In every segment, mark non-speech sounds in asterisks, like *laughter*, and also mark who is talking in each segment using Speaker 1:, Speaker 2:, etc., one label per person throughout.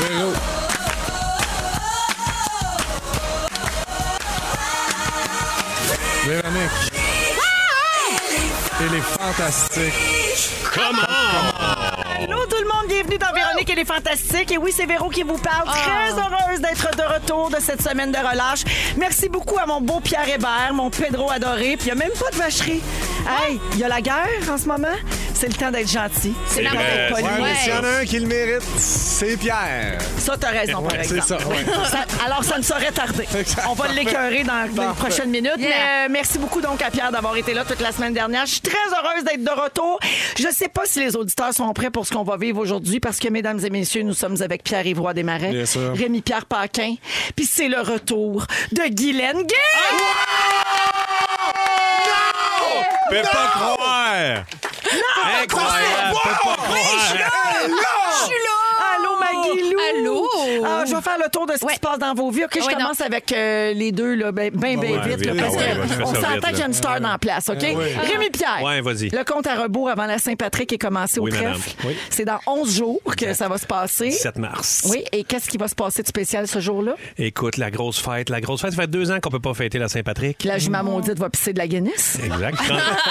Speaker 1: Véro. Véronique. Elle est fantastique.
Speaker 2: Allô tout le monde, bienvenue dans Véronique et les Fantastiques. Et oui, c'est Véro qui vous parle. Très heureuse d'être de retour de cette semaine de relâche. Merci beaucoup à mon beau Pierre Hébert, mon Pedro adoré. Puis il n'y a même pas de vacherie. Hey, il y a la guerre en ce moment. C'est le temps d'être gentil. C'est le temps
Speaker 3: vrai.
Speaker 2: d'être poli.
Speaker 3: Ouais, mais
Speaker 4: S'il y en a un qui le mérite, c'est Pierre.
Speaker 2: Ça, t'as raison, par
Speaker 3: C'est
Speaker 2: exemple.
Speaker 3: ça, ouais.
Speaker 2: Ça- alors, ça ne saurait tarder. On va l'écœurer dans les prochaines minutes. Mais euh, merci beaucoup donc à Pierre d'avoir été là toute la semaine dernière. Je suis très heureuse d'être de retour. Je ne sais pas si les auditeurs sont prêts pour ce qu'on va vivre aujourd'hui parce que, mesdames et messieurs, nous sommes avec Pierre Ivoire Desmarais,
Speaker 3: Bien sûr.
Speaker 2: Rémi-Pierre Paquin, puis c'est le retour de Guylaine Gay!
Speaker 4: Peux pas croire! Incroyable! Peux pas croire!
Speaker 2: Allô, Maggie Lou!
Speaker 5: Oh! Allô!
Speaker 2: Ah, je vais faire le tour de ce qui
Speaker 5: Ouais.
Speaker 2: se passe dans vos vies. OK, je
Speaker 5: Ouais,
Speaker 2: commence avec euh, les deux, là, ben, ben, ben
Speaker 4: ouais,
Speaker 2: vite, là,
Speaker 4: vite,
Speaker 2: parce
Speaker 4: ah ouais, ouais,
Speaker 2: que
Speaker 4: fais
Speaker 2: on
Speaker 4: ça vite,
Speaker 2: s'entend qu'il y a
Speaker 4: là.
Speaker 2: une star dans la place, OK? Rémi-Pierre.
Speaker 4: Ouais, vas-y.
Speaker 2: Le compte à rebours avant la Saint-Patrick est commencé
Speaker 4: Oui,
Speaker 2: au
Speaker 4: madame.
Speaker 2: trèfle.
Speaker 4: Oui.
Speaker 2: C'est dans 11 jours que ça va se passer.
Speaker 4: 7 mars.
Speaker 2: Oui, et qu'est-ce qui va se passer de spécial ce jour-là?
Speaker 4: Écoute, la grosse fête, la grosse fête. Ça fait deux ans qu'on peut pas fêter la Saint-Patrick.
Speaker 2: La jument maudite va pisser de la Guinness.
Speaker 4: Exact.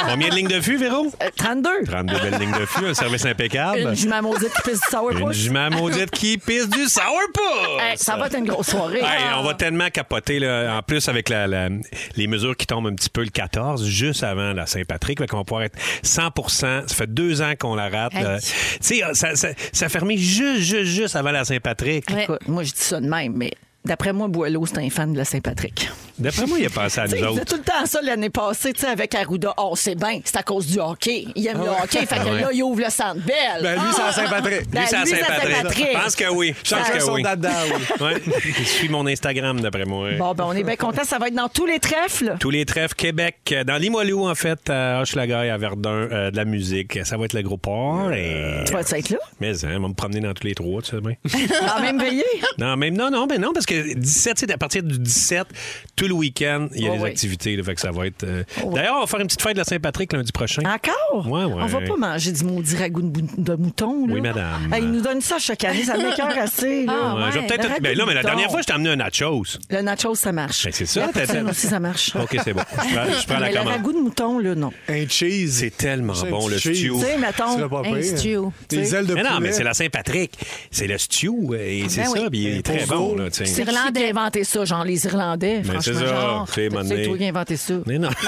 Speaker 4: Combien de lignes de fût, Véro?
Speaker 2: Euh, 32.
Speaker 4: 32 belles lignes de fût, un service impeccable.
Speaker 2: Une jument maudite qui pisse du
Speaker 4: Une
Speaker 2: sourpuss.
Speaker 4: jument maudite qui pisse du sourpuss!
Speaker 2: Hey, Eh, ça va être une grosse soirée.
Speaker 4: Hey, on va tellement capoter, là, en plus avec la- la- les mesures qui tombent un petit peu le 14, juste avant la Saint-Patrick, fait qu'on va pouvoir être 100 Ça fait deux ans qu'on la rate.
Speaker 5: Hey.
Speaker 4: là. Tu sais, ça, ça, ça fermait juste, juste, juste avant la Saint-Patrick.
Speaker 5: Ouais.
Speaker 2: Écoute, moi, je dis ça de même, mais d'après moi, Boileau, c'est un fan de la Saint-Patrick.
Speaker 4: D'après moi, il a pensé à
Speaker 2: Tu sais,
Speaker 4: nous
Speaker 2: il faisait
Speaker 4: autres.
Speaker 2: tout le temps ça l'année passée, tu sais, avec Arruda. Oh, c'est bien, c'est à cause du hockey. Il
Speaker 4: Ah
Speaker 2: aime le hockey, fait que là, il ouvre le centre belle.
Speaker 3: Ben, lui, c'est à Saint-Patrick.
Speaker 2: Ben,
Speaker 4: Lui, c'est à
Speaker 2: lui, c'est à
Speaker 4: Saint-Patrick.
Speaker 2: Saint-Patrick.
Speaker 4: Je pense que oui. Je pense
Speaker 3: Chacun
Speaker 4: que
Speaker 3: son
Speaker 4: oui.
Speaker 3: dada, oui.
Speaker 4: *laughs* Ouais. Il suit mon Instagram, d'après moi.
Speaker 2: Bon, ben, on est bien contents. Ça va être dans tous les trèfles.
Speaker 4: Tous les trèfles Québec, euh, dans Limoilou, en fait, à Hochelaga et à Verdun, euh, de la musique. Ça va être le gros port. Et...
Speaker 2: Tu vas être là?
Speaker 4: Mais hein, on va me promener dans tous les trois, tu sais bien.
Speaker 2: En même veillée?
Speaker 4: *laughs* Non, même non, non, ben non, parce que 17, c'est à partir du 17, tout le week-end, il y a
Speaker 2: Oh oui.
Speaker 4: des
Speaker 2: Oh
Speaker 4: activités. là, fait que ça va être. euh, D'ailleurs, on va faire une petite fête de la Saint-Patrick lundi prochain.
Speaker 2: Ah, Encore?
Speaker 4: Ouais, ouais.
Speaker 2: On va pas manger du maudit ragoût de, bou- de mouton. Là.
Speaker 4: Oui, madame.
Speaker 2: Hey, ils nous donnent ça chaque année. Ça m'écœure assez. Là.
Speaker 5: Ah,
Speaker 4: Ouais, je vais
Speaker 5: ouais,
Speaker 4: peut-être.
Speaker 2: le
Speaker 4: Ben là, mais la
Speaker 2: ragouton.
Speaker 4: dernière fois, je t'ai amené un nachos.
Speaker 2: Le nachos, ça marche.
Speaker 4: Ben, c'est ça,
Speaker 2: La
Speaker 4: t'as-
Speaker 2: poutine aussi, ça marche.
Speaker 4: OK, c'est bon. Je prends, je prends la
Speaker 2: mais le
Speaker 4: commande.
Speaker 2: ragoût de mouton, là, non.
Speaker 3: Un cheese.
Speaker 4: C'est tellement
Speaker 3: C'est un
Speaker 4: bon,
Speaker 3: petit
Speaker 4: le
Speaker 3: cheese.
Speaker 4: stew.
Speaker 2: Tu sais,
Speaker 3: Ce
Speaker 2: mettons,
Speaker 3: serait pas
Speaker 5: Un
Speaker 3: pire.
Speaker 5: stew.
Speaker 3: Des ailes de poulet.
Speaker 4: Mais
Speaker 3: Ah, ben
Speaker 4: non, mais c'est la Saint-Patrick. C'est le stew. euh, Et c'est
Speaker 5: oui.
Speaker 4: ça. puis il est très
Speaker 3: Euh, pour
Speaker 4: bon,
Speaker 3: vous.
Speaker 4: là, tu
Speaker 2: c'est
Speaker 4: sais.
Speaker 2: qui qui a inventé ça, genre les Irlandais,
Speaker 4: Mais
Speaker 2: franchement.
Speaker 4: c'est ça,
Speaker 2: genre,
Speaker 4: c'est mané.
Speaker 2: c'est toi qui a inventé ça.
Speaker 3: *laughs*
Speaker 4: Mais non.
Speaker 2: *laughs*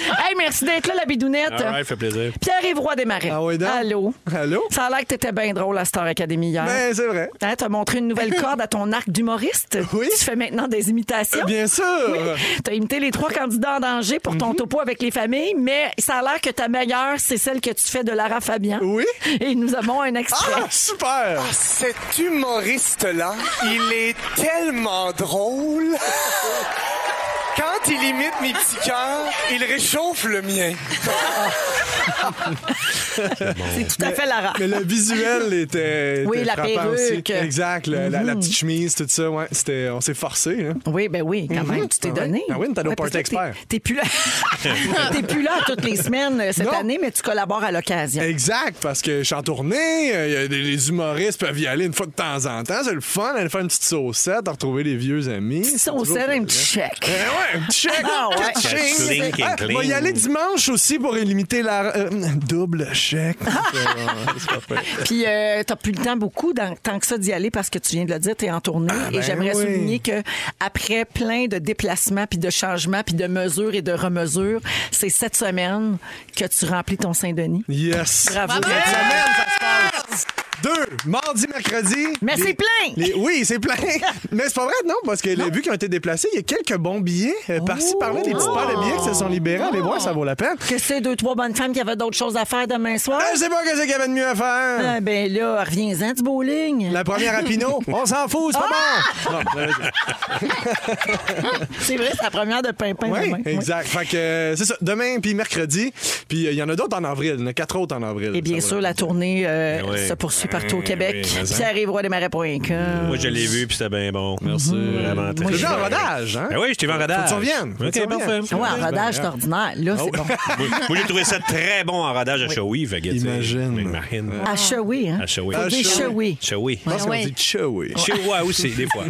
Speaker 2: hey, merci d'être là, la bidounette.
Speaker 4: All right, Ah fait plaisir.
Speaker 2: Pierre-Yvroy Desmarais.
Speaker 3: Ah oui, donc?
Speaker 2: Allô.
Speaker 3: Allô?
Speaker 2: Ça a l'air que t'étais bien drôle à Star Academy hier.
Speaker 3: Ben, c'est vrai.
Speaker 2: Hein, T'as montré
Speaker 3: *laughs*
Speaker 2: une nouvelle corde à ton arc d'humoriste.
Speaker 3: Oui. Euh,
Speaker 2: Tu fais maintenant des imitations.
Speaker 3: Bien Mhm. sûr.
Speaker 2: T'as imité les trois candidats en danger pour ton topo avec les familles, mais ça a l'air que ta meilleure, c'est celle que tu fais de Lara Fabian.
Speaker 3: Oui.
Speaker 2: Et nous avons un extrait.
Speaker 3: Ah, super!
Speaker 6: Cet humoriste-là, il est tellement drôle. Quand il imite mes petits cœurs, il réchauffe le mien.
Speaker 2: c'est tout à fait Lara.
Speaker 3: Mais le visuel était,
Speaker 2: Oui,
Speaker 3: était
Speaker 2: la
Speaker 3: frappant aussi.
Speaker 2: perruque. Mm-hmm.
Speaker 3: Exact, le- la, la petite chemise, tout ça, ouais, c'était, on s'est forcé. Hein.
Speaker 2: Oui, ben oui, quand même, tu t'es
Speaker 3: Ah ouais.
Speaker 2: donné. Ben,
Speaker 3: Ah oui, t'as nos
Speaker 2: parce
Speaker 3: party
Speaker 2: que t'es-
Speaker 3: experts. *laughs*
Speaker 2: T'es plus là. t'es plus là toutes les semaines euh, cette
Speaker 3: Non. Eh,
Speaker 2: année, mais tu collabores à l'occasion.
Speaker 3: Exact, parce que je suis en tournée, euh, il y a des, les humoristes peuvent y aller une fois de temps en temps, c'est le fun, aller faire une petite saucette, retrouver les vieux amis.
Speaker 2: Ils
Speaker 3: c'est
Speaker 2: sont au
Speaker 3: toujours
Speaker 2: un
Speaker 3: plaisant.
Speaker 2: petit chèque.
Speaker 3: Eh ouais, un petit chèque.
Speaker 2: Ah ouais.
Speaker 3: Ching.
Speaker 4: Clink and
Speaker 3: Ah,
Speaker 4: clink.
Speaker 3: va y aller dimanche aussi pour limiter la euh, double chèque.
Speaker 2: Ah. Puis euh, t'as plus le temps beaucoup dans- tant que ça d'y aller parce que tu viens de le dire, t'es en tournée et
Speaker 3: ben
Speaker 2: j'aimerais
Speaker 3: oui.
Speaker 2: souligner que après plein de déplacements puis de changements puis de mesures et de remesures, c'est cette semaine que tu remplis ton Saint-Denis.
Speaker 3: yes.
Speaker 2: Bravo.
Speaker 3: Cette semaine, ça se passe. Deux, mardi, mercredi.
Speaker 2: Mais
Speaker 3: Les-
Speaker 2: c'est plein!
Speaker 3: les- oui, c'est plein. *laughs* Mais c'est pas vrai, non, parce que les vues qui ont été déplacées, il y a quelques bons billets euh, par-ci,
Speaker 2: Oh.
Speaker 3: par-là, des petits paires de billets qui se sont libérés. Allez voir, ça vaut la peine.
Speaker 2: Que c'est deux, trois bonnes femmes qui avaient d'autres choses à faire demain soir?
Speaker 3: Je sais pas qu'est-ce qu'il y avait de mieux à faire.
Speaker 2: Ah, ben là, reviens-en du bowling.
Speaker 3: La première à Pinot, on s'en fout, c'est pas
Speaker 2: Ah!
Speaker 3: bon. Non, euh, j'allais dire.
Speaker 2: *laughs* C'est vrai, c'est la première de Pimpin.
Speaker 3: Oui,
Speaker 2: demain. *laughs* Oui.
Speaker 3: exact. Fait que euh, c'est ça. Demain, puis mercredi. Puis euh, il y en a d'autres en avril. Il y en a quatre autres en avril.
Speaker 2: Et bien
Speaker 3: Ça
Speaker 2: sûr,
Speaker 3: va.
Speaker 2: la tournée euh,
Speaker 4: Ben oui.
Speaker 2: se poursuit partout au
Speaker 4: Ben
Speaker 2: Québec.
Speaker 4: oui, mais ça.
Speaker 2: Ça arrive roi des
Speaker 4: Moi, je l'ai vu, puis c'était bien bon. Merci. Vraiment
Speaker 3: Je
Speaker 4: très
Speaker 3: l'ai vu
Speaker 4: bien.
Speaker 3: en rodage, hein?
Speaker 4: Ben oui, je t'ai vu en
Speaker 3: Faut
Speaker 4: rodage.
Speaker 3: que tu reviennes. Faut que tu
Speaker 4: OK, parfait.
Speaker 3: reviennes.
Speaker 2: Ouais,
Speaker 4: ben
Speaker 2: en rodage, c'est ordinaire. Là, c'est bon.
Speaker 4: moi, moi, j'ai trouvé ça très bon en rodage à Shawi. fait que, tu sais,
Speaker 3: Imagine.
Speaker 4: Imagine.
Speaker 2: À Chewy, hein?
Speaker 4: À Shawi.
Speaker 2: Faut dire Chewy.
Speaker 4: Shawi.
Speaker 3: Je pense qu'on
Speaker 7: Ouais.
Speaker 3: dit Chewy.
Speaker 4: Chihuahua aussi, des fois.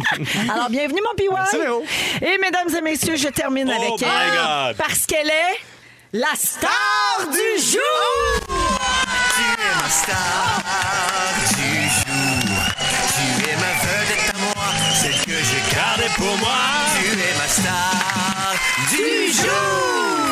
Speaker 2: Alors, bienvenue, mon PY.
Speaker 3: Merci, Léo.
Speaker 2: Et mesdames et messieurs, je termine
Speaker 4: Oh
Speaker 2: avec
Speaker 4: my
Speaker 2: elle.
Speaker 4: God.
Speaker 2: Parce qu'elle est la star du jour!
Speaker 8: Tu es ma star du jour. Tu es ma vedette à moi, celle que je garde
Speaker 4: Gardez pour moi.
Speaker 8: Tu es ma star du jour.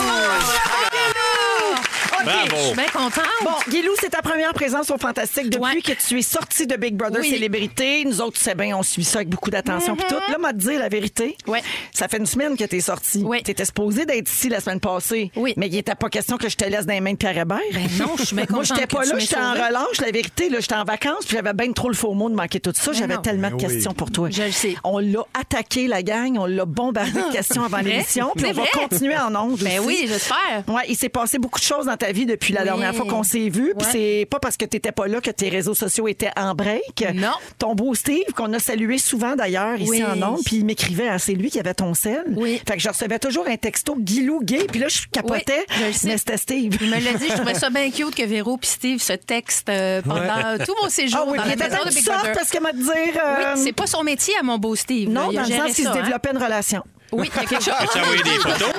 Speaker 4: Bravo.
Speaker 7: Je suis bien contente.
Speaker 2: Bon, Guilou, c'est ta première présence au Fantastique depuis
Speaker 7: Ouais.
Speaker 2: que tu es sortie de Big Brother
Speaker 7: Oui.
Speaker 2: Célébrité. Nous autres, tu sais bien, on suit ça avec beaucoup d'attention. Puis tout, là, m'a dit la vérité.
Speaker 7: Mm-hmm. Ouais.
Speaker 2: Ça fait une semaine que tu es sortie.
Speaker 7: Oui.
Speaker 2: Tu étais supposée d'être ici la semaine passée.
Speaker 7: Oui.
Speaker 2: Mais il n'était pas question que je te laisse dans les mains de Pierre Hébert.
Speaker 7: Ben non, je suis bien
Speaker 2: *laughs* Moi,
Speaker 7: contente
Speaker 2: j'étais
Speaker 7: que
Speaker 2: pas
Speaker 7: tu
Speaker 2: là,
Speaker 7: m'aies
Speaker 2: j'étais en
Speaker 7: sauvée.
Speaker 2: relâche, la vérité. Là, j'étais en vacances, puis j'avais bien trop le faux mot de manquer tout ça. J'avais
Speaker 7: non.
Speaker 2: tellement de
Speaker 3: Ben oui.
Speaker 2: questions pour toi.
Speaker 7: Je le sais.
Speaker 2: On l'a attaqué, la gang. On l'a bombardé
Speaker 7: *laughs*
Speaker 2: de questions avant
Speaker 7: Vrai?
Speaker 2: l'émission. Puis
Speaker 7: C'est
Speaker 2: on va
Speaker 7: vrai?
Speaker 2: continuer en ondes
Speaker 7: Ben
Speaker 2: aussi.
Speaker 7: oui, j'espère.
Speaker 2: Ouais, il s'est passé beaucoup de choses dans ta vie depuis la
Speaker 7: Oui.
Speaker 2: dernière fois qu'on s'est vu. Puis
Speaker 7: Ouais.
Speaker 2: c'est pas parce que t'étais pas là que tes réseaux sociaux étaient en break.
Speaker 7: Non.
Speaker 2: Ton beau Steve, qu'on a salué souvent d'ailleurs ici
Speaker 7: Oui.
Speaker 2: en ondes, puis il m'écrivait, hein, c'est lui qui avait ton sel.
Speaker 7: Oui.
Speaker 2: Fait que je recevais toujours un texto Guilou gay, puis là, je capotais.
Speaker 7: Oui, je le sais.
Speaker 2: mais c'était Steve.
Speaker 7: Il
Speaker 2: *laughs*
Speaker 7: me l'a dit, je trouvais ça bien cute que Véro puis Steve se textent euh, pendant tout mon séjour
Speaker 2: Ah oui,
Speaker 7: dans
Speaker 2: puis
Speaker 7: la
Speaker 2: il était
Speaker 7: maison de
Speaker 2: une
Speaker 7: Big
Speaker 2: sorte
Speaker 7: Brother.
Speaker 2: parce que m'a dire.
Speaker 7: Oui,
Speaker 2: euh,
Speaker 7: c'est pas son métier à mon beau Steve.
Speaker 2: non,
Speaker 7: Il a
Speaker 2: dans le
Speaker 7: géré
Speaker 2: sens qu'il
Speaker 7: ça,
Speaker 2: se
Speaker 7: hein.
Speaker 2: développait une relation.
Speaker 7: Oui, il y a
Speaker 2: *laughs*
Speaker 7: quelque chose.
Speaker 4: As-tu envoyé des photos?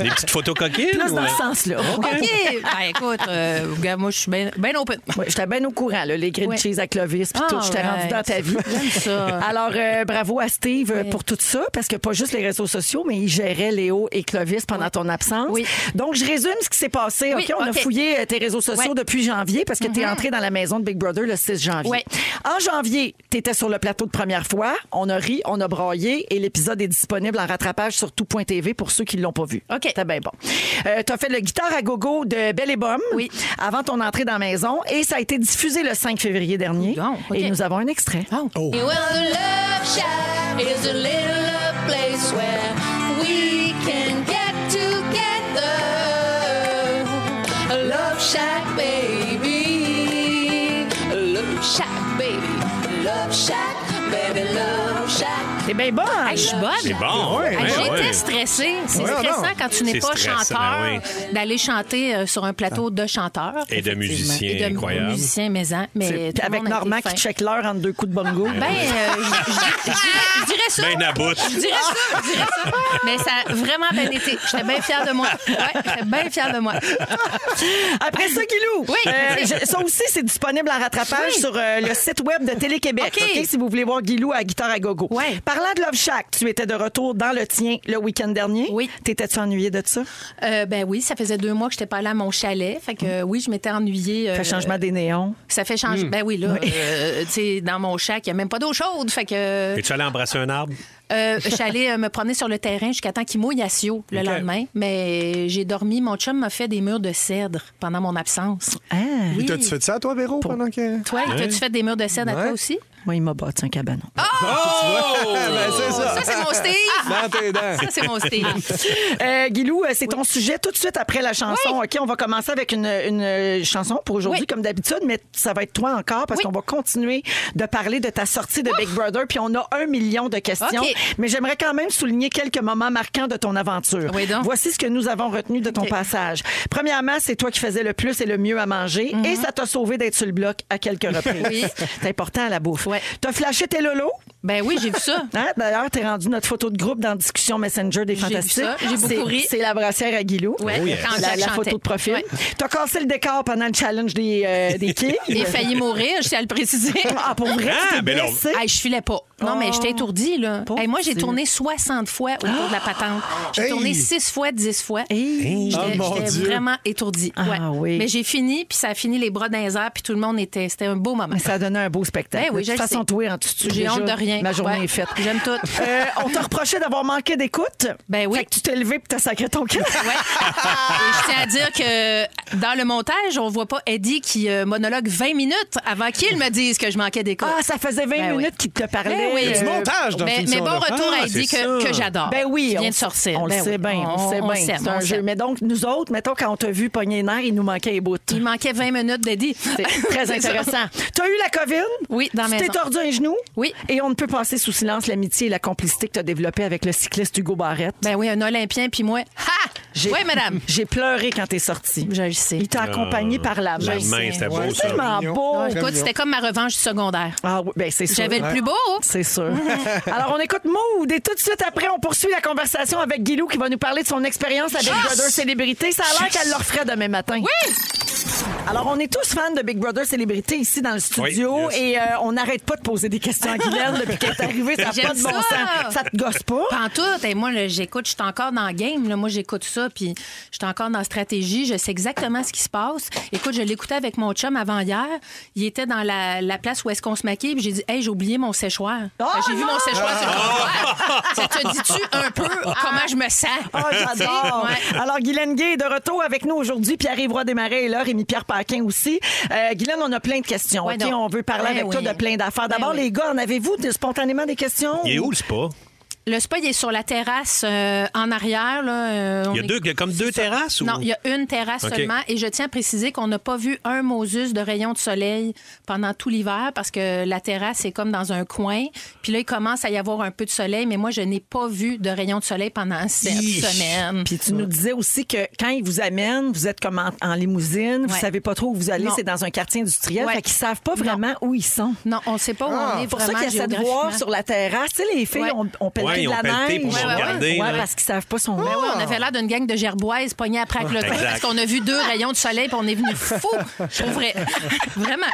Speaker 4: des petites photos coquines? euh?
Speaker 2: Plus dans
Speaker 4: ouais?
Speaker 2: ce sens-là.
Speaker 7: OK. Ben écoute, euh, gars, moi, je suis bien ben open.
Speaker 2: Ouais, j'étais bien au courant, là, les grilled
Speaker 7: Ouais.
Speaker 2: cheese à Clovis, puis
Speaker 7: Ah,
Speaker 2: tout, j'étais
Speaker 7: ouais.
Speaker 2: rendue dans ta vie.
Speaker 7: J'aime ça.
Speaker 2: Alors, euh, bravo à Steve euh, pour tout ça, parce que pas juste les réseaux sociaux, mais il gérait Léo et Clovis pendant ton absence.
Speaker 7: Oui.
Speaker 2: Donc, je résume ce qui s'est passé.
Speaker 7: Oui,
Speaker 2: OK, on a
Speaker 7: OK.
Speaker 2: fouillé euh, tes réseaux sociaux
Speaker 7: Ouais. Mm-hmm.
Speaker 2: depuis janvier, parce que t'es entrée dans la maison de Big Brother le 6 janvier.
Speaker 7: Ouais.
Speaker 2: En janvier, t'étais sur le plateau de première fois, on a ri, on a braillé, et l'épisode est disponible en rattrapage sur tout.tv pour ceux qui l'ont pas vu.
Speaker 7: OK.
Speaker 2: T'es bien bon. Euh, T'as fait le guitare à gogo de Belle et Bomme
Speaker 7: Oui.
Speaker 2: avant ton entrée dans la maison et ça a été diffusé le 5 février dernier.
Speaker 7: Coudonc, ok. Ah.
Speaker 2: Et nous avons un extrait.
Speaker 4: Oh.
Speaker 7: And well, the love shack is a little place where we can get together. A love shack, baby. A love shack, baby. Love shack, baby. Love shack.
Speaker 2: T'es bien bon.
Speaker 7: je suis bonne.
Speaker 4: C'est bon.
Speaker 3: Ouais,
Speaker 7: Ah,
Speaker 4: ouais,
Speaker 7: J'étais
Speaker 4: ouais.
Speaker 7: stressée. C'est
Speaker 3: Ouais,
Speaker 7: stressant
Speaker 3: non.
Speaker 7: quand tu n'es
Speaker 4: C'est
Speaker 7: pas
Speaker 4: stressant,
Speaker 7: chanteur
Speaker 4: ben
Speaker 7: d'aller chanter euh, sur un plateau de chanteurs.
Speaker 4: Et de
Speaker 7: Effectivement.
Speaker 4: musiciens
Speaker 7: Et de
Speaker 4: incroyables.
Speaker 7: musiciens, mais, hein, mais
Speaker 2: ben, Puis
Speaker 7: tout le
Speaker 2: avec
Speaker 7: monde a été
Speaker 2: Normand qui
Speaker 7: fin.
Speaker 2: check l'heure entre deux coups de bongo.
Speaker 7: Ben, euh, je- je je- je dirais ça.
Speaker 4: Ben à bout.
Speaker 7: Je dirais ça, je dirais ça. Mais ça a vraiment bien été. J'étais bien fière de moi. Ouais, j'étais bien fière de moi.
Speaker 2: *laughs* Après ça, Guilou. euh,
Speaker 7: Oui.
Speaker 2: je- ça aussi, c'est disponible en rattrapage
Speaker 7: Oui.
Speaker 2: sur euh, le site web de Télé-Québec.
Speaker 7: OK.
Speaker 2: OK, si vous voulez voir Guilou à guitare à gogo.
Speaker 7: Ouais.
Speaker 2: Parlant de Love Shack, tu étais de retour dans le tien le week-end dernier.
Speaker 7: Oui.
Speaker 2: T'étais-tu ennuyé de ça?
Speaker 7: Euh, ben oui, ça faisait deux mois que j'étais pas allée à mon chalet. Fait que euh, oui, je m'étais ennuyée. euh,
Speaker 2: Fait changement des néons.
Speaker 7: Ça fait changer. Ben oui, là, euh, tu sais, dans mon shack, il n'y a même pas d'eau chaude. Fait que.
Speaker 4: Es-tu allé embrasser un arbre?
Speaker 7: Euh, je suis allée euh, me promener sur le terrain jusqu'à temps qu'il mouille à Sio le
Speaker 4: Ok.
Speaker 7: lendemain. Mais j'ai dormi. Mon chum m'a fait des murs de cèdre pendant mon absence.
Speaker 2: Ah.
Speaker 7: Oui.
Speaker 3: T'as-tu fait ça, toi, Véro, pendant
Speaker 2: Oh,
Speaker 3: *laughs* que.
Speaker 7: Toi, as-tu fait des murs de cèdre à toi
Speaker 3: Ouais.
Speaker 7: aussi?
Speaker 2: Moi, il m'a bâti un cabanon.
Speaker 3: Ben, c'est ça.
Speaker 7: Ça, c'est
Speaker 3: *laughs*
Speaker 7: mon Steve!
Speaker 3: Dans tes dents.
Speaker 7: Ça, c'est mon Steve.
Speaker 2: Euh, Guilou, euh, c'est ton sujet tout de suite après la chanson. OK, on va commencer avec une, une, euh, chanson pour aujourd'hui,
Speaker 7: Oui.
Speaker 2: comme d'habitude, mais ça va être toi encore parce
Speaker 7: Oui.
Speaker 2: qu'on va continuer de parler de ta sortie de Big Brother, puis on a un million de questions.
Speaker 7: OK.
Speaker 2: Mais j'aimerais quand même souligner quelques moments marquants de ton aventure.
Speaker 7: Oui, donc.
Speaker 2: Voici ce que nous avons retenu de ton
Speaker 7: OK.
Speaker 2: passage. Premièrement, c'est toi qui faisais le plus et le mieux à manger, et ça t'a sauvé d'être sur le bloc à quelques reprises.
Speaker 7: Mhm. Oui.
Speaker 2: C'est important, la bouffe.
Speaker 7: Ouais.
Speaker 2: T'as flashé tes lolos.
Speaker 7: Ben oui, j'ai vu ça.
Speaker 2: Hein? D'ailleurs, t'es rendu notre photo de groupe dans Discussion Messenger des
Speaker 7: J'ai vu
Speaker 2: Fantastiques.
Speaker 7: ça, j'ai beaucoup
Speaker 2: C'est-
Speaker 7: ri.
Speaker 2: C'est la brassière à Guilou.
Speaker 7: Ouais, Oh yes. quand
Speaker 2: la,
Speaker 7: Jack
Speaker 2: la
Speaker 7: chantait.
Speaker 2: photo de profil.
Speaker 7: Ouais.
Speaker 2: T'as cassé le décor pendant le challenge
Speaker 7: *laughs*
Speaker 2: des, euh, des kids.
Speaker 7: J'ai failli mourir, je tiens à le préciser.
Speaker 2: Ah, pour vrai,
Speaker 4: Ah,
Speaker 2: tu t'es
Speaker 4: ben non.
Speaker 2: blessé.
Speaker 7: Hey, je filais pas. Non, mais j'étais étourdie, là.
Speaker 2: Pauvre
Speaker 7: Hey, moi, j'ai
Speaker 2: petit.
Speaker 7: tourné 60 fois au cours de la patente. J'ai
Speaker 3: Hey!
Speaker 7: tourné 6 fois, 10 fois.
Speaker 2: Hey.
Speaker 7: J'étais
Speaker 3: Ah, mon
Speaker 7: j'étais
Speaker 3: Dieu.
Speaker 7: vraiment étourdie.
Speaker 2: Ah,
Speaker 7: Ouais.
Speaker 2: oui.
Speaker 7: Mais j'ai fini, puis ça a fini les bras dans les airs, puis tout le monde était. C'était un beau moment.
Speaker 2: Mais ça a donné un beau spectacle.
Speaker 7: Ben oui,
Speaker 2: de
Speaker 7: je
Speaker 2: toute
Speaker 7: le
Speaker 2: façon,
Speaker 7: sais.
Speaker 2: toi, en dessous,
Speaker 7: J'ai
Speaker 2: déjà,
Speaker 7: honte de rien.
Speaker 2: Ma journée
Speaker 7: Ouais.
Speaker 2: est faite.
Speaker 7: J'aime tout.
Speaker 2: Euh, on t'a reproché d'avoir manqué d'écoute.
Speaker 7: Ben oui.
Speaker 2: Fait que tu t'es levé puis t'as sacré ton cœur.
Speaker 7: Ouais. Et je tiens à dire que dans le montage, on voit pas Eddie qui euh, monologue 20 minutes avant qu'il me dise que je manquais d'écoute.
Speaker 2: Ah, ça faisait 20
Speaker 7: Ben oui.
Speaker 2: minutes qu'il te parlait.
Speaker 7: Ben oui. Il y a du
Speaker 2: Euh,
Speaker 3: montage dans
Speaker 7: mais,
Speaker 3: une
Speaker 7: mais
Speaker 3: émission
Speaker 7: bon
Speaker 3: de
Speaker 7: retour
Speaker 4: Ah,
Speaker 7: à Eddie
Speaker 4: c'est
Speaker 7: que,
Speaker 4: ça.
Speaker 7: que j'adore.
Speaker 2: Ben oui,
Speaker 7: Qui
Speaker 2: on
Speaker 7: vient Ah, de
Speaker 2: s-
Speaker 7: sortir.
Speaker 2: On
Speaker 7: Ben
Speaker 2: le sait
Speaker 7: oui.
Speaker 2: bien, on, le sait bien.
Speaker 7: s'aime,
Speaker 2: C'est
Speaker 7: on
Speaker 2: un jeu.
Speaker 7: s'aime.
Speaker 2: Mais donc, nous autres, mettons, quand on t'a vu pogner les nerfs, il nous manquait les bouts.
Speaker 7: Il manquait 20 minutes d'Eddie. *laughs*
Speaker 2: C'est très
Speaker 7: ça.
Speaker 2: intéressant. Tu as eu la COVID?
Speaker 7: Oui, dans
Speaker 2: Tu
Speaker 7: la
Speaker 2: t'es
Speaker 7: maison.
Speaker 2: tordu un genou?
Speaker 7: Oui.
Speaker 2: Et on ne peut passer sous silence l'amitié et la complicité que tu as développée avec le cycliste Hugo Barrette.
Speaker 7: Ben oui, un Olympien, puis moi. Ha!
Speaker 2: J'ai-
Speaker 7: Oui,
Speaker 2: *laughs*
Speaker 7: madame.
Speaker 2: J'ai pleuré quand t'es sorti.
Speaker 7: Je le sais.
Speaker 2: Il t'a accompagné par la main.
Speaker 4: Euh, La main, c'était
Speaker 3: Ouais,
Speaker 4: beau,
Speaker 2: C'est
Speaker 4: ça.
Speaker 2: tellement
Speaker 3: Mignon.
Speaker 2: beau.
Speaker 7: Ah,
Speaker 3: Très
Speaker 7: écoute,
Speaker 3: mignon.
Speaker 7: c'était comme ma revanche du secondaire.
Speaker 2: Ah oui, ben c'est sûr.
Speaker 7: J'avais le plus beau.
Speaker 2: C'est
Speaker 7: *laughs*
Speaker 2: sûr. Alors, on écoute Mood et tout de suite après, on poursuit la conversation avec Guilou qui va nous parler de son expérience avec Big Brother Célébrité. Ça a l'air qu'elle le referait demain matin. Oui! Alors, on est tous fans de Big Brother Célébrité ici dans le studio
Speaker 4: Oui, yes.
Speaker 2: et euh, on n'arrête pas de poser des questions à Guylaine depuis qu'elle est arrivée. Ça n'a
Speaker 7: J'aime
Speaker 2: pas de bon
Speaker 7: ça.
Speaker 2: sens. Ça te gosse pas?
Speaker 7: Pantoute. Et moi, là, j'écoute, je suis encore dans le game. là. Moi, j'écoute ça, puis je suis encore dans la stratégie. Je sais exactement ce qui se passe. Écoute, je l'écoutais avec mon chum avant hier. Il était dans la, la place où est-ce qu'on se maquille, puis j'ai dit, hey, j'ai oublié mon séchoir.
Speaker 2: Oh
Speaker 7: Fait que j'ai vu
Speaker 2: non!
Speaker 7: mon séchoir sur le
Speaker 4: Ah!
Speaker 7: comptoir. Ça te dit-tu un peu comment je me sens?
Speaker 2: Ah, j'adore.
Speaker 7: Tu sais, ouais.
Speaker 2: Alors, Guylaine Gay est de retour avec nous aujourd'hui. Pierre-Yves Roy Desmarais est là, Rémi-Pierre Paquin aussi. Euh, Guylaine, on a plein de questions.
Speaker 7: Ouais,
Speaker 2: OK?
Speaker 7: donc.
Speaker 2: On veut parler
Speaker 7: Ouais,
Speaker 2: avec
Speaker 7: oui.
Speaker 2: toi de plein d'affaires. D'abord,
Speaker 7: Ouais, oui.
Speaker 2: les gars, en avez-vous de- spontanément des questions?
Speaker 4: Il est où le spa?
Speaker 7: Le spa, il est sur la terrasse euh, en arrière. Là, Euh, on
Speaker 4: Il y a
Speaker 7: est-
Speaker 4: deux, il y a comme deux terrasses? ou-
Speaker 7: Non, il y a une terrasse
Speaker 4: OK.
Speaker 7: seulement. Et je tiens à préciser qu'on n'a pas vu un Moses de rayon de soleil pendant tout l'hiver parce que la terrasse est comme dans un coin. Puis là, il commence à y avoir un peu de soleil, mais moi, je n'ai pas vu de rayon de soleil pendant cette
Speaker 4: Hi!
Speaker 7: semaine.
Speaker 2: Puis tu nous disais aussi que quand ils vous amènent, vous êtes comme en, en limousine, vous
Speaker 7: Ouais.
Speaker 2: savez pas trop où vous allez,
Speaker 7: Non.
Speaker 2: c'est dans un quartier industriel,
Speaker 7: Ouais.
Speaker 2: fait qu'ils savent pas vraiment où ils sont.
Speaker 7: Non, on ne sait pas où on est
Speaker 2: C'est pour ça
Speaker 7: vraiment
Speaker 2: qu'ils essaient de
Speaker 7: géographiquement.
Speaker 2: voir sur la terrasse. Tu sais, les filles,
Speaker 7: Ouais.
Speaker 2: on, on pèle de
Speaker 4: Ouais, ils
Speaker 2: la
Speaker 4: ont pelleté
Speaker 2: neige.
Speaker 4: pour
Speaker 7: Ouais, ouais,
Speaker 4: regarder,
Speaker 2: Ouais,
Speaker 4: là.
Speaker 2: parce qu'ils savent pas son nom.
Speaker 7: Ben oui, on avait l'air d'une gang de gerboises poignées après avec le temps
Speaker 4: Exact.
Speaker 7: parce qu'on a vu deux rayons de soleil puis on est venu fou. Je trouverais. Vraiment.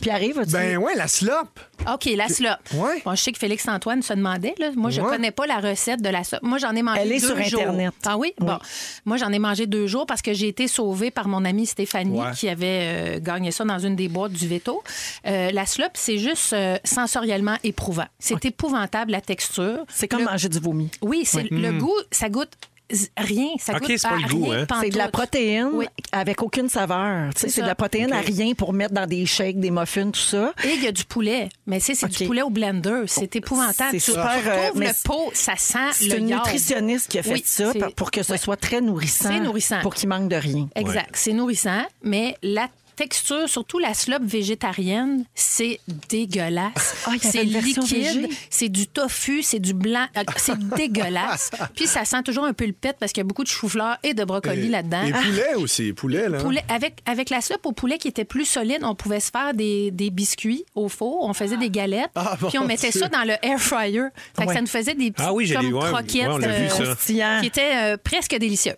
Speaker 2: Puis arrive, tu
Speaker 3: Ben ouais, la slope.
Speaker 7: OK, la slop.
Speaker 3: Ouais.
Speaker 7: Bon, je sais que Félix-Antoine se demandait. Là. Moi, je
Speaker 3: Ouais.
Speaker 7: connais pas la recette de la slop. Moi, j'en ai mangé
Speaker 2: Elle est
Speaker 7: deux
Speaker 2: sur
Speaker 7: jours.
Speaker 2: Internet.
Speaker 7: Ah oui? Bon. Moi, j'en ai mangé deux jours parce que j'ai été sauvée par mon amie Stéphanie
Speaker 3: Ouais.
Speaker 7: qui avait euh, gagné ça dans une des boîtes du veto. Euh, la slop, c'est juste euh, sensoriellement éprouvant. C'est épouvantable, la texture.
Speaker 2: c'est comme
Speaker 7: Le-
Speaker 2: manger du vomi.
Speaker 7: Oui, c'est le goût, ça goûte z- rien. Ça
Speaker 4: Mm. OK,
Speaker 7: goûte
Speaker 4: c'est pas
Speaker 7: à
Speaker 4: le goût,
Speaker 7: rien
Speaker 4: hein.
Speaker 7: pantoute.
Speaker 2: C'est de la protéine
Speaker 7: Oui.
Speaker 2: avec aucune saveur. Tu sais, C'est de
Speaker 7: ça.
Speaker 2: la protéine à rien pour mettre dans des shakes, des muffins, tout ça.
Speaker 7: Et il y a du poulet. Mais c'est c'est
Speaker 2: OK.
Speaker 7: du poulet au blender. C'est épouvantable.
Speaker 2: C'est
Speaker 7: Tu
Speaker 2: super,
Speaker 7: retrouves
Speaker 2: euh, mais
Speaker 7: le pot, ça sent le
Speaker 2: C'est une
Speaker 7: lard.
Speaker 2: nutritionniste qui a fait
Speaker 7: Oui,
Speaker 2: ça
Speaker 7: c'est-
Speaker 2: pa- pour que ce
Speaker 7: ouais.
Speaker 2: soit très nourrissant.
Speaker 7: C'est nourrissant.
Speaker 2: Pour qu'il manque de rien. *laughs*
Speaker 7: Exact. C'est nourrissant, mais la texture, surtout la slope végétarienne, c'est dégueulasse.
Speaker 2: Ah, il y avait
Speaker 7: c'est
Speaker 2: une version
Speaker 7: liquide,
Speaker 2: végé.
Speaker 7: c'est du tofu, c'est du blanc, euh,
Speaker 2: *laughs*
Speaker 7: c'est dégueulasse. Puis ça sent toujours un peu le pet parce qu'il y a beaucoup de chou-fleur et de brocoli là-dedans.
Speaker 3: Et poulet aussi, poulet, là.
Speaker 7: Poulet- avec, avec la soupe au poulet qui était plus solide, on pouvait se faire des, des biscuits au four, on faisait des galettes,
Speaker 3: Ah, mon
Speaker 7: puis on mettait
Speaker 3: Dieu.
Speaker 7: ça dans le air fryer. Fait que
Speaker 2: Ouais.
Speaker 7: Ça nous faisait des petites
Speaker 4: Ah oui, j'ai
Speaker 7: comme
Speaker 4: des- ouais,
Speaker 7: croquettes
Speaker 4: ouais,
Speaker 7: euh,
Speaker 4: on l'a vu, ça.
Speaker 2: Croustillant.
Speaker 7: qui étaient euh, presque délicieuses.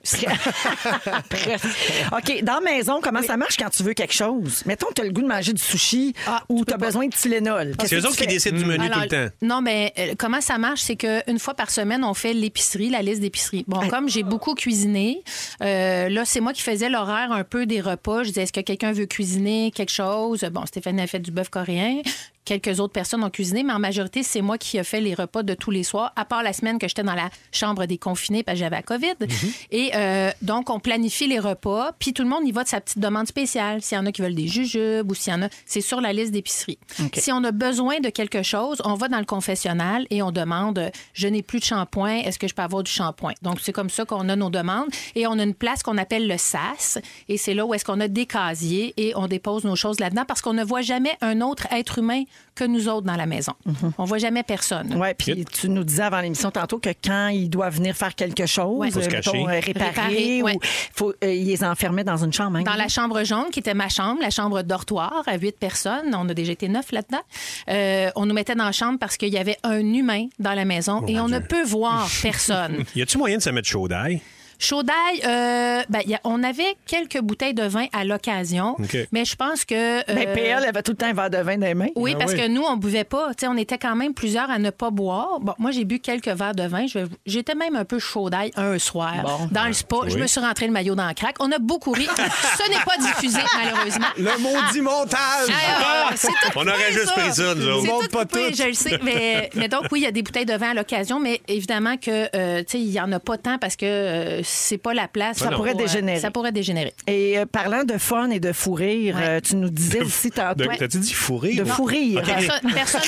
Speaker 2: OK, dans la maison, comment ça marche quand tu veux quelque chose? Mettons que tu as le goût de manger du sushi
Speaker 7: Ah,
Speaker 2: ou
Speaker 7: tu
Speaker 2: tu as
Speaker 7: peux
Speaker 2: besoin de Tylenol. Qu'est-ce
Speaker 4: C'est
Speaker 2: que
Speaker 4: eux
Speaker 2: tu
Speaker 4: autres qui
Speaker 2: fais?
Speaker 4: décident
Speaker 7: Mm.
Speaker 4: du menu tout le temps.
Speaker 7: Non, mais euh, comment ça marche, c'est qu'une fois par semaine, on fait l'épicerie, la liste d'épicerie. Bon, comme j'ai beaucoup cuisiné, euh, là, c'est moi qui faisais l'horaire un peu des repas. Je disais, est-ce que quelqu'un veut cuisiner quelque chose? Bon, Stéphanie a fait du bœuf coréen. Quelques autres personnes ont cuisiné, mais en majorité, c'est moi qui ai fait les repas de tous les soirs, à part la semaine que j'étais dans la chambre des confinés parce que j'avais la COVID.
Speaker 4: Mhm.
Speaker 7: Et euh, donc, on planifie les repas, puis tout le monde y va de sa petite demande spéciale. S'il y en a qui veulent des jujubes ou s'il y en a, c'est sur la liste d'épicerie. Si on a besoin de quelque chose, on va dans le confessionnal et on demande euh, je n'ai plus de shampoing, est-ce que je peux avoir du shampoing Donc c'est comme ça qu'on a nos demandes et on a une place qu'on appelle le SAS et c'est là où est-ce qu'on a des casiers et on dépose nos choses là-dedans parce qu'on ne voit jamais un autre être humain que nous autres dans la maison. On voit jamais personne.
Speaker 2: Ouais, puis tu nous disais avant l'émission tantôt que quand ils doivent venir faire quelque chose,
Speaker 7: Ouais. Faut
Speaker 4: se
Speaker 2: euh, mettons,
Speaker 4: cacher.
Speaker 2: euh, réparer,
Speaker 7: Réparer,
Speaker 2: ou
Speaker 7: ouais.
Speaker 2: faut, euh, ils les enfermaient dans une chambre. hein?
Speaker 7: Dans la chambre jaune, qui était ma chambre, la chambre dortoir à huit personnes, on a déjà été neuf là-dedans, euh, on nous mettait dans la chambre parce qu'il y
Speaker 4: Oh
Speaker 7: avait un humain dans la maison et on ne peut voir personne.
Speaker 4: *laughs* Y a-tu moyen de se mettre chaud d'ail?
Speaker 7: Chaudaille, euh, ben, y a- on avait quelques bouteilles de vin à l'occasion,
Speaker 4: OK.
Speaker 7: mais je pense que... euh,
Speaker 2: Ben, PL avait tout le temps un verre de vin dans les mains.
Speaker 7: oui,
Speaker 4: Ah
Speaker 7: parce
Speaker 4: oui.
Speaker 7: que nous, on buvait pas. Tu sais, on était quand même plusieurs à ne pas boire. Bon, moi, j'ai bu quelques verres de vin. Je vais- J'étais même un peu chaudaille un soir dans le spa. Je
Speaker 4: Oui.
Speaker 7: me suis rentré le maillot dans le crack. On a
Speaker 4: *laughs*
Speaker 7: beaucoup ri. Ce n'est pas diffusé, malheureusement.
Speaker 3: Le maudit montage! ah,
Speaker 7: Alors, Ah, c'est tout
Speaker 4: Ah, On aurait
Speaker 7: coupé,
Speaker 4: juste pris ça, nous
Speaker 7: C'est
Speaker 4: autres.
Speaker 7: tout
Speaker 3: On montre pas
Speaker 7: coupé,
Speaker 3: tout.
Speaker 7: Je le sais. Mais, mais donc, oui, il y a des bouteilles de vin à l'occasion, mais évidemment que euh, tu sais, il n'y en a pas tant parce que euh, c'est pas la place.
Speaker 4: Ça
Speaker 2: pourrait
Speaker 7: pour, euh,
Speaker 2: dégénérer.
Speaker 7: Ça pourrait dégénérer.
Speaker 2: Et euh, parlant de fun et de fou rire,
Speaker 7: Ouais.
Speaker 2: euh, tu nous disais aussi tantôt.
Speaker 4: De- T'as-tu dit fourré?
Speaker 2: De
Speaker 4: ou-
Speaker 2: fou rire.
Speaker 7: Personne.
Speaker 2: *laughs*
Speaker 7: personne-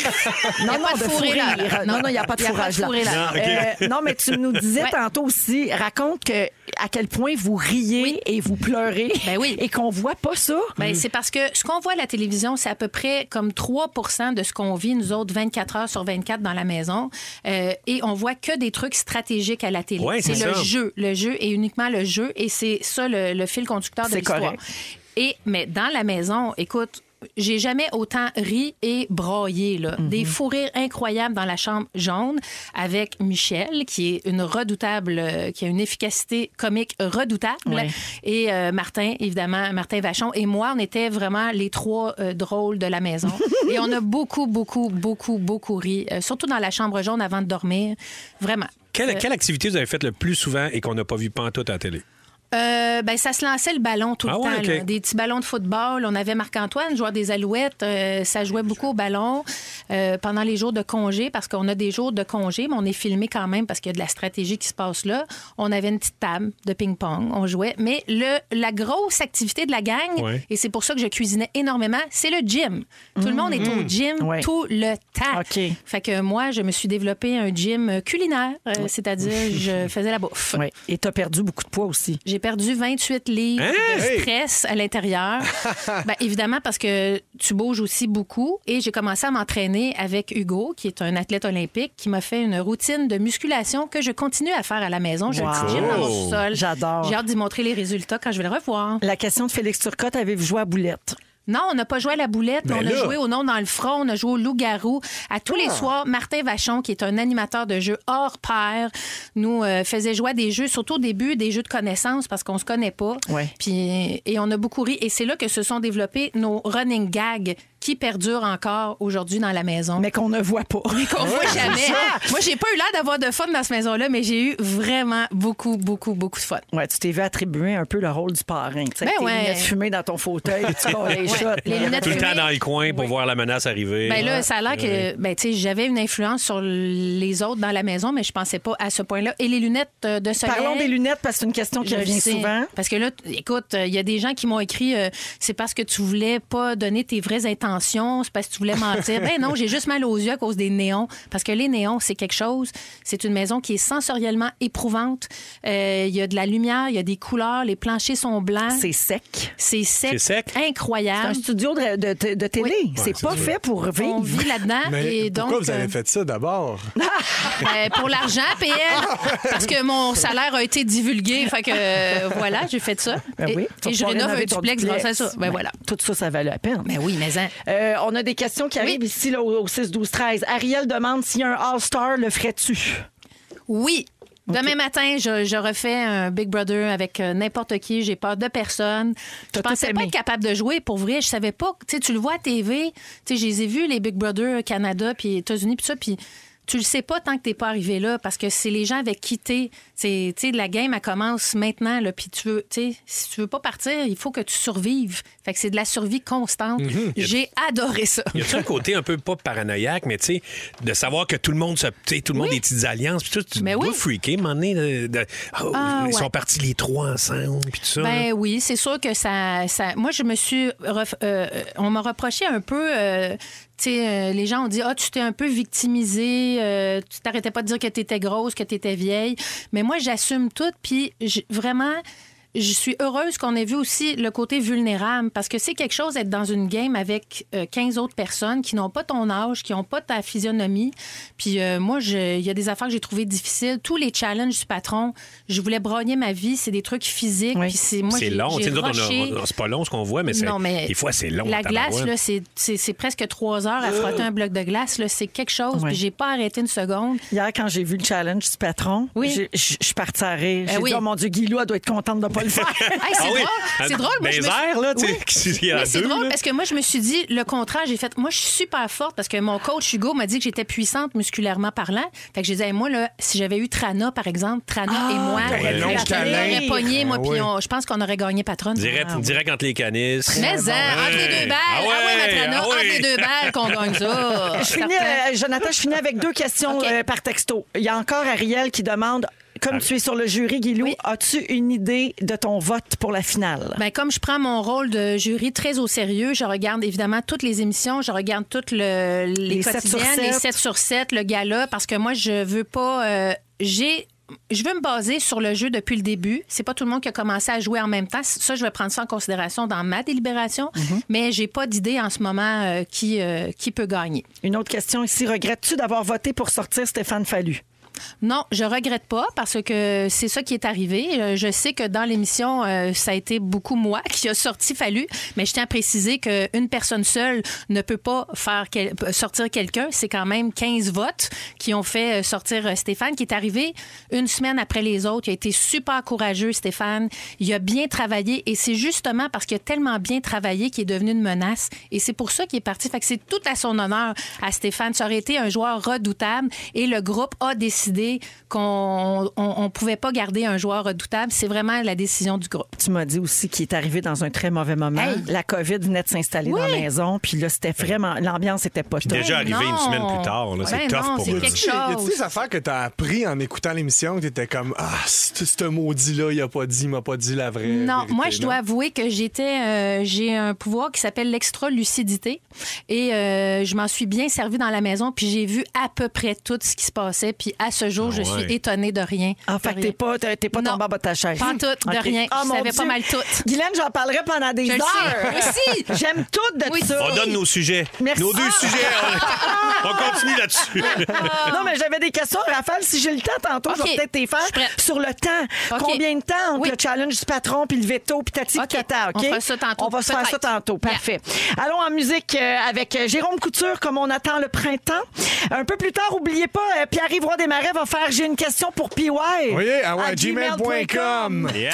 Speaker 7: il y
Speaker 2: Non,
Speaker 7: a
Speaker 2: non,
Speaker 7: pas
Speaker 2: de
Speaker 7: de
Speaker 2: fou
Speaker 7: fourré là.
Speaker 2: rire. Non, non, il n'y a pas de
Speaker 7: Il y a
Speaker 2: fourrage là.
Speaker 7: fourré là.
Speaker 4: Non, Ah, ok.
Speaker 2: Euh, non, mais tu nous disais
Speaker 7: Ouais.
Speaker 2: tantôt aussi, raconte que à quel point vous riez
Speaker 7: Oui.
Speaker 2: et vous pleurez
Speaker 7: Ben oui.
Speaker 2: *laughs* et qu'on voit pas ça.
Speaker 7: Ben, C'est parce que ce qu'on voit à la télévision, c'est à peu près comme 3 de ce qu'on vit, nous autres, 24 heures sur 24 dans la maison. Euh, et on voit que des trucs stratégiques à la télé.
Speaker 4: Ouais, c'est
Speaker 7: c'est le
Speaker 4: ça.
Speaker 7: jeu. Le jeu et uniquement le jeu. Et c'est ça le, le fil conducteur de
Speaker 2: C'est
Speaker 7: l'histoire.
Speaker 2: correct.
Speaker 7: Et, mais dans la maison, écoute, j'ai jamais autant ri et broyé. Là.
Speaker 2: Mhm.
Speaker 7: Des fous rires incroyables dans la chambre jaune avec Michel, qui est une redoutable, euh, qui a une efficacité comique redoutable.
Speaker 2: Ouais.
Speaker 7: Et euh, Martin, évidemment, Martin Vachon. Et moi, on était vraiment les trois euh, drôles de
Speaker 2: *laughs*
Speaker 7: la maison. et on a beaucoup, beaucoup, beaucoup, beaucoup ri. euh, surtout dans la chambre jaune avant de dormir. Vraiment.
Speaker 4: Quelle, quelle activité vous avez faite le plus souvent et qu'on n'a pas vu pantoute à la télé?
Speaker 7: Euh, ben, ça se lançait le ballon tout
Speaker 4: Ah
Speaker 7: le
Speaker 4: ouais,
Speaker 7: temps.
Speaker 4: ok.
Speaker 7: là. Des petits ballons de football. On avait Marc-Antoine, joueur des Alouettes. euh, ça jouait beaucoup au ballon euh, pendant les jours de congé parce qu'on a des jours de congé, mais on est filmé quand même parce qu'il y a de la stratégie qui se passe là. On avait une petite table de ping-pong. On jouait. Mais le, la grosse activité de la gang,
Speaker 4: Ouais.
Speaker 7: et c'est pour ça que je cuisinais énormément, c'est le gym. Tout le monde est
Speaker 4: Mmh.
Speaker 7: au gym
Speaker 2: Ouais.
Speaker 7: tout le temps.
Speaker 2: OK.
Speaker 7: Fait que moi, je me suis développé un gym culinaire, euh, c'est-à-dire
Speaker 4: *laughs*
Speaker 7: je faisais la bouffe.
Speaker 2: Ouais. Et t'as perdu beaucoup de poids aussi.
Speaker 7: J'ai perdu 28 livres
Speaker 4: Hein?
Speaker 7: de
Speaker 4: Hey!
Speaker 7: stress
Speaker 4: *laughs*
Speaker 7: à l'intérieur. Ben, évidemment, parce que tu bouges aussi beaucoup. Et j'ai commencé à m'entraîner avec Hugo, qui est un athlète olympique, qui m'a fait une routine de musculation que je continue à faire à la maison. J'ai un
Speaker 2: Wow.
Speaker 7: petit gym dans mon sous-sol.
Speaker 2: J'adore.
Speaker 7: J'ai hâte d'y montrer les résultats quand je vais le revoir.
Speaker 2: La question de Félix Turcotte, avez-vous joué à boulette?
Speaker 7: Non, on n'a pas joué à la boulette,
Speaker 2: Ben
Speaker 7: mais on a joué au nom dans le front, on a joué au loup-garou. À tous
Speaker 2: Ah.
Speaker 7: les soirs, Martin Vachon, qui est un animateur de jeux hors pair, nous euh, faisait jouer à des jeux, surtout au début, des jeux de connaissances parce qu'on se connaît pas.
Speaker 2: Ouais.
Speaker 7: Puis, et on a beaucoup ri. Et c'est là que se sont développés nos running gags qui perdurent encore aujourd'hui dans la maison.
Speaker 2: Mais qu'on ne voit pas.
Speaker 7: qu'on voit jamais. Moi, j'ai pas eu l'air d'avoir de fun dans cette maison-là, mais j'ai eu vraiment beaucoup, beaucoup, beaucoup de fun.
Speaker 2: Ouais, tu t'es vu attribuer un peu le rôle du parrain. Tu sais,
Speaker 7: Ben
Speaker 2: avec tes
Speaker 7: ouais.
Speaker 2: lunettes fumées dans ton fauteuil et
Speaker 7: *laughs*
Speaker 2: tu pars les
Speaker 7: Ouais.
Speaker 2: shots.
Speaker 7: Les
Speaker 2: là.
Speaker 7: lunettes
Speaker 4: Tout le temps
Speaker 7: fumées.
Speaker 4: dans les coins pour
Speaker 7: Oui.
Speaker 4: voir la menace arriver.
Speaker 7: Ben là, ça a l'air que ben, tu sais, j'avais une influence sur les autres dans la maison, mais je pensais pas à ce point-là. Et les lunettes euh, de soleil.
Speaker 2: Parlons des lunettes parce que c'est une question qui
Speaker 7: je
Speaker 2: revient
Speaker 7: sais. Hein?
Speaker 2: souvent.
Speaker 7: Parce que là, t- écoute, il y a des gens qui m'ont écrit euh, c'est parce que tu voulais pas donner tes vraies intentions, c'est parce que tu voulais
Speaker 2: *laughs*
Speaker 7: mentir. ben non, j'ai juste mal aux yeux à cause des néons. Parce que les néons, c'est quelque chose. C'est une maison qui est sensoriellement éprouvante. Euh, Il y a de la lumière, il y a des couleurs, les planchers sont blancs.
Speaker 2: C'est sec.
Speaker 7: C'est sec,
Speaker 4: C'est sec.
Speaker 2: C'est un
Speaker 7: incroyable.
Speaker 2: studio de, de- de- de télé.
Speaker 7: Hein? Oui.
Speaker 2: c'est pas fait pour
Speaker 7: On
Speaker 2: vivre.
Speaker 7: vit là-dedans
Speaker 3: *laughs* Mais
Speaker 7: et donc
Speaker 3: pourquoi vous
Speaker 7: euh,
Speaker 3: avez fait ça d'abord?
Speaker 7: Euh, pour l'argent, PL, parce que mon salaire a été divulgué. Fait que euh, voilà, j'ai fait ça.
Speaker 2: Ben oui,
Speaker 7: Et-
Speaker 2: tu vas
Speaker 7: et, je
Speaker 2: pouvoir
Speaker 7: rénove un
Speaker 2: rénover ton
Speaker 7: duplex grâce à ça. Ben
Speaker 2: Ben,
Speaker 7: voilà.
Speaker 2: Tout ça, ça valait la peine.
Speaker 7: Ben oui, mais hein.
Speaker 2: Euh, on a des questions qui arrivent ici là, au au 6-12-13. Ariel demande si un All-Star le ferais-tu?
Speaker 7: Oui. Demain matin, je, je refais un Big Brother avec euh, n'importe qui. J'ai peur de personne.
Speaker 2: T'as
Speaker 7: Je
Speaker 2: tout
Speaker 7: pensais pas
Speaker 2: aimé.
Speaker 7: être capable de jouer. Pour vrai, je savais pas. Tu sais, tu le vois à TV. Tu sais, je les ai vus, les Big Brother Canada, puis États-Unis, puis ça. Puis tu le sais pas tant que t'es pas arrivé là, parce que c'est les gens avec qui t'es. C'est- Tu sais, la game, elle commence maintenant, là. Puis tu veux, tu sais, si tu veux pas partir, il faut que tu survives. Fait que c'est de la survie constante.
Speaker 2: Mhm.
Speaker 7: J'ai adoré ça.
Speaker 4: Il y a un côté un peu pas paranoïaque, mais tu sais, de savoir que tout le monde se. Tu sais, tout le monde des petites alliances, puis tout, tu
Speaker 7: Mais Ben oui.
Speaker 4: dois freaker, à un moment donné, de- de- oh,
Speaker 7: Ah,
Speaker 4: ils
Speaker 7: ouais.
Speaker 4: sont partis les trois ensemble, puis tout ça. là.
Speaker 7: Ben oui, c'est sûr que ça, ça- Moi, je me suis. ref- euh, on m'a reproché un peu. euh, tu sais, euh, les gens ont dit Ah, tu t'es un peu victimisée, euh, tu t'arrêtais pas de dire que t'étais grosse, que t'étais vieille. Mais moi, j'assume tout, puis j- vraiment. je suis heureuse qu'on ait vu aussi le côté vulnérable parce que c'est quelque chose d'être dans une game avec euh, 15 autres personnes qui n'ont pas ton âge, qui n'ont pas ta physionomie. Puis euh, moi, je- il y a des affaires que j'ai trouvées difficiles. Tous les challenges du patron, je voulais brogner ma vie. C'est des trucs physiques. Puis c'est moi,
Speaker 4: C'est
Speaker 7: j'ai-
Speaker 4: long.
Speaker 7: j'ai
Speaker 4: Tu sais, nous autres, on a-
Speaker 7: rushé.
Speaker 4: on a- C'est pas long ce qu'on voit, mais, c'est-
Speaker 7: Non, mais
Speaker 4: des fois, c'est long.
Speaker 7: La glace,
Speaker 4: tabarouette.
Speaker 7: là, c'est- c'est c'est presque trois heures à frotter un bloc de glace. là. C'est quelque chose.
Speaker 2: Ouais.
Speaker 7: Puis j'ai pas arrêté une seconde.
Speaker 2: Hier, quand j'ai vu le challenge du patron,
Speaker 7: Oui.
Speaker 2: j'ai- je je suis partie à rire.
Speaker 7: Eh
Speaker 2: J'ai
Speaker 7: oui.
Speaker 2: dit, oh mon Dieu, Guilou, elle doit être contente de ne pas le
Speaker 7: *laughs*
Speaker 2: faire.
Speaker 7: Hey, c'est
Speaker 4: Ah oui.
Speaker 7: drôle. C'est drôle.
Speaker 4: Dans
Speaker 7: Moi, je
Speaker 4: les
Speaker 7: me suis-
Speaker 4: airs, là, tu
Speaker 7: Oui.
Speaker 4: sais, qu'il y a
Speaker 7: Mais c'est
Speaker 4: deux,
Speaker 7: drôle
Speaker 4: là.
Speaker 7: parce que moi, je me suis dit, le contraire, j'ai fait, moi, je suis super forte parce que mon coach Hugo m'a dit que j'étais puissante musculairement parlant. Fait que j'ai dit, Hey, moi, là, si j'avais eu Trana, par exemple, Trana et moi,
Speaker 4: t'aurais
Speaker 7: la
Speaker 4: Ah, long
Speaker 7: famille
Speaker 3: câlin.
Speaker 7: aurait pogné, moi,
Speaker 3: Ah
Speaker 7: puis
Speaker 3: oui.
Speaker 7: on- je pense qu'on aurait gagné patronne.
Speaker 4: Direct, direct entre les canisses.
Speaker 7: Mais hein, entre les deux balles, ah ouais, ma Trana,
Speaker 4: ah ouais.
Speaker 7: entre les deux balles qu'on
Speaker 4: *laughs*
Speaker 7: gagne ça.
Speaker 2: Je finis,
Speaker 7: Certain.
Speaker 2: euh, Jonathan, je finis avec deux questions
Speaker 7: OK.
Speaker 2: euh, par texto. Il y a encore Ariel qui demande, comme tu es sur le jury, Guilou,
Speaker 7: Oui.
Speaker 2: as-tu une idée de ton vote pour la finale?
Speaker 7: Ben, comme je prends mon rôle de jury très au sérieux, je regarde évidemment toutes les émissions, je regarde toutes le- les,
Speaker 2: Les sept
Speaker 7: quotidiennes,
Speaker 2: sur sept.
Speaker 7: les 7 sur 7, le gala, parce que moi, je veux pas. euh, j'ai. Je veux me baser sur le jeu depuis le début. C'est pas tout le monde qui a commencé à jouer en même temps. Ça, je vais prendre ça en considération dans ma délibération.
Speaker 2: Mhm.
Speaker 7: Mais j'ai pas d'idée en ce moment euh, qui, euh, qui peut gagner.
Speaker 2: Une autre question ici. Regrettes-tu d'avoir voté pour sortir Stéphane Fallu?
Speaker 7: Non, je regrette pas parce que c'est ça qui est arrivé. Euh, Je sais que dans l'émission, euh, ça a été beaucoup moi *laughs* qui a sorti Fallu, mais je tiens à préciser qu'une personne seule ne peut pas faire quel- sortir quelqu'un. C'est quand même 15 votes qui ont fait euh, sortir euh, Stéphane, qui est arrivé une semaine après les autres. Il a été super courageux, Stéphane. Il a bien travaillé et c'est justement parce qu'il a tellement bien travaillé qu'il est devenu une menace. Et c'est pour ça qu'il est parti. Fait que c'est tout à son honneur à Stéphane. Ça aurait été un joueur redoutable et le groupe a décidé qu'on on, on pouvait pas garder un joueur redoutable. C'est vraiment la décision du groupe.
Speaker 2: Tu m'as dit aussi qu'il est arrivé dans un très mauvais moment.
Speaker 7: Hey.
Speaker 2: La COVID venait de s'installer
Speaker 7: Oui.
Speaker 2: dans la maison, puis là, c'était vraiment. L'ambiance était pas top.
Speaker 4: Déjà
Speaker 7: Ben
Speaker 4: arrivé une
Speaker 7: non.
Speaker 4: semaine plus tard, là,
Speaker 7: Ben
Speaker 4: c'est tough
Speaker 7: non,
Speaker 4: pour
Speaker 7: c'est
Speaker 4: eux.
Speaker 7: quelque
Speaker 3: Y a-tu
Speaker 7: chose.
Speaker 3: des affaires que t'as appris en écoutant l'émission que t'étais comme Ah, ce ce maudit-là, il a pas dit, il m'a pas dit la vraie.
Speaker 7: Non,
Speaker 3: vérité,
Speaker 7: moi, je dois avouer que j'étais, euh, j'ai un pouvoir qui s'appelle l'extra-lucidité et euh, je m'en suis bien servi dans la maison puis j'ai vu à peu près tout ce qui se passait puis à ce jour, je
Speaker 4: Ah ouais.
Speaker 7: suis étonnée de rien.
Speaker 2: En
Speaker 7: De
Speaker 2: Ah, fait, que
Speaker 7: rien.
Speaker 2: t'es pas, t'es t'es pas
Speaker 7: Non.
Speaker 2: tombé en bas de ta chaise.
Speaker 7: Pas en tout, de
Speaker 2: OK.
Speaker 7: rien.
Speaker 2: Ah,
Speaker 7: Je
Speaker 2: mon
Speaker 7: savais pas
Speaker 2: Dieu.
Speaker 7: mal tout.
Speaker 2: Guylaine, j'en parlerai pendant des
Speaker 7: Je le sais.
Speaker 2: heures.
Speaker 7: Moi aussi.
Speaker 2: *laughs* J'aime tout de
Speaker 7: Moi
Speaker 2: ça.
Speaker 7: aussi.
Speaker 4: On donne nos sujets.
Speaker 2: Merci.
Speaker 4: Nos deux sujets. *laughs*
Speaker 7: Ah.
Speaker 4: On, on continue
Speaker 7: *laughs*
Speaker 4: là-dessus.
Speaker 2: Non, mais j'avais des questions, Raphaël. Si j'ai le temps tantôt, je
Speaker 7: OK.
Speaker 2: vais peut-être les
Speaker 7: Je
Speaker 2: faire.
Speaker 7: suis prête.
Speaker 2: Sur le temps.
Speaker 7: OK.
Speaker 2: Combien de temps entre
Speaker 7: Oui.
Speaker 2: le challenge du patron puis le veto puis tati
Speaker 7: OK.
Speaker 2: puis tata, OK?
Speaker 7: On fera ça tantôt,
Speaker 2: On va se faire ça
Speaker 7: peut-être.
Speaker 2: tantôt. Parfait. Allons en musique euh, avec Jérôme Couture, comme on attend le printemps. Un peu plus tard, oubliez pas, euh, Pierre-Yves Roy des Marais va faire J'ai une question pour PY.
Speaker 3: Oui, ah ouais,
Speaker 2: à
Speaker 3: gmail.com.
Speaker 4: Yeah.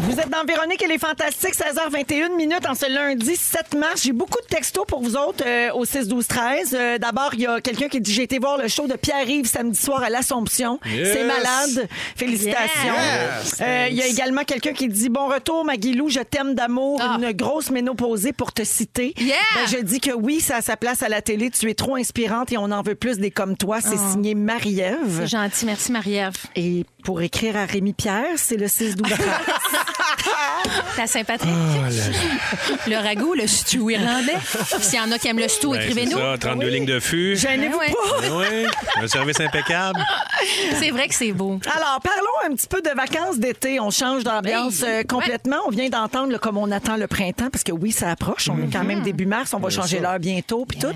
Speaker 2: Vous êtes dans Véronique et les Fantastiques, 16h21 minutes en ce lundi 7 mars. J'ai beaucoup de textos pour vous autres euh, au 6 12 13. Euh, D'abord, il y a quelqu'un qui dit j'ai été voir le show de Pierre Yves samedi soir à l'Assomption.
Speaker 3: Yes.
Speaker 2: C'est malade. Félicitations.
Speaker 3: Yeah. Yes.
Speaker 2: Euh, Il y a également quelqu'un qui dit bon retour Maguilou, je t'aime d'amour,
Speaker 7: Ah.
Speaker 2: une grosse ménopausée pour te citer.
Speaker 7: Yeah.
Speaker 2: Ben, je dis que oui, ça a sa place à la télé, tu es trop inspirante et on en veut plus des comme toi. C'est signé Marie-Ève.
Speaker 7: Ah. C'est gentil, merci Marie-Ève.
Speaker 2: Et pour écrire à Rémi Pierre, c'est le 6 12 13.
Speaker 7: La Saint-Patrick.
Speaker 4: Ah,
Speaker 7: *laughs* le ragoût, le stew irlandais. S'il y en a qui aiment le stew,
Speaker 4: Ben, c'est
Speaker 7: écrivez-nous.
Speaker 4: ça, 32 lignes de fût.
Speaker 2: Gênez-vous
Speaker 7: *laughs* Ben ouais.
Speaker 2: pas.
Speaker 4: Ben Oui, un service impeccable.
Speaker 7: C'est vrai que c'est beau.
Speaker 2: Alors, parlons un petit peu de vacances d'été. On change d'ambiance
Speaker 7: Hey.
Speaker 2: euh, complètement. On vient d'entendre le comme on attend le printemps, parce que oui, ça approche. On est quand même début mars. On va changer l'heure bientôt, puis tout.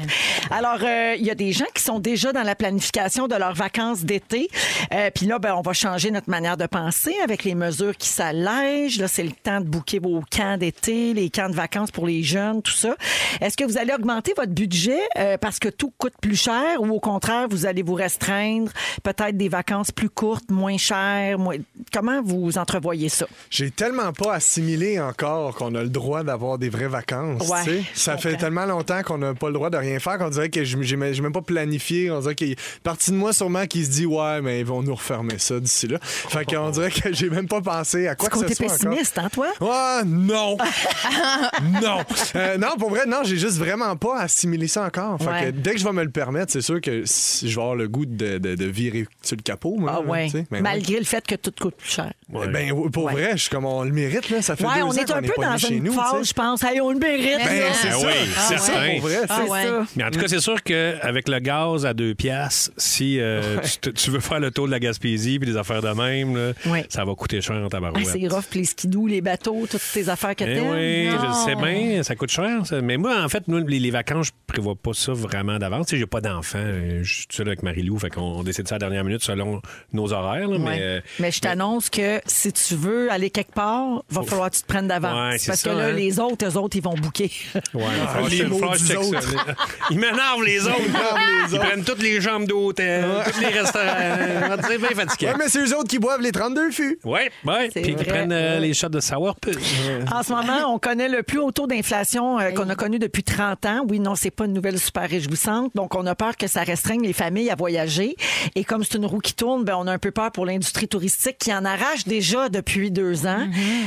Speaker 2: Alors, euh, il y a des gens qui sont déjà dans la planification de leurs vacances d'été. Euh, puis là, ben, on va changer notre manière de penser avec les mesures qui s'allègent. Là, c'est le temps de bouquer vos camps d'été, les camps de vacances pour les jeunes, tout ça. Est-ce que vous allez augmenter votre budget euh, parce que tout coûte plus cher ou au contraire, vous allez vous restreindre, peut-être des vacances plus courtes, moins chères? moins- Comment vous entrevoyez ça?
Speaker 3: J'ai tellement pas assimilé encore qu'on a le droit d'avoir des vraies vacances.
Speaker 2: Ouais,
Speaker 3: tu sais.
Speaker 2: je
Speaker 3: Ça fait
Speaker 2: comprends.
Speaker 3: tellement longtemps qu'on n'a pas le droit de rien faire qu'on dirait que je j'ai même j'ai même pas planifié. On dirait qu'il y a une partie de moi sûrement qui se dit ouais, mais ils vont nous refermer ça d'ici là. Fait qu'on dirait que j'ai même pas pensé à quoi que
Speaker 2: Côté
Speaker 3: ce soit encore.
Speaker 2: pessimiste, hein, toi?
Speaker 3: Ah,
Speaker 2: *laughs*
Speaker 3: non! non! Euh, non, pour vrai, non, j'ai juste vraiment pas assimilé ça encore. Fait
Speaker 2: Ouais.
Speaker 3: que dès que je vais me le permettre, c'est sûr que si je vais avoir le goût de, de- de virer sur le capot. Moi,
Speaker 2: Ah
Speaker 3: là,
Speaker 2: ouais.
Speaker 3: tu sais. Mais ouais.
Speaker 2: Malgré le fait que tout coûte plus cher.
Speaker 4: Ouais.
Speaker 3: Ben, oui, pour vrai, je suis comme on le mérite, là. Ça fait
Speaker 2: Ouais,
Speaker 3: deux
Speaker 2: on
Speaker 3: ans
Speaker 2: est
Speaker 3: qu'on
Speaker 2: un
Speaker 3: est
Speaker 2: peu
Speaker 3: pas
Speaker 2: dans
Speaker 3: venus chez
Speaker 2: une
Speaker 3: nous. tu sais.
Speaker 2: phase, je pense. Hey, on le mérite.
Speaker 7: Ben,
Speaker 3: c'est
Speaker 4: Ah
Speaker 3: ça.
Speaker 4: oui,
Speaker 3: Ah
Speaker 4: c'est
Speaker 3: ouais.
Speaker 4: certain.
Speaker 3: Pour vrai,
Speaker 7: Ah
Speaker 2: C'est
Speaker 7: ouais.
Speaker 2: ça.
Speaker 4: Mais en tout cas, c'est sûr qu'avec le gaz à deux piastres, si euh, tu, te- tu veux faire le tour de la Gaspésie puis des affaires de même, là,
Speaker 2: Ouais.
Speaker 4: ça va coûter cher en
Speaker 2: Ah,
Speaker 4: tabarouette.
Speaker 2: c'est rough, puis les skidous, les bateaux, toutes tes affaires que
Speaker 4: Eh
Speaker 2: t'aimes.
Speaker 4: oui,
Speaker 7: Non.
Speaker 4: je sais bien, ça coûte cher. ça. Mais moi, en fait, nous, les, les vacances, je prévois pas ça vraiment d'avance. Tu sais, J'ai pas d'enfant. euh, Je suis tout seul avec Marie-Lou, fait qu'on on décide ça à la dernière minute selon nos horaires. là,
Speaker 2: Ouais.
Speaker 4: Mais, euh,
Speaker 2: Mais je t'annonce que si tu veux aller quelque part, va falloir que tu te prennes d'avance.
Speaker 4: Ouais, c'est
Speaker 2: parce
Speaker 4: ça,
Speaker 2: que là,
Speaker 4: hein.
Speaker 2: les autres, eux autres, ils vont bouquer. *laughs*
Speaker 4: Ouais, faut que
Speaker 3: les
Speaker 4: je-
Speaker 3: mots
Speaker 4: faut que je
Speaker 3: du
Speaker 4: check ça. *laughs* Ils m'énervent, les autres. Ils prennent toutes les chambres d'hôtel, tous les restaurants. *laughs* C'est bien fatigué.
Speaker 3: Ouais, mais c'est eux autres qui boivent les 32 fûts.
Speaker 4: Ouais, ouais.
Speaker 2: C'est
Speaker 4: Puis
Speaker 2: vrai.
Speaker 4: ils prennent euh, les shots de sourpuss.
Speaker 2: En ce moment, on connaît le plus haut taux d'inflation euh, qu'on a connu depuis 30 ans. Oui, non, c'est pas une nouvelle super réjouissante. Donc, on a peur que ça restreigne les familles à voyager. Et comme c'est une roue qui tourne, ben, on a un peu peur pour l'industrie touristique qui en arrache déjà depuis deux ans.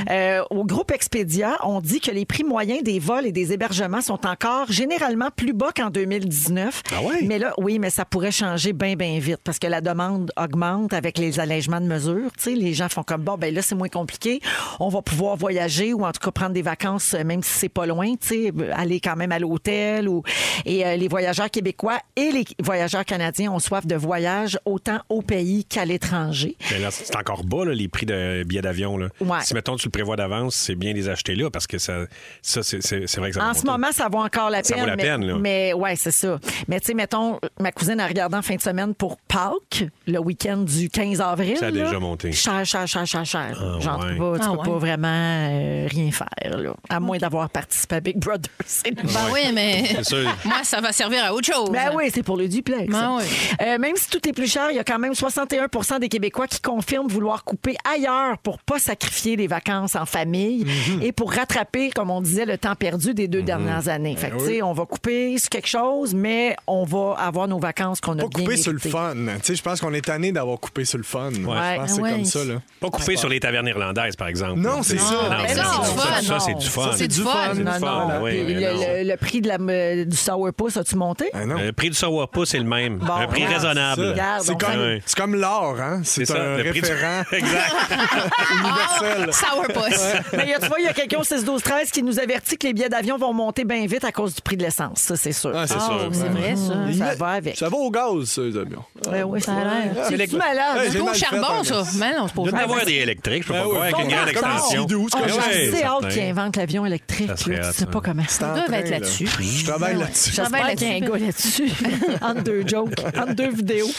Speaker 2: Euh, au groupe Expedia, on dit que les prix moyens des vols et des hébergements sont encore généralement plus bas qu'en 2019.
Speaker 4: Ah ouais?
Speaker 2: Mais là, oui, mais ça pourrait changer bien, bien vite parce que la demande augmente avec les allègements de mesures. Tu sais, les gens font comme, bon, ben là, c'est moins compliqué. On va pouvoir voyager ou en tout cas prendre des vacances, euh, même si c'est pas loin, tu sais, euh, aller quand même à l'hôtel. Ou... Et euh, les voyageurs québécois et les voyageurs canadiens ont soif de voyage autant au pays qu'à l'étranger.
Speaker 4: Mais là, c'est encore bas, là, les prix de billets d'avion. là.
Speaker 2: Ouais.
Speaker 4: Si, mettons, tu le prévois d'avance, c'est bien de les acheter là parce que ça, ça c'est c'est- c'est vrai que ça va
Speaker 2: En ce
Speaker 4: monter.
Speaker 2: moment, ça vaut encore la
Speaker 4: Ça
Speaker 2: peine.
Speaker 4: vaut la
Speaker 2: mais,
Speaker 4: peine, là.
Speaker 2: mais ouais, c'est ça. Mais tu sais, mettons, ma cousine a regardé en fin de semaine pour Pâques, le week-end du 15 avril.
Speaker 4: Ça a
Speaker 2: là.
Speaker 4: déjà monté.
Speaker 2: Cher, cher, cher, cher, cher.
Speaker 4: Ah,
Speaker 2: Genre, tu
Speaker 4: ouais.
Speaker 2: peux, pas- tu
Speaker 7: Ah,
Speaker 2: peux
Speaker 7: ouais.
Speaker 2: pas vraiment euh, rien faire, là. À moins d'avoir participé à Big Brother. *laughs* C'est
Speaker 7: Ben oui, mais
Speaker 4: C'est sûr.
Speaker 7: moi, ça va servir à autre chose.
Speaker 2: ben oui, c'est pour le duplex.
Speaker 7: Ben oui.
Speaker 2: Euh, même si tout est plus cher, il y a quand même 61 des Québécois qui confirment vouloir couper ailleurs pour pas sacrifier les vacances en famille
Speaker 3: Mhm.
Speaker 2: et pour rattraper, comme on disait, le temps perdu des deux dernières
Speaker 3: Ben
Speaker 2: années. Fait que, tu sais, on va couper sur quelque chose, mais on va avoir nos vacances qu'on a
Speaker 3: Pas
Speaker 2: bien
Speaker 3: couper sur le
Speaker 2: méritées.
Speaker 3: fun. Tu sais, je pense qu'on est tanné d'avoir coupé sur le fun.
Speaker 2: Ouais.
Speaker 3: Je pense que c'est
Speaker 7: Ah ouais.
Speaker 3: comme ça, là.
Speaker 4: Pas coupé sur les tavernes irlandaises, par exemple.
Speaker 3: Non,
Speaker 4: Là,
Speaker 3: c'est ça.
Speaker 4: Non,
Speaker 3: Mais
Speaker 4: non,
Speaker 7: non, c'est du
Speaker 4: ça, ça,
Speaker 7: fun, non.
Speaker 4: Ah, c'est du fun.
Speaker 7: Ça, c'est du
Speaker 4: fun.
Speaker 7: fun.
Speaker 3: Ah,
Speaker 4: C'est du
Speaker 2: Ah, Non,
Speaker 4: fun,
Speaker 2: non.
Speaker 4: oui,
Speaker 2: Puis
Speaker 4: mais non.
Speaker 2: le, le- le prix de la, euh, du sourpuss,
Speaker 3: *laughs*
Speaker 2: as-tu monté?
Speaker 3: Ah non.
Speaker 4: Le prix du sourpuss, c'est le même.
Speaker 2: Bon,
Speaker 4: un prix
Speaker 2: regarde,
Speaker 3: Ça,
Speaker 4: raisonnable.
Speaker 2: Regarde,
Speaker 3: C'est
Speaker 2: on
Speaker 3: comme,
Speaker 4: fait-
Speaker 3: c'est comme l'or, hein? C'est
Speaker 4: ça,
Speaker 3: un
Speaker 4: le prix du- *laughs*
Speaker 3: référent
Speaker 4: Exact.
Speaker 7: Ah,
Speaker 3: universel.
Speaker 7: Sourpuss.
Speaker 2: Mais il y a- tu vois, il y a quelqu'un au 6 12 13 qui nous avertit que les billets d'avion vont monter bien vite à cause du prix de l'essence. Ça, c'est sûr.
Speaker 3: Ah, c'est
Speaker 4: Ah,
Speaker 3: sûr.
Speaker 4: oui,
Speaker 7: C'est vrai, ça.
Speaker 2: Hum, ça va avec.
Speaker 3: Ça va au gaz, ça, les avions.
Speaker 2: Ouais, ouais, ça a l'air. C'est-tu malade?
Speaker 3: Hey,
Speaker 7: C'est
Speaker 3: j'ai
Speaker 7: pas au
Speaker 3: mal fait,
Speaker 7: charbon,
Speaker 3: hein,
Speaker 7: ça.
Speaker 3: mais-
Speaker 7: Mais non, c'est pas au
Speaker 4: Il doit y en
Speaker 7: charbon.
Speaker 4: avoir des électriques. Je peux pas
Speaker 3: Ben
Speaker 4: voir
Speaker 3: oui,
Speaker 4: avec une
Speaker 3: comme-
Speaker 4: grande
Speaker 3: comme
Speaker 4: extension.
Speaker 3: Skidoo, c'est
Speaker 7: Ah,
Speaker 2: Oh,
Speaker 3: comme
Speaker 4: Ben
Speaker 2: J'ai
Speaker 4: ouais,
Speaker 2: assez hâte
Speaker 4: certain.
Speaker 2: qu'ils inventent l'avions électriques.
Speaker 4: Ça serait
Speaker 2: là. Tu sais
Speaker 4: hâte,
Speaker 2: pas
Speaker 4: hein.
Speaker 2: comment.
Speaker 3: C'est en
Speaker 7: Ils doivent
Speaker 3: train,
Speaker 7: être
Speaker 3: là.
Speaker 7: là-dessus.
Speaker 3: Je travaille
Speaker 2: Ah
Speaker 7: Ouais.
Speaker 3: là-dessus.
Speaker 7: J'espère
Speaker 2: J'espère qu'il y a un
Speaker 7: là-dessus.
Speaker 2: gars là-dessus. *laughs* entre deux jokes, entre deux vidéos.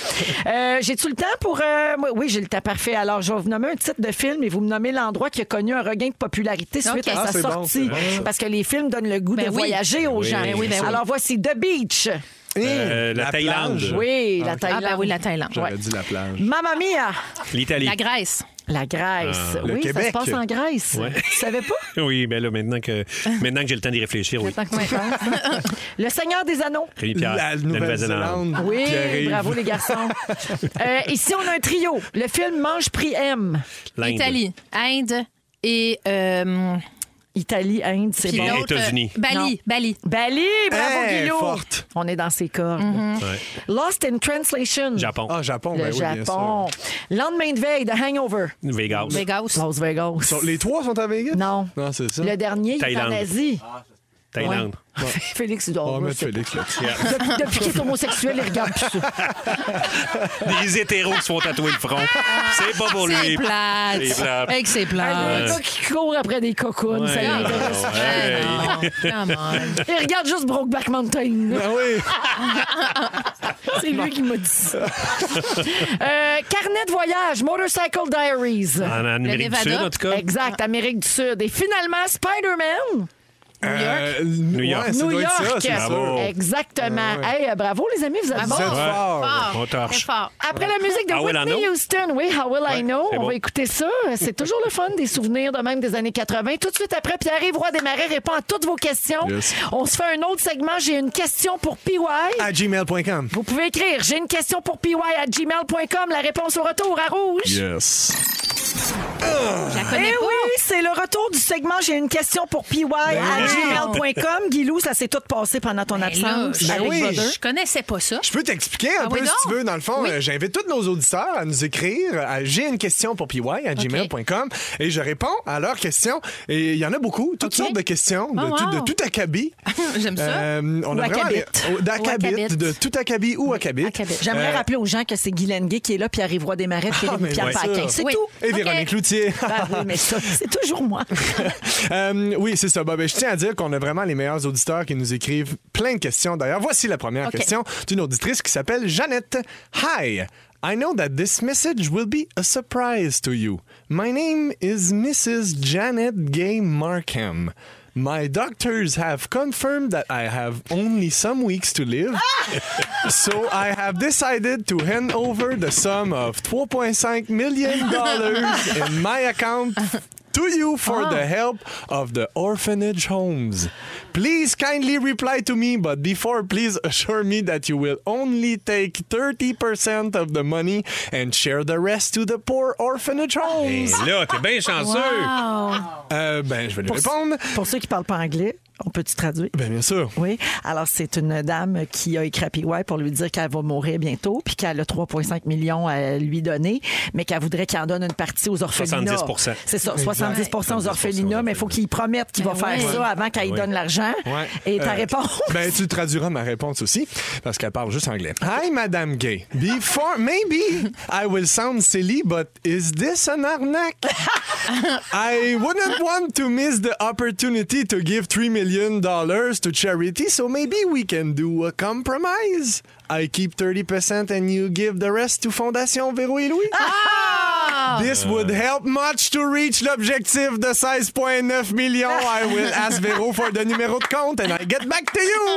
Speaker 2: Euh, J'ai-tu le temps pour. euh, moi- oui, j'ai le temps parfait. Alors, je vais vous nommer un titre de film et vous me nommez l'endroit qui a connu un regain de popularité suite
Speaker 7: Ok.
Speaker 2: à
Speaker 7: Ah,
Speaker 2: sa
Speaker 3: c'est bon,
Speaker 2: sortie.
Speaker 3: c'est bon, ça.
Speaker 2: parce que les films donnent le goût
Speaker 7: Ben
Speaker 2: de
Speaker 7: oui.
Speaker 2: voyager aux
Speaker 4: Oui,
Speaker 2: gens.
Speaker 4: ben oui, ben oui.
Speaker 2: Alors, voici The Beach.
Speaker 4: Euh, la Thaïlande.
Speaker 3: Eh, plage.
Speaker 2: Oui, la
Speaker 7: Ah,
Speaker 2: Thaïlande.
Speaker 7: ben oui, la Thaïlande.
Speaker 3: J'aurais
Speaker 7: Ouais.
Speaker 3: dit la plage.
Speaker 2: Mamma Mia,
Speaker 4: L'Italie.
Speaker 7: La Grèce.
Speaker 2: la Grèce.
Speaker 3: Ah, le
Speaker 2: oui, ça se
Speaker 3: Québec.
Speaker 2: passe en Grèce.
Speaker 4: Ouais.
Speaker 2: Tu savais pas?
Speaker 4: Oui, mais là, maintenant
Speaker 7: *laughs*
Speaker 4: que, maintenant que j'ai le temps d'y réfléchir, oui.
Speaker 7: Tant que *laughs* moi, je pense.
Speaker 2: Le Seigneur des Anneaux.
Speaker 4: Rémi Pierre, la Nouvelle-Zélande.
Speaker 2: Oui,
Speaker 3: Pierre-Yves.
Speaker 2: bravo
Speaker 3: *laughs*
Speaker 2: les garçons. Euh, ici, on a un trio. Le film Mange, Prix, M.
Speaker 4: L'Inde.
Speaker 7: Italie, Inde et euh,
Speaker 2: Italie, Inde, c'est
Speaker 7: puis
Speaker 2: bon.
Speaker 7: l'autre, euh,
Speaker 4: États-Unis.
Speaker 7: Bali, Bali.
Speaker 2: Bali, bravo
Speaker 3: Hey,
Speaker 2: Guillaume.
Speaker 3: forte.
Speaker 2: On est dans ses cordes.
Speaker 4: Ouais.
Speaker 2: Lost in Translation.
Speaker 4: Japon.
Speaker 3: Ah, Japon,
Speaker 2: Le
Speaker 3: ben oui, bien
Speaker 2: Japon.
Speaker 3: sûr.
Speaker 2: Lendemain de veille de Hangover.
Speaker 4: Vegas.
Speaker 7: Vegas.
Speaker 2: Las Vegas.
Speaker 3: Sont- Les trois sont à Vegas?
Speaker 2: Non.
Speaker 3: Non, c'est ça. Ah,
Speaker 2: Le dernier, il est en
Speaker 4: Thaïlande.
Speaker 2: Asie.
Speaker 4: Thaïlande.
Speaker 2: Félix, il doit-
Speaker 3: On va mettre
Speaker 2: c'est-
Speaker 3: Oh, Félix
Speaker 4: *laughs*
Speaker 3: là-dessus.
Speaker 7: *laughs*
Speaker 2: Depuis, depuis qu'il est homosexuel, il regarde plus ça.
Speaker 4: Les hétéros qui se font tatouer le front. C'est pas pour
Speaker 7: Ah. C'est
Speaker 4: lui.
Speaker 7: plate.
Speaker 4: C'est plate.
Speaker 7: Avec ses
Speaker 2: Un
Speaker 3: Ah.
Speaker 7: plates.
Speaker 2: gars qui court après des cocons, ça
Speaker 4: Ouais,
Speaker 2: l'intéresse.
Speaker 4: ouais.
Speaker 7: Ah, non, come on.
Speaker 2: Il regarde juste Brokeback Mountain. là.
Speaker 3: Ah oui!
Speaker 2: C'est lui qui m'a dit ça. Euh, carnet de voyage, Motorcycle Diaries.
Speaker 4: En, en Amérique du
Speaker 7: Nevada.
Speaker 4: Sud, en tout cas.
Speaker 2: Exact, Amérique du Sud. Et finalement, Spider-Man,
Speaker 7: Ah,
Speaker 3: Euh,
Speaker 4: York.
Speaker 3: ouais, ça
Speaker 2: New
Speaker 3: doit être ça,
Speaker 2: York.
Speaker 3: c'est sûr.
Speaker 4: Bravo.
Speaker 2: Exactement.
Speaker 3: Ah ouais.
Speaker 2: Hey, euh, bravo les amis, vous êtes bons.
Speaker 3: Vous êtes *laughs*
Speaker 7: Ouais.
Speaker 3: forts.
Speaker 7: Fort.
Speaker 4: On torche.
Speaker 7: Très fort.
Speaker 2: Après la musique de
Speaker 4: How Will I
Speaker 2: Whitney
Speaker 4: Know?
Speaker 2: Houston, oui, How Will I
Speaker 4: Ouais,
Speaker 2: Know,
Speaker 4: c'est
Speaker 2: on
Speaker 4: bon.
Speaker 2: va écouter ça. C'est toujours le fun des souvenirs de même des années 80. Tout de suite après, Pierre-Yves Roy Desmarais répond à toutes vos questions.
Speaker 3: Yes. Ah.
Speaker 2: On se fait un autre segment. J'ai une question pour PY.
Speaker 3: À gmail.com.
Speaker 2: Vous pouvez écrire J'ai une question pour PY à gmail.com. La réponse au retour à rouge.
Speaker 3: Yes.
Speaker 7: Je la connais
Speaker 2: Eh
Speaker 7: pas. Ben
Speaker 2: oui, c'est le retour du segment J'ai une question pour PY à gmail.com. Guilou, ça s'est tout passé pendant ton
Speaker 7: Ben là,
Speaker 2: absence.
Speaker 7: je,
Speaker 3: Ben oui.
Speaker 7: je connaissais pas ça.
Speaker 3: Je peux t'expliquer un
Speaker 7: Ah
Speaker 3: peu
Speaker 7: oui,
Speaker 3: si
Speaker 7: donc?
Speaker 3: tu veux. Dans le fond,
Speaker 7: Oui.
Speaker 3: euh, j'invite tous nos auditeurs à nous écrire à j'ai une question pour PY à gmail.com et je réponds à leurs questions. Et il y en a beaucoup, toutes
Speaker 7: OK.
Speaker 3: sortes de questions, de,
Speaker 7: Oh,
Speaker 3: tout- de
Speaker 7: wow.
Speaker 3: tout acabit.
Speaker 7: *laughs* J'aime ça.
Speaker 3: Euh, on
Speaker 2: Ou
Speaker 3: a vraiment
Speaker 2: acabit.
Speaker 3: les- oh, d'accabit,
Speaker 7: Ou acabit.
Speaker 3: de tout acabit ou acabit.
Speaker 7: acabit.
Speaker 2: J'aimerais
Speaker 3: Euh,
Speaker 2: rappeler aux gens que c'est Guy Lenguet qui est là, Pierre Ivoire Desmarais, puis
Speaker 3: Ah, mais
Speaker 2: Pierre
Speaker 3: ouais. Ça.
Speaker 2: Paquin. C'est
Speaker 7: Oui.
Speaker 2: tout.
Speaker 3: Et
Speaker 7: Ok.
Speaker 3: Véronique Loutier.
Speaker 7: *laughs*
Speaker 2: Ben oui, mais ça, c'est toujours moi.
Speaker 3: *laughs* Euh, oui, c'est ça. Bon, ben, je tiens à dire qu'on a vraiment les meilleurs auditeurs qui nous écrivent plein de questions. D'ailleurs, voici la première
Speaker 7: OK.
Speaker 3: question d'une auditrice qui s'appelle Jeannette. Hi, I know that this message will be a surprise to you. My name is Mrs. Janet Gay Markham. My doctors have confirmed that I have only some weeks to live. So I have decided to hand over the sum of 4.5 million dollars in my account to you for the help of the orphanage homes. Please kindly reply to me, but before, please assure me that you will only take 30% of the money and share the rest to the poor orphanage
Speaker 4: Et
Speaker 3: homes.
Speaker 4: là, t'es bien chanceux.
Speaker 7: Wow.
Speaker 3: Euh, ben, je vais lui répondre.
Speaker 2: Pour ceux qui parlent pas anglais, on peut-tu traduire?
Speaker 3: Ben, bien sûr.
Speaker 2: Oui. Alors, c'est une dame qui a écrit à PY pour lui dire qu'elle va mourir bientôt, puis qu'elle a 3,5 millions à lui donner, mais qu'elle voudrait qu'il en donne une partie aux orphelinats.
Speaker 4: 70%.
Speaker 2: C'est ça, 70 aux
Speaker 4: 70%
Speaker 2: orphelinats, mais il faut qu'il promette qu'il va
Speaker 7: Ben
Speaker 2: faire
Speaker 7: oui.
Speaker 2: ça avant qu'elle lui
Speaker 4: Oui.
Speaker 2: donne l'argent.
Speaker 3: Ouais.
Speaker 2: Et ta
Speaker 3: Euh,
Speaker 2: réponse?
Speaker 3: Ben, tu traduiras ma réponse aussi, parce qu'elle parle juste anglais. Hi, Madame Gay. Before, maybe I will sound silly, but is this an
Speaker 2: *laughs*
Speaker 3: arnaque? I wouldn't want to miss the opportunity to give $3 million to charity, so maybe we can do a compromise. I keep 30% and you give the rest to Fondation Véro et
Speaker 2: Ah!
Speaker 3: Louis.
Speaker 4: Euh.
Speaker 3: This would help much to reach l'objectif de 16.9 millions. I
Speaker 4: *laughs*
Speaker 3: will ask Vero for the numéro de compte and I get back to you.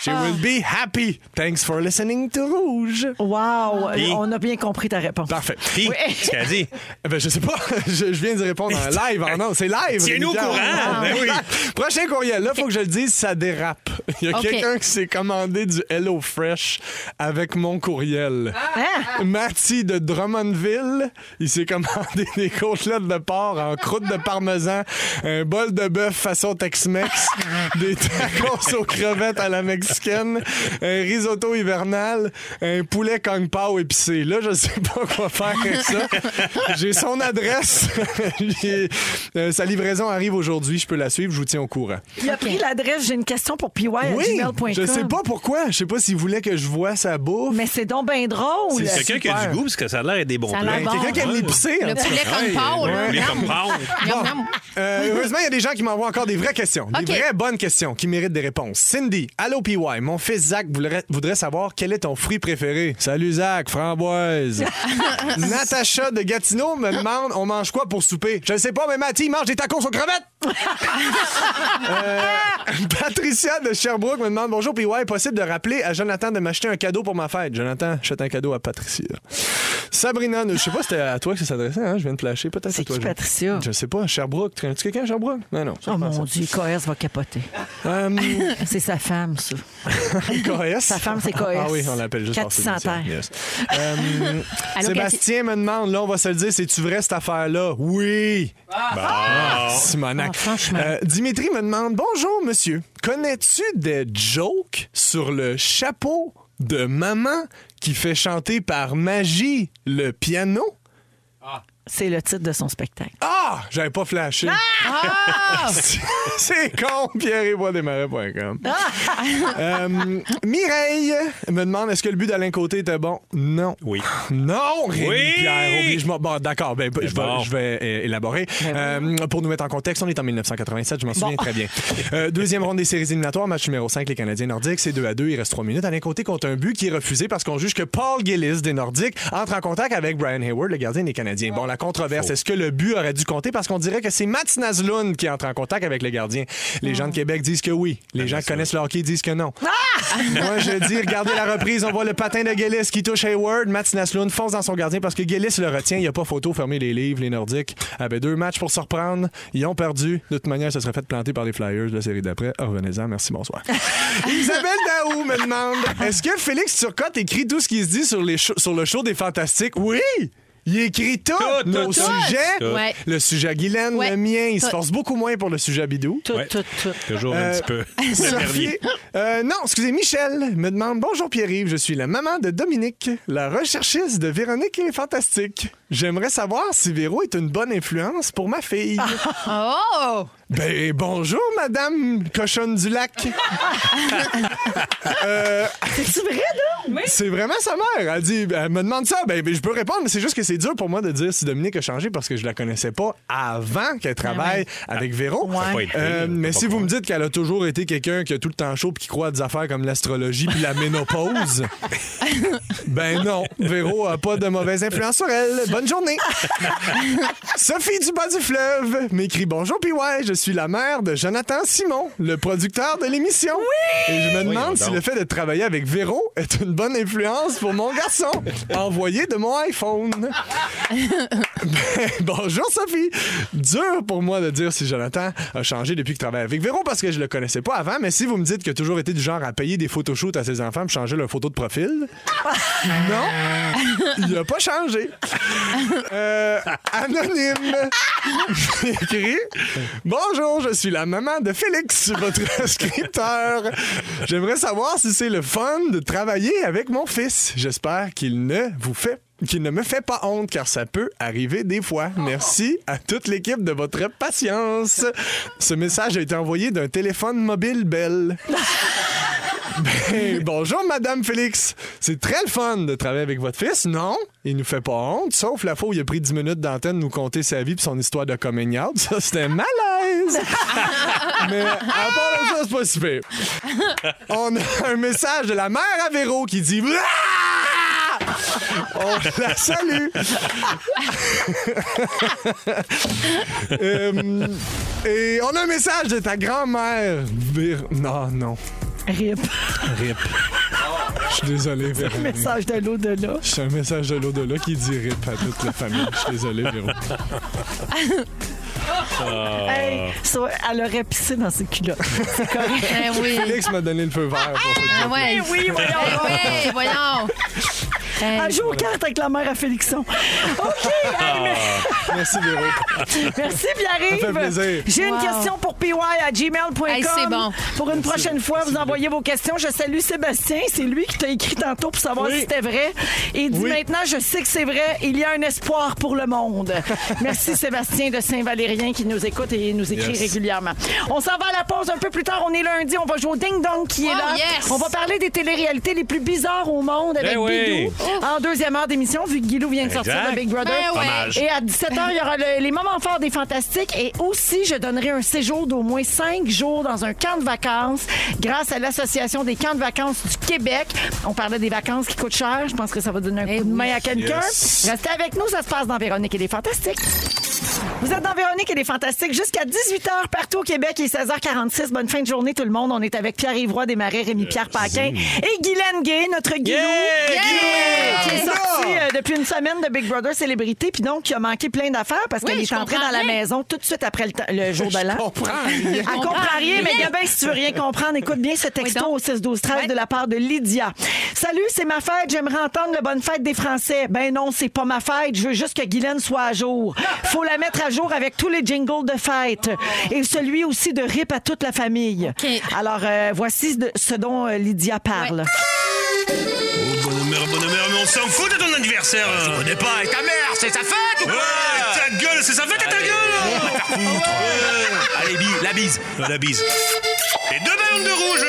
Speaker 3: She
Speaker 4: Ah.
Speaker 3: will be happy. Thanks for listening to Rouge.
Speaker 2: Wow!
Speaker 4: Et-
Speaker 2: On a bien compris ta réponse.
Speaker 3: Parfait.
Speaker 4: Puis, ce
Speaker 2: *laughs*
Speaker 4: qu'elle dit.
Speaker 3: Eh Ben, je sais pas. *laughs* Je, je viens d'y répondre
Speaker 4: *laughs*
Speaker 3: en live. Ah non, c'est live.
Speaker 4: Tiens-nous au
Speaker 3: Rémi-Pierre.
Speaker 4: courant. Ben oui.
Speaker 3: Prochain courriel. Là, faut que je le dise, ça dérape. Il y a
Speaker 7: OK.
Speaker 3: quelqu'un qui s'est commandé du Hello Fresh avec mon courriel.
Speaker 2: Hein?
Speaker 3: Matty de Drummondville, il s'est commandé *laughs* des côtelettes de porc en croûte de parmesan, un bol de bœuf façon Tex-Mex, des tacos aux crevettes à la mexicaine, un risotto hivernal, un poulet kung pao épicé. Là, je sais pas quoi faire avec ça. J'ai son adresse. *laughs* J'ai- euh, sa livraison arrive aujourd'hui. Je peux la suivre. Je vous tiens au courant.
Speaker 2: Il a pris l'adresse, j'ai une question pour PY à
Speaker 3: Oui,
Speaker 2: gmail.com.
Speaker 3: je sais pas pourquoi. Je sais pas s'il voulait que je vois sa bouffe.
Speaker 2: Mais c'est donc bien drôle.
Speaker 3: C'est
Speaker 4: Quelqu'un qui a
Speaker 3: super.
Speaker 4: du goût, parce que ça a l'air d'être des bons
Speaker 7: Ça a
Speaker 4: plats.
Speaker 7: l'air bon.
Speaker 3: Ben, Quelqu'un qui aime l'épicé. en
Speaker 7: Le
Speaker 3: tout cas.
Speaker 7: poulet comme
Speaker 4: Ouais,
Speaker 7: Paul.
Speaker 4: ouais. Les comme Paul.
Speaker 7: Miam,
Speaker 3: Bon.
Speaker 7: miam.
Speaker 3: Euh, heureusement, il y a des gens qui m'envoient encore des vraies questions. Des
Speaker 7: OK.
Speaker 3: vraies bonnes questions qui méritent des réponses. Cindy, allô PY, mon fils Zach voudrait, voudrait savoir quel est ton fruit préféré. Salut Zach,
Speaker 7: *laughs*
Speaker 3: framboise. Natacha de Gatineau me demande on mange quoi pour souper Je ne sais pas, mais Mathie, il mange des tacos aux crevettes. *laughs* Patricia de Sherbrooke me demande Bonjour, PY, possible de rappeler à Jonathan de m'acheter un cadeau pour ma fête Jonathan, achète un cadeau à Patricia. Sabrina, je sais pas si c'était à toi que ça s'adressait, hein? je viens de flasher peut-être.
Speaker 2: C'est
Speaker 3: à toi,
Speaker 2: qui,
Speaker 3: Jean.
Speaker 2: Patricia?
Speaker 3: Je sais pas, Sherbrooke. Traînes-tu quelqu'un à Sherbrooke Non, non. ça,
Speaker 2: Oh
Speaker 3: je pense
Speaker 2: mon
Speaker 3: à-
Speaker 2: Dieu, Coerce va capoter.
Speaker 3: Hum,
Speaker 2: C'est sa femme, ça. *laughs*
Speaker 3: Coès.
Speaker 2: Sa femme, c'est Coès.
Speaker 3: Ah oui, on l'appelle juste par
Speaker 2: Cathy
Speaker 3: sélection.
Speaker 2: Santerre. *laughs*
Speaker 3: Yes. Hum,
Speaker 7: Allô,
Speaker 3: Sébastien me demande, là, on va se le dire, c'est-tu vrai cette affaire-là? Oui!
Speaker 2: Ah,
Speaker 3: Simonac. Euh, Dimitri me demande, bonjour, monsieur. Connais-tu des jokes sur le chapeau de maman qui fait chanter par magie le piano?
Speaker 2: C'est le titre de son spectacle.
Speaker 3: Ah! J'avais pas flashé. *laughs* C'est con, pierre euh, Mireille me demande est-ce que le but d'Alain Côté était bon? Non.
Speaker 4: Oui.
Speaker 3: Non,
Speaker 4: Oui!
Speaker 3: Rémi-Pierre, oblige-moi. Bon, d'accord, ben, je, vais-
Speaker 4: bon.
Speaker 3: je vais euh, élaborer. Euh, pour nous mettre en contexte, on est en 1987, je m'en souviens très bien. Euh, deuxième ronde des séries éliminatoires, match numéro 5, les Canadiens nordiques, c'est 2 à 2, il reste 3 minutes. Alain Côté compte un but qui est refusé parce qu'on juge que Paul Gillis des Nordiques entre en contact avec Brian Hayward, le gardien des Canadiens. Bon, la controverse, est-ce que le but aurait dû compter parce qu'on dirait que c'est Mats Naslund qui entre en contact avec le gardien? Les gens de Québec disent que oui.
Speaker 4: Ben,
Speaker 3: Les gens qui connaissent le hockey disent que non. Moi, je dis, regardez la reprise. On voit le patin de Gillis qui touche Hayward. Mats Naslund fonce dans son gardien parce que Gillis le retient. Il n'y a pas photo. Fermez les livres, les Nordiques. avaient deux matchs pour se reprendre. Ils ont perdu. De toute manière, ça serait fait planter par les Flyers la série d'après. Ah, Revenez-en. Merci,
Speaker 4: *laughs*
Speaker 3: bonsoir. Isabelle Daou me demande est-ce que Félix Turcotte écrit tout ce qui se dit sur, les cho- sur le show des Fantastiques Oui Il écrit tout,
Speaker 4: Tout,
Speaker 3: nos
Speaker 4: tout, tout.
Speaker 3: sujets.
Speaker 4: Tout.
Speaker 7: Ouais.
Speaker 3: Le sujet à Guylaine,
Speaker 7: Ouais.
Speaker 3: le mien. Il se
Speaker 7: Tout.
Speaker 3: force beaucoup moins pour le sujet à Bidou.
Speaker 2: Tout,
Speaker 4: Ouais.
Speaker 2: tout, tout.
Speaker 4: Toujours un
Speaker 3: Euh,
Speaker 4: petit peu.
Speaker 3: Sophie, euh, non, excusez, Michel me demande Bonjour Pierre-Yves, je suis la maman de Dominique, la recherchiste de Véronique et Fantastique. J'aimerais savoir si Véro est une bonne influence pour ma fille.
Speaker 7: Oh!
Speaker 3: Ben bonjour, Madame Cochonne du
Speaker 2: *laughs*
Speaker 3: Lac. Euh,
Speaker 2: C'est vrai, là?
Speaker 3: c'est vraiment sa mère. Elle, dit, elle me demande ça. Ben, ben, je peux répondre, mais c'est juste que c'est dur pour moi de dire si Dominique a changé parce que je la connaissais pas avant qu'elle
Speaker 2: Ben
Speaker 3: travaille avec Véro.
Speaker 4: Ah, Ça peut être
Speaker 3: Euh,
Speaker 4: pire,
Speaker 3: mais
Speaker 4: faut
Speaker 3: si
Speaker 4: pas
Speaker 3: vous me dites qu'elle a toujours été quelqu'un qui a tout le temps chaud puis qui croit à des affaires comme l'astrologie
Speaker 2: *laughs*
Speaker 3: puis la ménopause, ben non, Véro a pas de mauvaise influence sur elle. Bonne
Speaker 4: *laughs*
Speaker 3: journée. Sophie du bas du fleuve m'écrit bonjour puis ouais, je suis la mère de Jonathan Simon, le producteur de l'émission. Oui. Et je me
Speaker 4: Voyons
Speaker 3: demande si
Speaker 4: donc.
Speaker 3: le fait de travailler avec Véro est une bonne influence pour mon garçon. Envoyé de mon iPhone. Ben, Bonjour Sophie. Dur pour moi de dire si Jonathan a changé depuis qu'il travaille avec Véro parce que je le connaissais pas avant, mais si vous me dites qu'il a toujours été du genre à payer des photoshoots à ses enfants pour changer leur photo de profil, non, il a pas changé. Euh, anonyme. *laughs* J'ai écrit Bonjour, je suis la maman de Félix, votre scripteur. J'aimerais savoir si c'est le fun de travailler avec mon fils. J'espère qu'il ne vous fait qu'il ne me fait pas honte car ça peut arriver des fois. Merci à toute l'équipe de votre patience. Ce message a été envoyé d'un téléphone mobile Bell. *laughs* Ben, bonjour, Madame Félix. C'est très le fun de travailler avec votre fils, non? Il nous fait pas honte, sauf la fois où il a pris 10 minutes d'antenne nous conter sa vie et son histoire de coming out. Ça, c'était malaise! Mais à part de ça, c'est pas si pire. On a un message de la mère à Véro qui dit... Ah! On la salue. *laughs* Euh, et on a un message de ta grand-mère. Vér- Non, non.
Speaker 2: Rip.
Speaker 3: Rip. Je suis désolé, Véronique.
Speaker 2: Message de l'au-delà.
Speaker 3: C'est un message de l'au-delà qui dit rip à toute la famille. Je suis désolé,
Speaker 2: *laughs*
Speaker 3: Véro. Ah.
Speaker 2: Hey, ça, elle aurait pissé dans ses culottes. C'est correct.
Speaker 7: Ben oui.
Speaker 3: Félix m'a donné le feu vert pour cette
Speaker 7: Ah ouais.
Speaker 2: Oui, Ah, voyons.
Speaker 7: Ben oui, voyons. Hey.
Speaker 2: Elle joue aux cartes avec la mère à Félixon. OK, hey, mais-
Speaker 3: Merci, Véro.
Speaker 2: *laughs* merci
Speaker 3: Ça fait
Speaker 2: Pierre-Yves.
Speaker 3: plaisir.
Speaker 2: J'ai une
Speaker 7: Wow.
Speaker 2: question pour py à gmail.com.
Speaker 7: Hey, c'est bon.
Speaker 2: Pour une prochaine fois, vous envoyez vos questions. Je salue Sébastien. C'est lui qui t'a écrit tantôt pour savoir si c'était vrai. Il dit
Speaker 3: Oui.
Speaker 2: maintenant, je sais que c'est vrai, il y a un espoir pour
Speaker 3: *laughs*
Speaker 2: le monde. merci Sébastien de Saint-Valérien qui nous écoute et nous écrit
Speaker 3: Yes.
Speaker 2: régulièrement. On s'en va à la pause un peu plus tard. On est lundi. On va jouer au Ding Dong qui est
Speaker 7: Oh,
Speaker 2: là.
Speaker 7: yes.
Speaker 2: On va parler des téléréalités les plus bizarres au monde avec
Speaker 3: Eh
Speaker 4: Ben oui.
Speaker 2: Bidou. En deuxième heure d'émission, vu que Guilou vient de sortir
Speaker 4: Exact.
Speaker 2: de Big Brother.
Speaker 7: Ben ouais.
Speaker 4: Dommage.
Speaker 2: Et à 17h, il y aura le- les moments forts des Fantastiques. Et aussi, je donnerai un séjour d'au moins 5 jours dans un camp de vacances grâce à l'Association des camps de vacances du Québec. On parlait des vacances qui coûtent cher. Je pense que ça va donner un coup de main à quelqu'un.
Speaker 3: Yes.
Speaker 2: Restez avec nous, ça se passe dans Véronique et les Fantastiques. Vous êtes dans Véronique et les Fantastiques jusqu'à 18h partout au Québec et 16h46. Bonne fin de journée tout le monde. On est avec Pierre-Yves Roy Desmarais, Rémi-Pierre Paquin et Guylaine Gay, notre Guilou. Qui est sorti euh, depuis une semaine de Big Brother Célébrité, puis donc qui a manqué plein d'affaires parce
Speaker 7: Oui,
Speaker 2: qu'elle est
Speaker 7: je
Speaker 2: entrée
Speaker 7: comprends
Speaker 2: dans la
Speaker 7: rien.
Speaker 2: maison tout de suite après le, temps- le jour de l'an. *laughs* Elle
Speaker 3: comprends.
Speaker 2: comprend
Speaker 7: comprends
Speaker 2: rien,
Speaker 7: rien.
Speaker 2: mais Gabin, si tu veux rien comprendre, écoute bien ce texto
Speaker 7: donc.
Speaker 2: au 6 12 13
Speaker 7: Ouais.
Speaker 2: de la part de Lydia. Salut, c'est ma fête, j'aimerais entendre le bonne fête des Français. Ben non, c'est pas ma fête, je veux juste que Guylaine soit à jour. Faut la mettre à jour avec tous les jingles de fête et celui aussi de rip à toute la famille.
Speaker 7: OK.
Speaker 2: Alors euh, voici de- ce dont euh, Lydia parle.
Speaker 8: Bonheur, bonheur, mais on s'en fout de ton anniversaire. Je connais pas. Et ta mère, c'est sa fête ou quoi Ta gueule, c'est sa fête et ta gueule.
Speaker 4: Mmh.
Speaker 8: Allez, bi- la bise. La bise. Et deux ballons de rouge.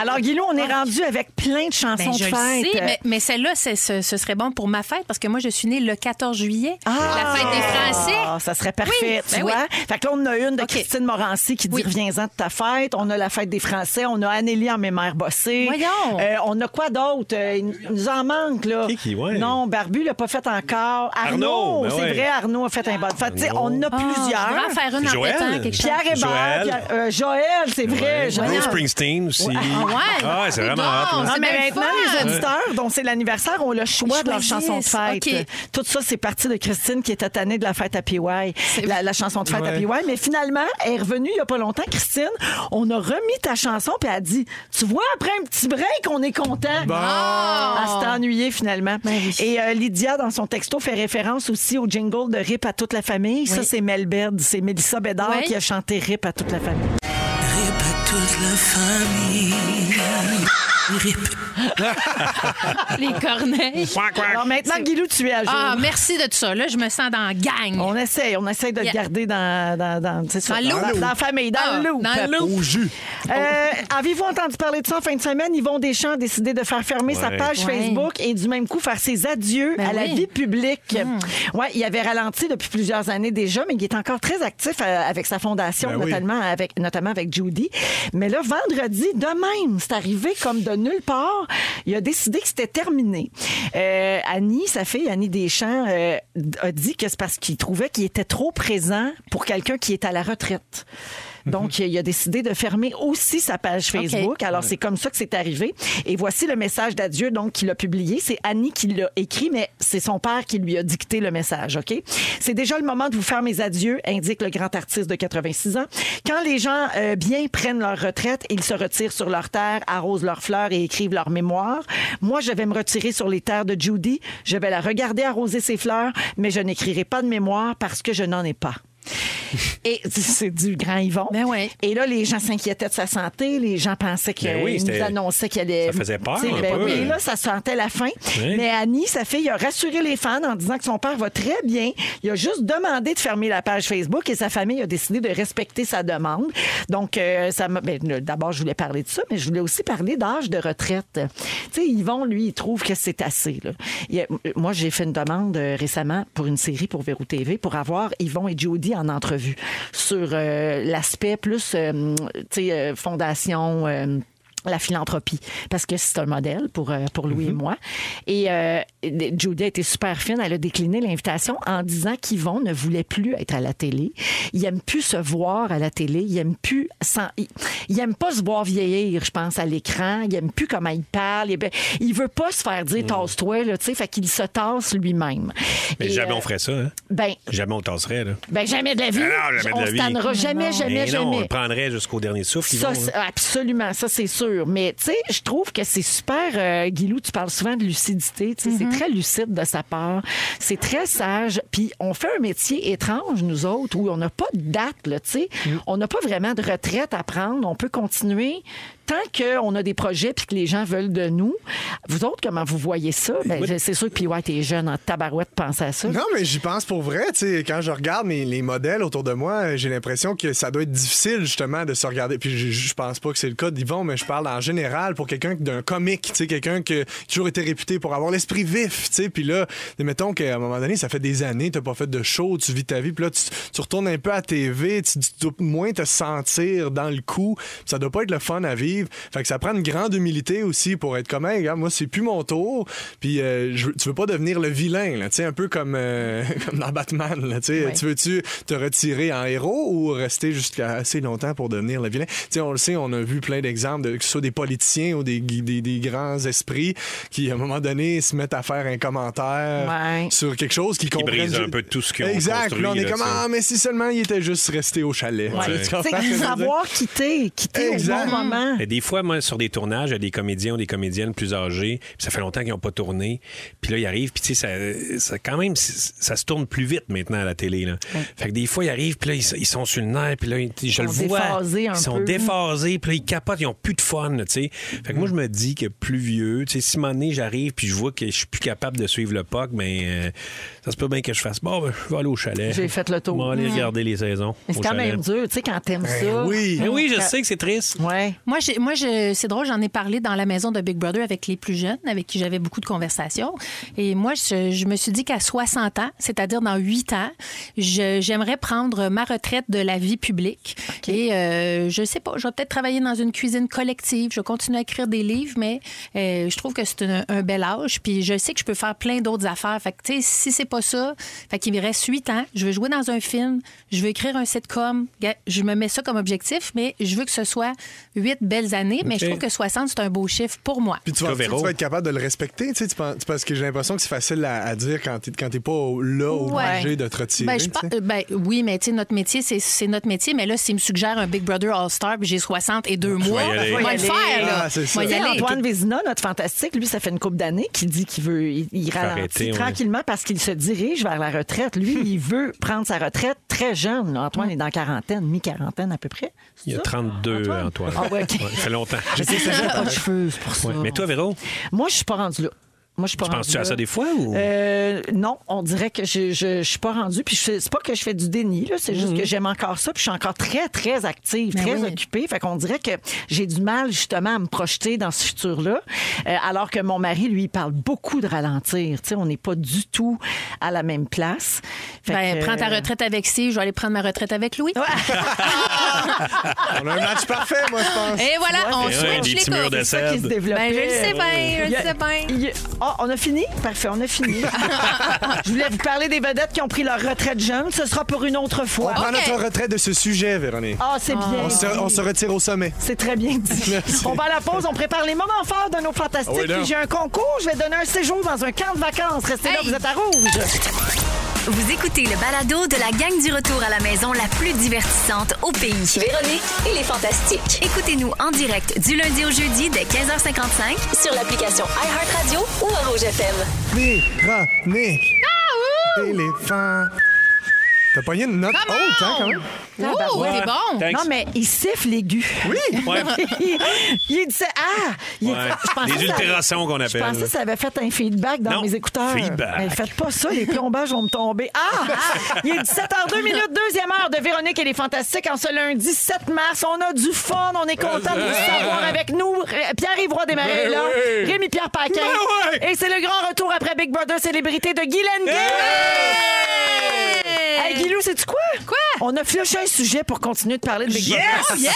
Speaker 2: Alors Guilou, on est rendu avec plein de chansons
Speaker 7: Ben,
Speaker 2: de
Speaker 7: je le
Speaker 2: fête.
Speaker 7: sais, mais, mais celle-là, c'est- ce, ce serait bon pour ma fête parce que moi, je suis née le 14 juillet, la fête des
Speaker 2: Ah,
Speaker 7: Français.
Speaker 2: ça serait parfait,
Speaker 7: Oui,
Speaker 2: tu
Speaker 7: ben
Speaker 2: vois. Fait que là, on a une de
Speaker 7: OK.
Speaker 2: Christine Morancy qui dit
Speaker 7: Oui.
Speaker 2: Reviens-en de ta fête. On a la fête des Français. On a Anélie en mémère bossée.
Speaker 7: Voyons.
Speaker 2: Euh, on a quoi d'autre? Euh, Il nous en manque, là.
Speaker 4: Qui, qui, ouais.
Speaker 2: Non, Barbu l'a pas fait encore. Arnaud,
Speaker 4: Arnaud, ben
Speaker 2: c'est
Speaker 4: ouais.
Speaker 2: vrai, Arnaud a fait un bonne fête. Tu sais, on a
Speaker 7: Ah, je
Speaker 2: plusieurs.
Speaker 7: vais en faire une en
Speaker 4: Joël. Ben
Speaker 7: pétant, quelque chose.
Speaker 2: Pierre Hébert,
Speaker 4: Joël.
Speaker 2: Pierre- euh, Joël, c'est vrai. Joël.
Speaker 4: Bruce Springsteen aussi.
Speaker 2: Ah
Speaker 7: ouais.
Speaker 4: Ah, c'est vraiment
Speaker 7: Coudonc,
Speaker 4: hot, là.
Speaker 2: Non,
Speaker 7: c'est
Speaker 2: mais
Speaker 7: bien
Speaker 2: maintenant,
Speaker 7: le fun.
Speaker 2: les auditeurs dont c'est l'anniversaire ont le choix
Speaker 7: Ils
Speaker 2: de leur
Speaker 7: choisissent.
Speaker 2: chanson de fête.
Speaker 7: OK.
Speaker 2: Tout ça, c'est parti de Christine qui était tannée de la fête à PY, la, la chanson de fête à PY. Mais finalement, elle est revenue il n'y a pas longtemps, Christine. On a remis ta chanson, puis elle a dit Tu vois, après un petit break, on est content. Ah! Elle s'est ennuyée finalement.
Speaker 7: Ben
Speaker 2: Et euh, Lydia, dans son texto, fait référence aussi au jingle de Rip à toute la famille. Ça, c'est Mel Baird. C'est Mélissa Bédard
Speaker 7: Oui.
Speaker 2: qui a chanté Rip à toute la famille.
Speaker 7: Les corneilles.
Speaker 2: Alors maintenant, Guilou, tu es à jour.
Speaker 7: Ah, merci de tout ça. Là, je me sens dans la gang.
Speaker 2: On essaye, on essaye de le
Speaker 7: Yeah.
Speaker 2: garder dans, dans, dans, c'est ça,
Speaker 7: Dans le
Speaker 2: dans-
Speaker 7: loop.
Speaker 2: dans la famille, dans
Speaker 7: Ah,
Speaker 2: le loop.
Speaker 7: dans le loop.
Speaker 3: Au jus.
Speaker 2: Euh, Avez-vous entendu parler de ça en fin de semaine? Yvon Deschamps a décidé de faire fermer sa page
Speaker 7: Ouais.
Speaker 2: Facebook et du même coup faire ses adieux
Speaker 7: Ben
Speaker 2: à la
Speaker 7: oui.
Speaker 2: vie publique.
Speaker 3: Hmm.
Speaker 2: Ouais, il avait ralenti depuis plusieurs années déjà, mais il est encore très actif euh, avec sa fondation,
Speaker 3: Ben oui.
Speaker 2: notamment, avec, notamment avec Judy. Mais là, vendredi, de même, c'est arrivé comme de nulle part. Il a décidé que c'était terminé. Euh, Annie, sa fille, Annie Deschamps, euh, a dit que c'est parce qu'il trouvait qu'il était trop présent pour quelqu'un qui est à la retraite.
Speaker 3: Mhm.
Speaker 2: Donc, il a décidé de fermer aussi sa page
Speaker 3: Ah,
Speaker 2: Facebook. Alors, c'est comme ça que c'est arrivé. Et voici le message d'adieu donc qu'il a publié. C'est Annie qui l'a écrit, mais c'est son père qui lui a dicté le message. Ok C'est déjà le moment de vous faire mes adieux, indique le grand artiste de 86 ans. Quand les gens euh, bien prennent leur retraite, ils se retirent sur leur terre, arrosent leurs fleurs et écrivent leur mémoire. Moi, je vais me retirer sur les terres de Judy. Je vais la regarder arroser ses fleurs, mais je n'écrirai pas de mémoire parce que je n'en ai pas. *laughs* Et c'est du grand Yvon.
Speaker 7: Ben ouais.
Speaker 2: Et là, les gens s'inquiétaient de sa santé. Les gens pensaient qu'il
Speaker 4: Ben oui, c'était-
Speaker 2: nous annonçait qu'elle allait.
Speaker 4: Ça faisait peur,
Speaker 2: Tu sais,
Speaker 4: un
Speaker 2: ben
Speaker 4: peu.
Speaker 2: oui, là, ça sentait la fin.
Speaker 4: Oui.
Speaker 2: Mais Annie, sa fille, a rassuré les fans en disant que son père va très bien. Il a juste demandé de fermer la page Facebook et sa famille a décidé de respecter sa demande. Donc, euh, ça m'a- ben, euh, d'abord, je voulais parler de ça, mais je voulais aussi parler d'âge de retraite. Tu sais, Yvon, lui, il trouve que c'est assez. là. Il y a- euh, moi, j'ai fait une demande euh, récemment pour une série pour Véro TV pour avoir Yvon et Judy en entrevue sur euh, l'aspect plus, euh, tu sais, euh, fondation. euh, la philanthropie, parce que c'est un modèle pour, euh, pour Louis
Speaker 4: Mhm.
Speaker 2: et moi. Et euh, Judy a été super fine. Elle a décliné l'invitation en disant qu'Yvon ne voulait plus être à la télé. Il aime plus se voir à la télé. Il aime plus... Sans... Il, il aime pas se voir vieillir, je pense, à l'écran. Il aime plus comment il parle. Il, ben, il veut pas se faire dire « tasse-toi », là, tu sais. Fait qu'il se tasse lui-même.
Speaker 4: Mhm. Mais
Speaker 2: Et,
Speaker 4: jamais
Speaker 2: euh,
Speaker 4: on ferait ça, hein?
Speaker 2: Ben,
Speaker 4: Jamais on tasserait, là.
Speaker 2: ben, jamais de la vie.
Speaker 4: Ah non, jamais de
Speaker 2: on
Speaker 4: la
Speaker 2: se
Speaker 4: vie.
Speaker 2: tannera jamais, jamais,
Speaker 4: Mais non, on
Speaker 2: jamais.
Speaker 4: le prendrait jusqu'au dernier
Speaker 2: Ça,
Speaker 4: souffle. Yvon, hein.
Speaker 2: c'est- absolument, ça c'est sûr. Mais tu sais, je trouve que c'est super, euh, Guilou, tu parles souvent de lucidité. tu sais, C'est très lucide de sa part. C'est très sage. Puis on fait un métier étrange, nous autres, où on n'a pas de date, là, tu sais.
Speaker 3: Mm.
Speaker 2: On n'a pas vraiment de retraite à prendre. On peut continuer tant qu'on a des projets puis que les gens veulent de nous. Vous autres, comment vous voyez ça? Ben, je- C'est sûr que PY, t'es jeune en tabarouette, pense à ça.
Speaker 3: Non, mais j'y pense pour vrai. tu sais, Quand je regarde mes- les modèles autour de moi, euh, j'ai l'impression que ça doit être difficile, justement, de se regarder. Puis je- je pense pas que c'est le cas d'Yvon, mais je parle en général pour quelqu'un d'un comique, tu sais, quelqu'un qui a toujours été réputé pour avoir l'esprit vif. tu sais. Puis là, mettons qu'à un moment donné, ça fait des années, tu pas fait de show, tu vis ta vie. Puis là, tu, tu retournes un peu à TV, tu, tu dois moins te sentir dans le coup. Ça doit pas être le fun à vivre. Fait que ça prend une grande humilité aussi pour être comme, Hey, regarde, moi, c'est plus mon tour. Puis euh, je veux- tu veux pas devenir le vilain, là, tu sais, un peu comme, euh, *laughs* comme dans Batman. Là, tu sais. Tu veux-tu te retirer en héros ou rester jusqu'à assez longtemps pour devenir le vilain? Tu sais, on le sait, on a vu plein d'exemples, de, que ce soit des politiciens ou des, des, des grands esprits qui, à un moment donné, se mettent à faire un commentaire
Speaker 2: Ouais.
Speaker 3: sur quelque chose qui comprennent
Speaker 4: brise un
Speaker 3: ju-
Speaker 4: peu tout ce qu'ils ont
Speaker 3: Exact. Puis là, on
Speaker 4: construit,
Speaker 3: est
Speaker 4: là,
Speaker 3: comme,
Speaker 4: tu sais.
Speaker 3: ah, mais si seulement il était juste resté au chalet.
Speaker 2: Ouais.
Speaker 3: Tu comprends
Speaker 2: Tu
Speaker 3: ce
Speaker 2: sais,
Speaker 3: que je veux dire?
Speaker 2: savoir quitter, quitter au
Speaker 3: Exact.
Speaker 2: bon moment.
Speaker 4: *laughs* Mais des fois, moi, sur des tournages, il y a des comédiens ou des comédiennes plus âgés, puis ça fait longtemps qu'ils n'ont pas tourné. Puis là, ils arrivent, puis tu sais, ça, ça- quand même, c- ça se tourne plus vite maintenant à la télé. Là. Fait que des fois, ils arrivent, puis là, ils, ils sont sur le nerf, puis là, ils- je
Speaker 2: sont
Speaker 4: le vois.
Speaker 2: déphasés un
Speaker 4: ils sont
Speaker 2: peu.
Speaker 4: déphasés, puis là, ils capotent, ils n'ont plus de fun, là, tu sais. Fait que
Speaker 2: Mm.
Speaker 4: moi, je me dis que plus vieux, tu sais, si à un moment donné, j'arrive, puis je vois que je suis plus capable de suivre le POC, mais euh, ça se peut bien que je fasse, bon, ben, je vais aller au chalet.
Speaker 2: J'ai fait le tour. Mm.
Speaker 4: Je vais aller regarder les saisons.
Speaker 2: Mais C'est
Speaker 4: au
Speaker 2: quand
Speaker 4: chalet.
Speaker 2: même dur, tu sais, quand t'aimes ça.
Speaker 3: Ben oui.
Speaker 4: Mais oui, je
Speaker 2: Quand-
Speaker 4: sais que c'est triste.
Speaker 2: Ouais.
Speaker 7: Moi, j'ai- moi je- c'est drôle, j'en ai parlé dans la maison de Big Brother avec les plus jeunes, avec qui j'avais beaucoup de conversations. Et moi, je, je me suis dit qu'à 60 ans, c'est-à-dire dans 8 ans, je- j'aimerais prendre ma retraite de la vie publique. Et euh, je sais pas, je vais peut-être travailler dans une cuisine collective, je vais continuer à écrire des livres, mais euh, je trouve que c'est un, un bel âge. Puis je sais que je peux faire plein d'autres affaires. Fait que, tu sais, si c'est pas ça, fait qu'il me reste 8 ans, je veux jouer dans un film, je veux écrire un sitcom. Ga- Je me mets ça comme objectif, mais je veux que ce soit 8 belles belles années, mais je
Speaker 3: Ok.
Speaker 7: trouve que 60, c'est un beau chiffre pour moi.
Speaker 3: Puis tu vas,
Speaker 4: Véro.
Speaker 3: tu vas être capable de le respecter, tu sais, tu penses- parce que j'ai l'impression que c'est facile à, à dire quand t'es quand t'es pas au- là,
Speaker 7: Ouais.
Speaker 3: obligé de te retirer.
Speaker 7: Ben, je
Speaker 3: tu sais.
Speaker 7: pense- euh, ben, oui, mais tu sais, notre métier, c'est- c'est notre métier. Mais là, s'il me suggère un Big Brother All-Star, puis j'ai 60 et deux mois,
Speaker 4: y
Speaker 7: je
Speaker 4: aller.
Speaker 7: vais le faire. là.
Speaker 3: Ah, c'est ça.
Speaker 7: Moi, y
Speaker 2: Tu sais,
Speaker 7: aller.
Speaker 2: Antoine Vézina, notre fantastique, lui, ça fait une couple d'années qu'il dit qu'il veut, il, il ralentit
Speaker 4: arrêter, ouais. Hmm.
Speaker 2: tranquillement parce qu'il se dirige vers la retraite. Lui, il veut prendre sa retraite très jeune. là. Antoine est dans quarantaine, mi-quarantaine à peu près. C'est
Speaker 4: Il y a
Speaker 2: ça?
Speaker 4: 32, Antoine.
Speaker 2: Ah ouais, ok.
Speaker 4: Ouais, ça fait *laughs* longtemps.
Speaker 2: Je sais, c'est pas de cheveux, c'est pour ça.
Speaker 4: Ouais. Mais toi, Véro,
Speaker 2: Moi, je suis pas rendue là. Moi, je suis pas
Speaker 4: tu
Speaker 2: rendue
Speaker 4: penses-tu à
Speaker 2: là.
Speaker 4: ça des fois ou.
Speaker 2: Euh, non, on dirait que je, je, je suis pas rendue. Puis je fais- c'est pas que je fais du déni, là, c'est
Speaker 4: Mhm.
Speaker 2: juste que j'aime encore ça. Puis je suis encore très, très active,
Speaker 7: Ben
Speaker 2: très
Speaker 7: oui.
Speaker 2: occupée. Fait qu'on dirait que j'ai du mal justement à me projeter dans ce futur-là. Euh, alors que mon mari, lui, il parle beaucoup de ralentir. Tu sais, on n'est pas du tout à la même place. Fait
Speaker 7: Ben,
Speaker 2: que,
Speaker 7: prends ta
Speaker 2: euh,
Speaker 7: retraite avec C, je vais aller prendre ma retraite avec Louis.
Speaker 3: On a un match parfait, moi, je
Speaker 7: *laughs*
Speaker 3: pense.
Speaker 7: Et voilà, on
Speaker 4: Eh ouais, des
Speaker 7: switch les
Speaker 4: petits murs
Speaker 7: couples.
Speaker 4: de
Speaker 2: ça qui se
Speaker 4: cèdre.
Speaker 2: développait.
Speaker 7: Ben, je le sais bien, je
Speaker 2: Il y
Speaker 7: le
Speaker 2: a-
Speaker 7: sais bien.
Speaker 2: il y a- Ah, on a fini? Parfait, on a
Speaker 7: *laughs*
Speaker 2: fini. je voulais vous parler des vedettes qui ont pris leur retraite jeune. Ce sera pour une autre fois.
Speaker 3: On prend notre retrait de ce sujet, Véronique.
Speaker 2: Ah, c'est bien.
Speaker 3: On, se, on se retire au sommet.
Speaker 2: C'est très bien dit.
Speaker 3: Merci.
Speaker 2: On va à la pause, on prépare les moments forts de nos fantastiques.
Speaker 3: Ah oui, là.
Speaker 2: Puis J'ai un concours, je vais donner un séjour dans un camp de vacances. Restez là,
Speaker 7: Hey.
Speaker 2: vous êtes à rouge.
Speaker 9: Vous écoutez le balado de la gang du retour à la maison la plus divertissante au pays.
Speaker 10: Véronique et les Fantastiques.
Speaker 9: Écoutez-nous en direct du lundi au jeudi dès 15h55
Speaker 10: Sur l'application iHeartRadio ou à Rouge FM.
Speaker 3: Véronique. Téléphone. T'as pogné une note
Speaker 7: Ah, Come
Speaker 3: haute, hein,
Speaker 7: on!
Speaker 3: quand même?
Speaker 7: Ouh, c'est bon.
Speaker 4: Thanks.
Speaker 2: Non, mais il siffle l'aigu.
Speaker 3: Oui!
Speaker 4: Ouais.
Speaker 2: *laughs* il disait Ah! Il
Speaker 4: Ouais.
Speaker 2: je pensais
Speaker 4: Des
Speaker 2: que ça-
Speaker 4: ultrasons qu'on
Speaker 2: Je
Speaker 4: appelle.
Speaker 2: pensais que ça avait fait un feedback dans
Speaker 4: Non,
Speaker 2: mes écouteurs.
Speaker 4: feedback.
Speaker 2: Mais faites pas ça, les plombages vont me tomber. Ah! ah! Il est 17h02 minutes, deuxième heure de Véronique et les Fantastiques en ce lundi 7 mars. On a du fun, on
Speaker 4: Ben
Speaker 2: est content de vous savoir avec nous. Ré- Pierre-Yves Roy Desmarais est là,
Speaker 3: oui.
Speaker 2: Rémi-Pierre Paquin.
Speaker 3: Ben ouais.
Speaker 2: Et c'est le grand retour après Big Brother Célébrité de Guylaine Gay. Hey, Guilou, sais-tu quoi?
Speaker 7: Quoi?
Speaker 2: On a flushé un sujet pour continuer de parler de Big Brother.
Speaker 4: Yes!
Speaker 7: Yeah!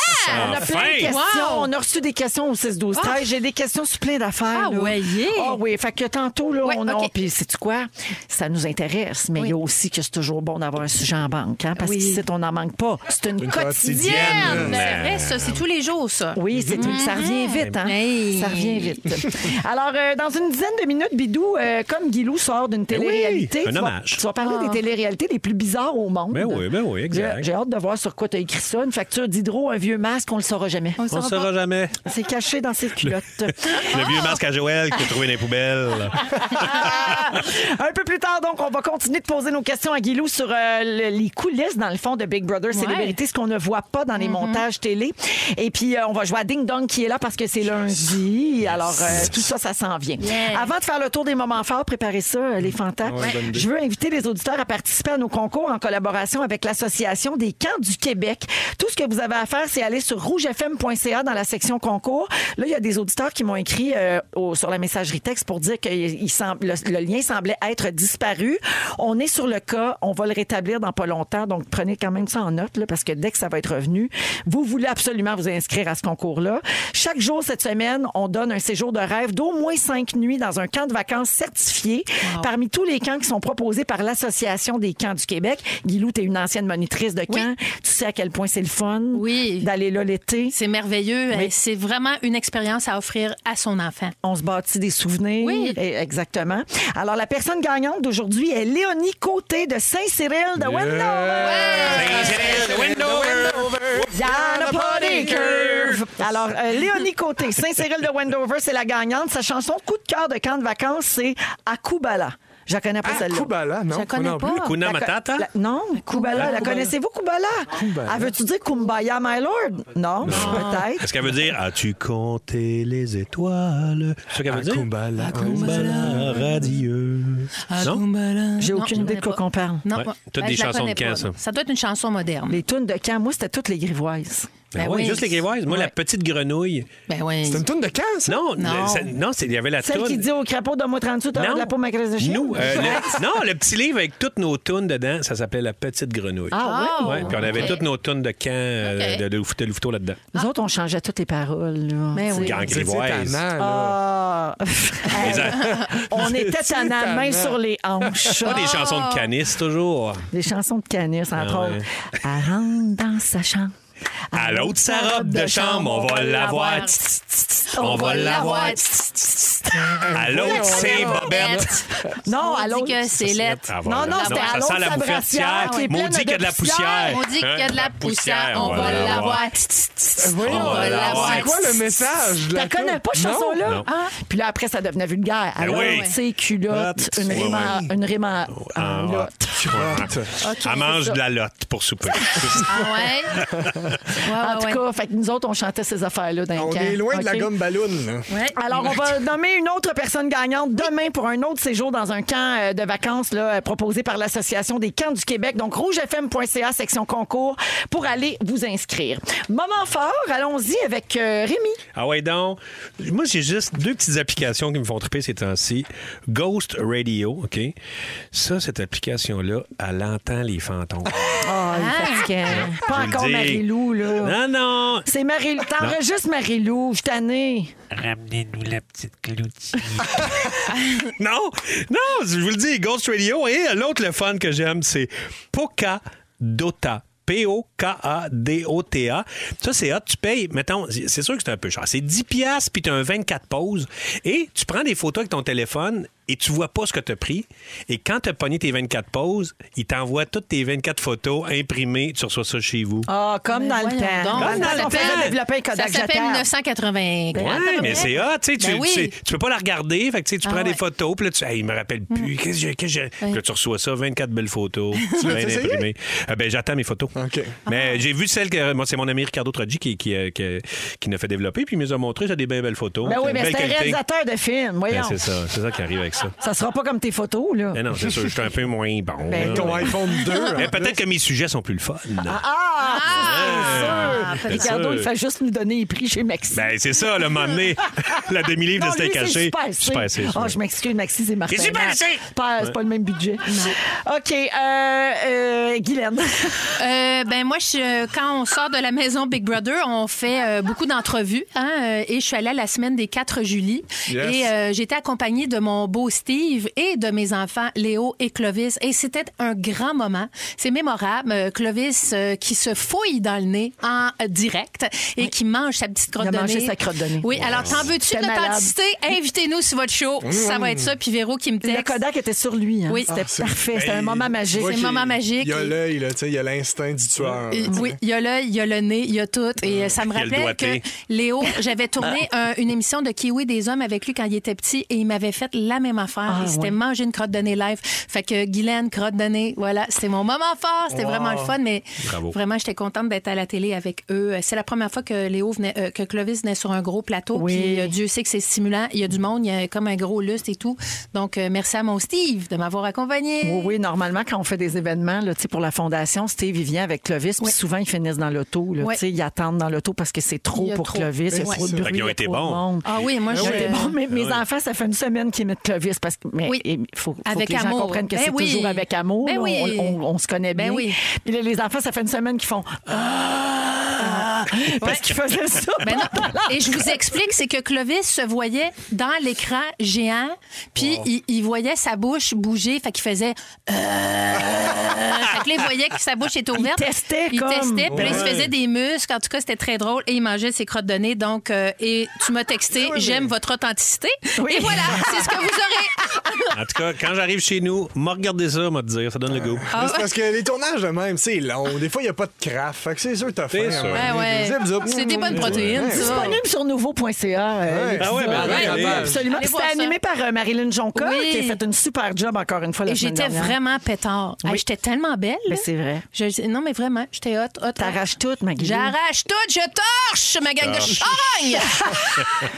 Speaker 2: On a plein
Speaker 4: Enfin!
Speaker 2: de questions.
Speaker 7: Wow!
Speaker 2: On a reçu des questions au 6-12-13. J'ai des questions sur plein d'affaires.
Speaker 7: Ah
Speaker 2: là.
Speaker 7: ouais, yeah!
Speaker 2: Ah oui, fait que tantôt, là,
Speaker 7: Ouais,
Speaker 2: on a...
Speaker 7: ok.
Speaker 2: Puis sais-tu quoi? Ça nous intéresse, mais il y a aussi que c'est toujours bon d'avoir un sujet en banque, hein, parce
Speaker 7: Oui.
Speaker 2: qu'ici, on n'en manque pas. C'est une, quotidienne.
Speaker 7: Diane, c'est vrai, ça, c'est tous les jours, ça.
Speaker 2: Oui,
Speaker 4: Mm-hmm.
Speaker 2: c'est ça revient vite, hein?
Speaker 7: Hey.
Speaker 2: Ça revient vite. Alors, euh, dans une dizaine de minutes, Bidou, euh, comme Guilou sort d'une télé-réalité,
Speaker 4: Ben un
Speaker 2: tu, vas,
Speaker 4: hommage. Ah.
Speaker 2: tu vas parler des télé-réalités les plus bizarres au monde.
Speaker 4: Ben oui, ben oui, exact.
Speaker 2: J'ai- J'ai hâte de voir sur quoi tu as écrit ça. Une facture d'hydro, un vieux masque, on le saura jamais.
Speaker 7: On le
Speaker 4: On ne
Speaker 7: saura pas.
Speaker 4: saura jamais.
Speaker 2: C'est caché dans ses culottes.
Speaker 4: *laughs* Le vieux masque à Joël que tu trouvé dans les poubelles.
Speaker 2: Ah, *laughs* un peu plus tard, donc, on va continuer de poser nos questions à Guilou sur euh, le- les coulisses, dans le fond, de Big Brother Célébrité, ce qu'on ne voit pas dans les montages télé. Et puis, euh, on va jouer à Ding Dong qui est là parce que c'est lundi. Alors, euh, tout ça, ça s'en vient.
Speaker 7: Yeah.
Speaker 2: Avant de faire le tour des moments forts, préparez ça, euh, les fantas. Je veux inviter les auditeurs à participer à nos concours en collaboration avec l'Association des camps du Québec. Tout ce que vous avez à faire, c'est aller sur rougefm.ca dans la section concours. Là, il y a des auditeurs qui m'ont écrit euh, au- sur la messagerie texte pour dire que il- il semble- le, le lien semblait être disparu. On est sur le cas. On va le rétablir dans pas longtemps. Donc, prenez quand même ça en note, là, parce que dès que ça va être revenu, vous voulez absolument vous inscrire à ce concours-là. Chaque jour cette semaine, on donne un séjour de rêve d'au moins cinq nuits dans un camp de vacances certifié parmi tous les camps qui sont proposés par l'Association des camps du Québec. Guilou, tu es une ancienne monitrice de camp. Tu sais à quel point c'est le fun
Speaker 7: Oui.
Speaker 2: d'aller là l'été.
Speaker 7: C'est merveilleux. Euh, C'est vraiment une expérience à offrir à son enfant.
Speaker 2: On se bâtit des souvenirs.
Speaker 7: Oui.
Speaker 2: Et- Exactement. Alors, la personne gagnante d'aujourd'hui est Léonie Côté de Saint-Cyril de Wendover. Yana Potty Curve. Alors, euh, Léonie Côté, Saint-Cyril de Wendover, c'est la gagnante. Sa chanson coup de cœur de camp de vacances, c'est Akubala. Je la connais pas
Speaker 3: Ah,
Speaker 2: celle-là.
Speaker 3: Kubala, non?
Speaker 7: Je la connais
Speaker 3: Moi non
Speaker 7: pas.
Speaker 3: plus.
Speaker 4: Kuna
Speaker 2: La co-
Speaker 4: Matata?
Speaker 2: la- non, Kubala. La connaissez-vous, Kubala? Ah, veux-tu dire Kumbaya, my lord? Non, peut-être.
Speaker 4: Est-ce qu'elle veut dire As-tu compté les étoiles C'est ça qu'elle veut dire
Speaker 3: Kumbala.
Speaker 4: Kumbala radieux. Ah, Non
Speaker 2: J'ai
Speaker 7: Non,
Speaker 2: aucune
Speaker 7: je
Speaker 2: idée de quoi
Speaker 7: connais pas.
Speaker 2: qu'on parle.
Speaker 7: Non,
Speaker 4: Ouais,
Speaker 7: moi,
Speaker 4: toutes
Speaker 7: ben,
Speaker 4: des
Speaker 7: je la
Speaker 4: chansons
Speaker 7: connais
Speaker 4: de hein. camp,
Speaker 7: pas.
Speaker 4: ça.
Speaker 7: Ça doit être une chanson moderne.
Speaker 2: Les tunes de camp, moi, c'était toutes les grivoises.
Speaker 4: Ben
Speaker 7: Ben
Speaker 4: oui,
Speaker 7: oui.
Speaker 4: juste les grivoises. Moi, la petite grenouille.
Speaker 7: Ben oui.
Speaker 3: C'est une toune de quand, ça?
Speaker 4: Non,
Speaker 7: Non.
Speaker 4: le- ça- non, c'est- il y avait la
Speaker 2: Celle
Speaker 4: toune.
Speaker 2: qui dit au crapaud, donne-moi 38
Speaker 4: Non.
Speaker 2: heures de la peau, Ah, ma graisse de chien.
Speaker 4: Nous,
Speaker 2: *laughs*
Speaker 4: euh, le- non, le petit livre avec toutes nos tunes dedans, ça s'appelait La Petite Grenouille.
Speaker 2: Ah
Speaker 7: Oh,
Speaker 2: oui?
Speaker 4: Ouais, puis on avait
Speaker 7: ok.
Speaker 4: toutes nos tunes de camp euh,
Speaker 7: Ok.
Speaker 4: de, de, Louveteau- de Louveteau là-dedans.
Speaker 2: Nous autres, on changeait toutes les paroles. là.
Speaker 7: Ben oui.
Speaker 4: Gang
Speaker 3: C'est
Speaker 4: grivoise.
Speaker 3: tannant, là.
Speaker 2: Ah. *laughs*
Speaker 4: Les-
Speaker 2: On était à la main sur les hanches.
Speaker 4: Pas
Speaker 7: Ah.
Speaker 4: des chansons de canis toujours.
Speaker 2: Des chansons de Canis, entre
Speaker 4: Ah ouais.
Speaker 2: autres. Elle rentre dans sa chambre.
Speaker 4: À l'autre, sa robe de chambre, on va l'avoir. Tss, tss, tss. On va l'avoir. Tss, tss, tss. À l'autre, c'est Bobette.
Speaker 2: Non, à
Speaker 7: On
Speaker 2: l'autre.
Speaker 7: dit que c'est lettre.
Speaker 4: Ah,
Speaker 2: Non,
Speaker 4: voilà.
Speaker 2: non, c'était à
Speaker 4: ça sent
Speaker 2: l'autre,
Speaker 4: la
Speaker 2: sa
Speaker 4: poussière.
Speaker 2: brassière qui est pleine
Speaker 4: Maudit qu'il y a de la poussière.
Speaker 7: On dit qu'il y a de la
Speaker 4: Hein?
Speaker 7: poussière, on va l'avoir. Tss, tss, tss.
Speaker 2: Voyons.
Speaker 7: Oh, On va l'avoir.
Speaker 1: C'est quoi le message? de
Speaker 2: Tu la connais pas, cette
Speaker 1: Non.
Speaker 2: chanson-là?
Speaker 4: Non. Ah
Speaker 2: Ah. Puis là, après, ça devenait vulgaire. Alors,
Speaker 4: oui.
Speaker 2: c'est culotte,
Speaker 3: Lotte.
Speaker 2: une
Speaker 3: Ouais,
Speaker 2: rime, à- une rime à-
Speaker 4: Ah,
Speaker 2: à
Speaker 4: ouais.
Speaker 2: lotte.
Speaker 4: Elle mange de la lotte pour
Speaker 2: *laughs*
Speaker 4: souper.
Speaker 7: Ah ouais?
Speaker 2: En
Speaker 7: Ouais,
Speaker 2: tout
Speaker 7: ouais, ouais.
Speaker 2: cas, fait que nous autres, on chantait ces affaires-là dans
Speaker 3: On
Speaker 2: le camp.
Speaker 3: est loin de la
Speaker 2: OK?
Speaker 3: gomme ballon.
Speaker 7: Ouais.
Speaker 2: Alors, on va nommer une autre personne gagnante demain pour un autre séjour dans un camp euh, de vacances là, euh, proposé par l'Association des camps du Québec. Donc, rougefm.ca, section concours, pour aller vous inscrire. Moment fort, allons-y avec euh, Rémi.
Speaker 4: Ah ouais, donc, moi, j'ai juste deux petites applications qui me font triper ces temps-ci. Ghost Radio, OK? Ça, cette application-là, elle entend les
Speaker 2: *laughs*
Speaker 4: fantômes.
Speaker 2: Ah, il est fatiguant. Pas
Speaker 4: Je vous le
Speaker 2: encore
Speaker 4: dis.
Speaker 2: Marie-Lou, là.
Speaker 4: Non, non!
Speaker 2: C'est Marie-Lou. T'enregistres Marie-Lou, je t'année.
Speaker 11: Ramenez-nous la petite cloutier.
Speaker 4: *laughs* Non! Non! Je vous le dis, Ghost Radio. Et l'autre, le fun que j'aime, c'est Poca Dota. P-O-K-A-D-O-T-A. Ça, c'est hot. Tu payes, mettons, c'est sûr que c'est un peu cher. C'est 10 piastres, puis tu as un 24 pauses. Et tu prends des photos avec ton téléphone et tu vois pas ce que tu as pris. Et quand tu as pogné tes 24 pauses, il t'envoie toutes tes 24 photos imprimées. Tu reçois ça chez vous.
Speaker 2: Ah, comme dans le
Speaker 7: Voyons
Speaker 2: temps. Dans
Speaker 7: donc.
Speaker 2: le
Speaker 4: Comme
Speaker 2: temps,
Speaker 4: dans
Speaker 2: on
Speaker 4: le
Speaker 2: faisait
Speaker 4: temps.
Speaker 2: développer un Kodak
Speaker 7: Ça s'appelle
Speaker 2: jetable.
Speaker 7: 1984.
Speaker 4: Ouais, mais c'est hot, tu sais, tu,
Speaker 7: Ben oui.
Speaker 4: tu sais, tu peux pas la regarder, fait que, tu, sais, tu
Speaker 7: Ah
Speaker 4: prends
Speaker 7: ouais.
Speaker 4: des photos, puis là tu, hey, il me rappelle
Speaker 2: Mm.
Speaker 4: plus, qu'est-ce que j'ai- qu'est-ce que j'ai- Puis là, tu reçois ça, 24 belles
Speaker 2: *laughs*
Speaker 4: photos, bien
Speaker 3: l'as-tu essayé?
Speaker 4: imprimées. Ah, ben j'attends mes photos.
Speaker 3: OK.
Speaker 4: Mais
Speaker 2: Ah.
Speaker 4: j'ai vu celle que moi c'est mon ami Ricardo Troggi qui qui euh, qui, qui nous fait développer, puis il nous a montré, j'ai des bien belles photos,
Speaker 2: Ben oui,
Speaker 4: Ah, une
Speaker 2: mais
Speaker 4: belle
Speaker 2: c'est un
Speaker 4: qualité.
Speaker 2: réalisateur de film,
Speaker 4: Ben,
Speaker 2: voyons.
Speaker 4: c'est ça, c'est ça qui arrive avec
Speaker 2: *laughs*
Speaker 4: ça.
Speaker 2: ça sera pas comme tes photos, là.
Speaker 4: Mais non, c'est sûr, je suis un peu moins bon.
Speaker 2: Ben,
Speaker 4: là.
Speaker 3: Ton iPhone 2.
Speaker 4: Mais peut-être que mes sujets sont plus le fun.
Speaker 2: Ah!
Speaker 7: Ah,
Speaker 2: c'est sûr.
Speaker 7: c'est
Speaker 2: Ricardo,
Speaker 4: sûr.
Speaker 2: il fait juste nous donner les prix chez Maxi.
Speaker 4: Ben c'est ça, le moment donné, *laughs* la demi-livre
Speaker 2: non,
Speaker 4: de
Speaker 2: lui,
Speaker 4: Steak
Speaker 2: c'est
Speaker 4: Haché.
Speaker 2: super
Speaker 4: Super C,
Speaker 2: C. Ah,
Speaker 4: ouais.
Speaker 2: je m'excuse, Maxi, c'est Martin.
Speaker 8: C'est super
Speaker 2: Matt.
Speaker 8: C.
Speaker 2: Pas- C'est pas le même budget. OK, euh, euh, Guylaine.
Speaker 7: Euh, ben moi, je, euh, quand on sort de la maison Big Brother, on fait euh, beaucoup d'entrevues. hein, euh, et je suis allée à la semaine des 4 juillet.
Speaker 3: Yes.
Speaker 7: Et euh, j'étais accompagnée de mon beau Steve et de mes enfants Léo et Clovis. Et c'était un grand moment. C'est mémorable. Euh, Clovis euh, qui se fouille dans le nez en euh, direct et qui mange sa petite crotte
Speaker 2: Il a
Speaker 7: de
Speaker 2: mangé
Speaker 7: nez.
Speaker 2: sa crotte de nez.
Speaker 7: Oui, alors t'en veux-tu de
Speaker 2: J'étais malade.
Speaker 7: l'authenticité? Invitez-nous sur votre show. Ça va être ça. Puis Véro qui me
Speaker 2: Le
Speaker 7: texte.
Speaker 2: Kodak était sur lui. hein.
Speaker 7: Oui.
Speaker 2: C'était
Speaker 7: Ah,
Speaker 2: parfait.
Speaker 4: Ben,
Speaker 2: C'était un moment magique.
Speaker 7: C'est un moment magique.
Speaker 3: Il y a
Speaker 7: Et-
Speaker 3: l'œil, là, tu sais, il y a l'instinct du tueur.
Speaker 7: Et- Oui, il y a l'œil, il y a le nez, il y a tout. Et euh, ça
Speaker 4: Mmh.
Speaker 7: me
Speaker 4: Il y a le
Speaker 7: rappelle que
Speaker 4: doigté. Ah.
Speaker 7: Léo, j'avais tourné un- une émission de Kiwi des hommes avec lui quand il était petit et il m'avait fait la même affaire.
Speaker 2: Ah,
Speaker 7: il s'était
Speaker 2: ouais.
Speaker 7: mangé une crotte de nez live. Fait que Guylaine, crotte de nez, voilà, c'était mon moment fort. C'était vraiment le fun, mais
Speaker 4: Bravo.
Speaker 7: vraiment, j'étais contente d'être à la télé avec eux. Euh, C'est la première fois que Léo venait, euh, que Clovis venait sur un gros plateau.
Speaker 2: Oui.
Speaker 7: Puis euh, Dieu sait que c'est stimulant. Il y a du monde, il y a comme un gros lustre et tout. Donc, euh, merci à mon Steve de m'avoir accompagné.
Speaker 2: Oui, oui, normalement, quand on fait des événements là, tu sais, pour la fondation, Steve, il vient avec Clovis, puis
Speaker 7: Oui.
Speaker 2: souvent, ils finissent dans l'auto. là,
Speaker 7: Oui.
Speaker 2: tu sais, Ils attendent dans l'auto parce que c'est trop
Speaker 7: Il y a
Speaker 2: pour
Speaker 7: trop. Ben
Speaker 2: Clovis. Il y a
Speaker 7: Oui.
Speaker 2: trop de
Speaker 4: Fait
Speaker 2: bruit.
Speaker 4: qu'ils ont
Speaker 2: il y a
Speaker 4: été
Speaker 2: trop de
Speaker 4: bons.
Speaker 2: monde.
Speaker 7: Ah oui, moi,
Speaker 2: Ils ont été
Speaker 7: j'étais
Speaker 2: bons, mais mes enfants, ça fait une semaine qu'ils mettent Clovis parce que mais
Speaker 7: Oui.
Speaker 2: il faut, faut
Speaker 7: Avec
Speaker 2: que les gens
Speaker 7: amour.
Speaker 2: comprennent que
Speaker 7: Ben
Speaker 2: c'est
Speaker 7: oui.
Speaker 2: toujours avec amour.
Speaker 7: Ben
Speaker 2: là, on-
Speaker 7: oui.
Speaker 2: on, on se connaît bien.
Speaker 7: Ben oui.
Speaker 2: Puis là, les enfants, ça fait une semaine qu'ils font Ah! parce qu'ils faisaient ça.
Speaker 7: Ben non. Et je vous explique, c'est que Clovis se voyait dans l'écran géant, puis il, il voyait sa bouche bouger, fait qu'il faisait. Euh... fait que là, il voyait que sa bouche était ouverte.
Speaker 2: testait
Speaker 7: Il
Speaker 2: comme.
Speaker 7: testait, puis là, il se
Speaker 3: Ouais.
Speaker 7: faisait des muscles. En tout cas, c'était très drôle. Et il mangeait ses crottes de nez. Donc, euh, et tu m'as texté, j'aime votre authenticité.
Speaker 2: Oui. *laughs*
Speaker 7: Et voilà, c'est ce que vous aurez.
Speaker 4: En tout cas, quand j'arrive chez nous, m'a regardé ça, m'a dire, ça donne le goût.
Speaker 7: Ah.
Speaker 3: Mais C'est parce que les tournages de même, c'est long. Des fois, il n'y a pas de craft. Fait que c'est sûr que t'as faim. hein.
Speaker 4: sûr.
Speaker 3: à un
Speaker 7: Ben
Speaker 3: moment donné.
Speaker 7: ouais.
Speaker 3: Zip, zip.
Speaker 7: C'est des bonnes protéines, ça.
Speaker 2: disponible sur nouveau.ca. euh,
Speaker 3: Ouais.
Speaker 2: l'épisode.
Speaker 4: Ah ouais, ben,
Speaker 3: Ouais,
Speaker 4: allez.
Speaker 2: Absolument.
Speaker 7: Allez
Speaker 2: C'était
Speaker 7: voir ça.
Speaker 2: animé par euh, Marilyn Jonca,
Speaker 7: Oui.
Speaker 2: qui a fait une super job encore une fois la
Speaker 7: Et
Speaker 2: semaine
Speaker 7: j'étais
Speaker 2: dernière.
Speaker 7: vraiment pétard.
Speaker 2: Oui.
Speaker 7: Hey, j'étais tellement belle.
Speaker 2: Mais c'est vrai.
Speaker 7: Je- non, mais vraiment, j'étais hot, hot. hot.
Speaker 2: T'arraches tout, ma Guilou.
Speaker 7: J'arrache tout, je torche ma gang de charogne!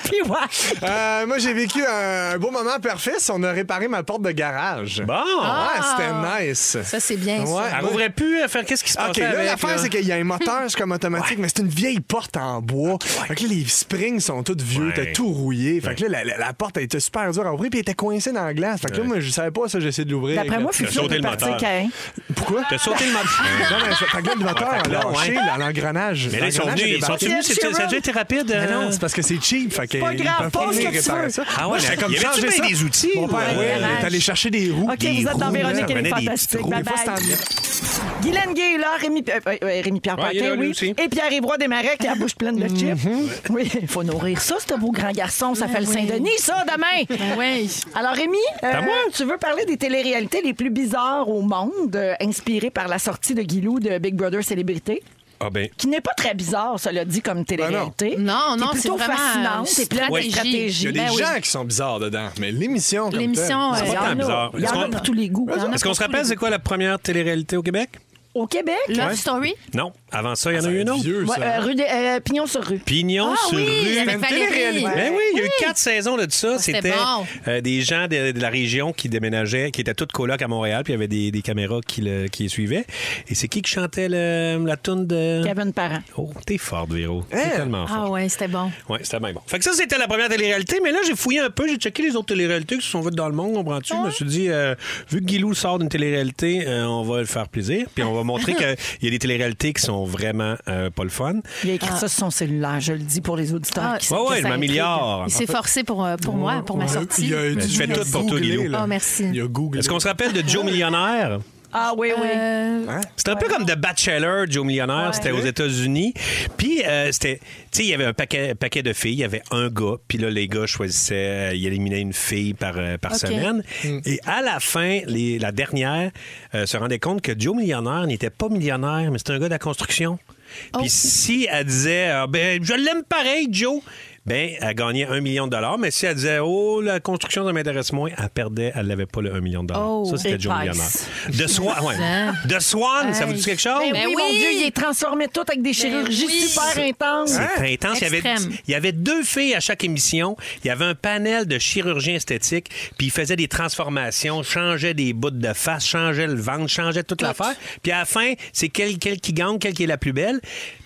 Speaker 2: Puis ouais.
Speaker 3: Euh, moi, j'ai vécu un, un beau moment parfait. c'est On a réparé ma porte de garage.
Speaker 4: Bon!
Speaker 3: Ah, c'était nice.
Speaker 7: Ça, c'est bien, ça.
Speaker 3: Ouais.
Speaker 4: Elle aurait pu faire qu'est-ce qui se passe
Speaker 3: OK, là, l'affaire, c'est qu'il y a un moteur, c'est comme automatique, mais c'est une vieille porte en bois. Fait que là, les springs sont toutes vieux,
Speaker 4: Ouais.
Speaker 3: t'as tout rouillé. Fait que là, la, la- la porte, elle était super dure à ouvrir, puis elle était coincée dans la glace. Fait que là, moi, je savais pas ça, j'essayais de l'ouvrir.
Speaker 2: D'après
Speaker 3: avec
Speaker 2: moi,
Speaker 3: la-
Speaker 2: Fufu,
Speaker 4: sauté
Speaker 2: on peut
Speaker 4: ben, le
Speaker 2: partir
Speaker 4: moteur.
Speaker 2: qu'un.
Speaker 3: Pourquoi?
Speaker 4: T'as sauté le marché.
Speaker 3: Non, mais ça- fait que là, le moteur
Speaker 4: Ouais,
Speaker 3: a
Speaker 4: fait que là,
Speaker 3: lâché
Speaker 4: ouais.
Speaker 3: là, l'engrenage.
Speaker 4: Mais là, ils sont
Speaker 3: L'engrenage
Speaker 4: venus,
Speaker 3: a
Speaker 4: ils sont
Speaker 3: débarqué.
Speaker 4: venus vu? C'est- Ça a déjà été rapide?
Speaker 3: Mais
Speaker 4: euh?
Speaker 3: non, c'est parce que c'est cheap. Fait qu'ils
Speaker 4: pas
Speaker 3: ils
Speaker 4: grave,
Speaker 3: peuvent
Speaker 4: pose ce
Speaker 3: venir
Speaker 4: que tu
Speaker 3: réparer
Speaker 4: veux.
Speaker 3: ça.
Speaker 4: Ah ouais,
Speaker 3: Moi,
Speaker 4: mais
Speaker 3: j'étais comme
Speaker 4: y
Speaker 3: ça,
Speaker 4: avait-tu
Speaker 3: j'ai
Speaker 4: bien
Speaker 3: ça.
Speaker 4: des outils,
Speaker 3: Mon père,
Speaker 4: ou,
Speaker 3: oui,
Speaker 4: euh,
Speaker 3: il est allé chercher des roues.
Speaker 2: OK,
Speaker 3: des
Speaker 2: vous êtes dans
Speaker 3: roues, là.
Speaker 2: Véronique et les
Speaker 3: Prenez des
Speaker 2: Fantastiques.
Speaker 3: petites roues.
Speaker 2: Bye
Speaker 3: Des fois,
Speaker 2: bye.
Speaker 3: c'était en-
Speaker 2: Guylaine Gay est là, Rémi, euh, euh, Rémi Pierre
Speaker 4: Ouais, il est
Speaker 2: Paquin,
Speaker 4: là, lui
Speaker 2: oui.
Speaker 4: aussi.
Speaker 2: Et Pierre Évroy Desmarais qui a la bouche pleine
Speaker 7: Mhm.
Speaker 2: de chips. Oui, il faut nourrir ça, ce beau grand garçon.
Speaker 7: Ben
Speaker 2: Ça fait le Saint-Denis, ça,
Speaker 7: *laughs*
Speaker 2: demain.
Speaker 7: Oui.
Speaker 2: Alors, Rémi, euh, tu veux parler des téléréalités les plus bizarres au monde, euh, inspirées par la sortie de Guilou de Big Brother Célébrité?
Speaker 4: Ah ben.
Speaker 2: Qui n'est pas très bizarre, cela dit, comme télé-réalité.
Speaker 7: Non, non,
Speaker 2: Qui est
Speaker 7: c'est
Speaker 2: plutôt
Speaker 7: vraiment, euh,
Speaker 2: fascinante. C'est plein de
Speaker 3: Il
Speaker 7: stratégie.
Speaker 3: y
Speaker 2: stratégies.
Speaker 3: a des
Speaker 2: Ben oui.
Speaker 3: gens qui sont bizarres dedans, mais l'émission comme
Speaker 7: L'émission,
Speaker 3: telle, c'est
Speaker 7: euh,
Speaker 4: Pas
Speaker 3: pas
Speaker 4: tant
Speaker 3: tant
Speaker 4: bizarre.
Speaker 2: Il y en a pour tous les goûts.
Speaker 7: Il y en a
Speaker 4: Est-ce qu'on
Speaker 7: pour
Speaker 4: se
Speaker 7: tous
Speaker 4: rappelle
Speaker 7: les
Speaker 4: c'est quoi la première télé-réalité au Québec?
Speaker 2: Au Québec,
Speaker 7: Love Story?
Speaker 4: Non. Avant ça, il y en a eu une autre.
Speaker 3: vieux,
Speaker 2: ouais,
Speaker 3: Ah, ça.
Speaker 2: euh, rue des- euh, Pignon sur rue.
Speaker 4: Pignon
Speaker 7: Ah
Speaker 4: sur
Speaker 7: oui,
Speaker 4: rue.
Speaker 7: avec
Speaker 4: C'était une
Speaker 7: Valérie.
Speaker 4: télé-réalité. Ben oui, il y a eu quatre saisons de ça.
Speaker 7: c'était
Speaker 4: C'était
Speaker 7: bon.
Speaker 4: euh, des gens de, de la région qui déménageaient, qui étaient toutes colocs à Montréal, puis il y avait des, des caméras qui, le- qui les suivaient. Et c'est qui qui chantait le- la toune de.
Speaker 2: Kevin Parent.
Speaker 4: Oh, t'es forte, Véro. T'es tellement forte.
Speaker 7: Ah ouais, c'était bon.
Speaker 4: Oui, c'était bien bon. Fait que ça, c'était la première télé-réalité, mais là, j'ai fouillé un peu, j'ai checké les autres télé-réalités qui se sont faites dans le monde, comprends-tu? Je me suis dit, euh, vu que Guilou sort d'une télé-réalité, euh, on va le faire plaisir, puis on va
Speaker 7: *laughs*
Speaker 4: montrer qu'il y a des télé-réalités qui sont vraiment euh, pas le fun.
Speaker 2: Il a écrit ça sur son cellulaire, je le dis pour les auditeurs.
Speaker 7: Ah,
Speaker 2: qui-
Speaker 7: que
Speaker 4: ouais,
Speaker 7: ça
Speaker 4: le
Speaker 7: intrigue.
Speaker 4: milliard.
Speaker 7: Il s'est forcé pour, euh, pour moi, pour ma
Speaker 3: Ouais,
Speaker 7: sortie.
Speaker 3: il a-
Speaker 4: Mais tu fais tout pour toi,
Speaker 3: Googlé,
Speaker 4: Guilou.
Speaker 3: là.
Speaker 7: Oh, merci.
Speaker 3: Il a Google.
Speaker 4: Est-ce qu'on se rappelle de Joe Millionnaire?
Speaker 2: Ah oui, oui.
Speaker 7: Euh,
Speaker 4: C'était un peu comme The Bachelor, Joe Millionnaire. C'était aux États-Unis. Puis, euh, c'était. Tu sais, il y avait un paquet, paquet de filles. Il y avait un gars. Puis là, les gars choisissaient. euh, Ils éliminaient une fille par, euh, par
Speaker 7: OK. Mm.
Speaker 4: semaine. Et à la fin, les- la dernière euh, se rendait compte que Joe Millionnaire n'était pas millionnaire, mais c'était un gars de la construction.
Speaker 7: Oh.
Speaker 4: Puis si elle disait, Ah, ben, je l'aime pareil, Joe. Ben, elle gagnait un million de dollars, mais si elle disait, oh, la construction, ça m'intéresse moins, elle perdait, elle n'avait pas le 1 million de dollars.
Speaker 7: Oh,
Speaker 4: ça, c'était
Speaker 7: c'est
Speaker 4: Joe
Speaker 7: nice.
Speaker 4: Millionnaire. De Swan, ouais.
Speaker 7: Hein?
Speaker 4: De Swan, ça
Speaker 7: Hey.
Speaker 4: vous dit quelque chose?
Speaker 2: Ben
Speaker 7: Ben
Speaker 2: oui,
Speaker 7: oui. Ben
Speaker 2: mon Dieu, il est transformé tout avec des chirurgies
Speaker 7: oui.
Speaker 2: super intenses.
Speaker 4: C'est intense. Il y, avait,
Speaker 7: Extrême.
Speaker 4: il y avait deux filles à chaque émission. Il y avait un panel de chirurgiens esthétiques, puis ils faisaient des transformations, changeaient des bouts de face, changeaient le ventre, changeaient toute l'affaire. Puis à la fin, c'est quelle, quelle qui gagne, quelle qui est la plus belle.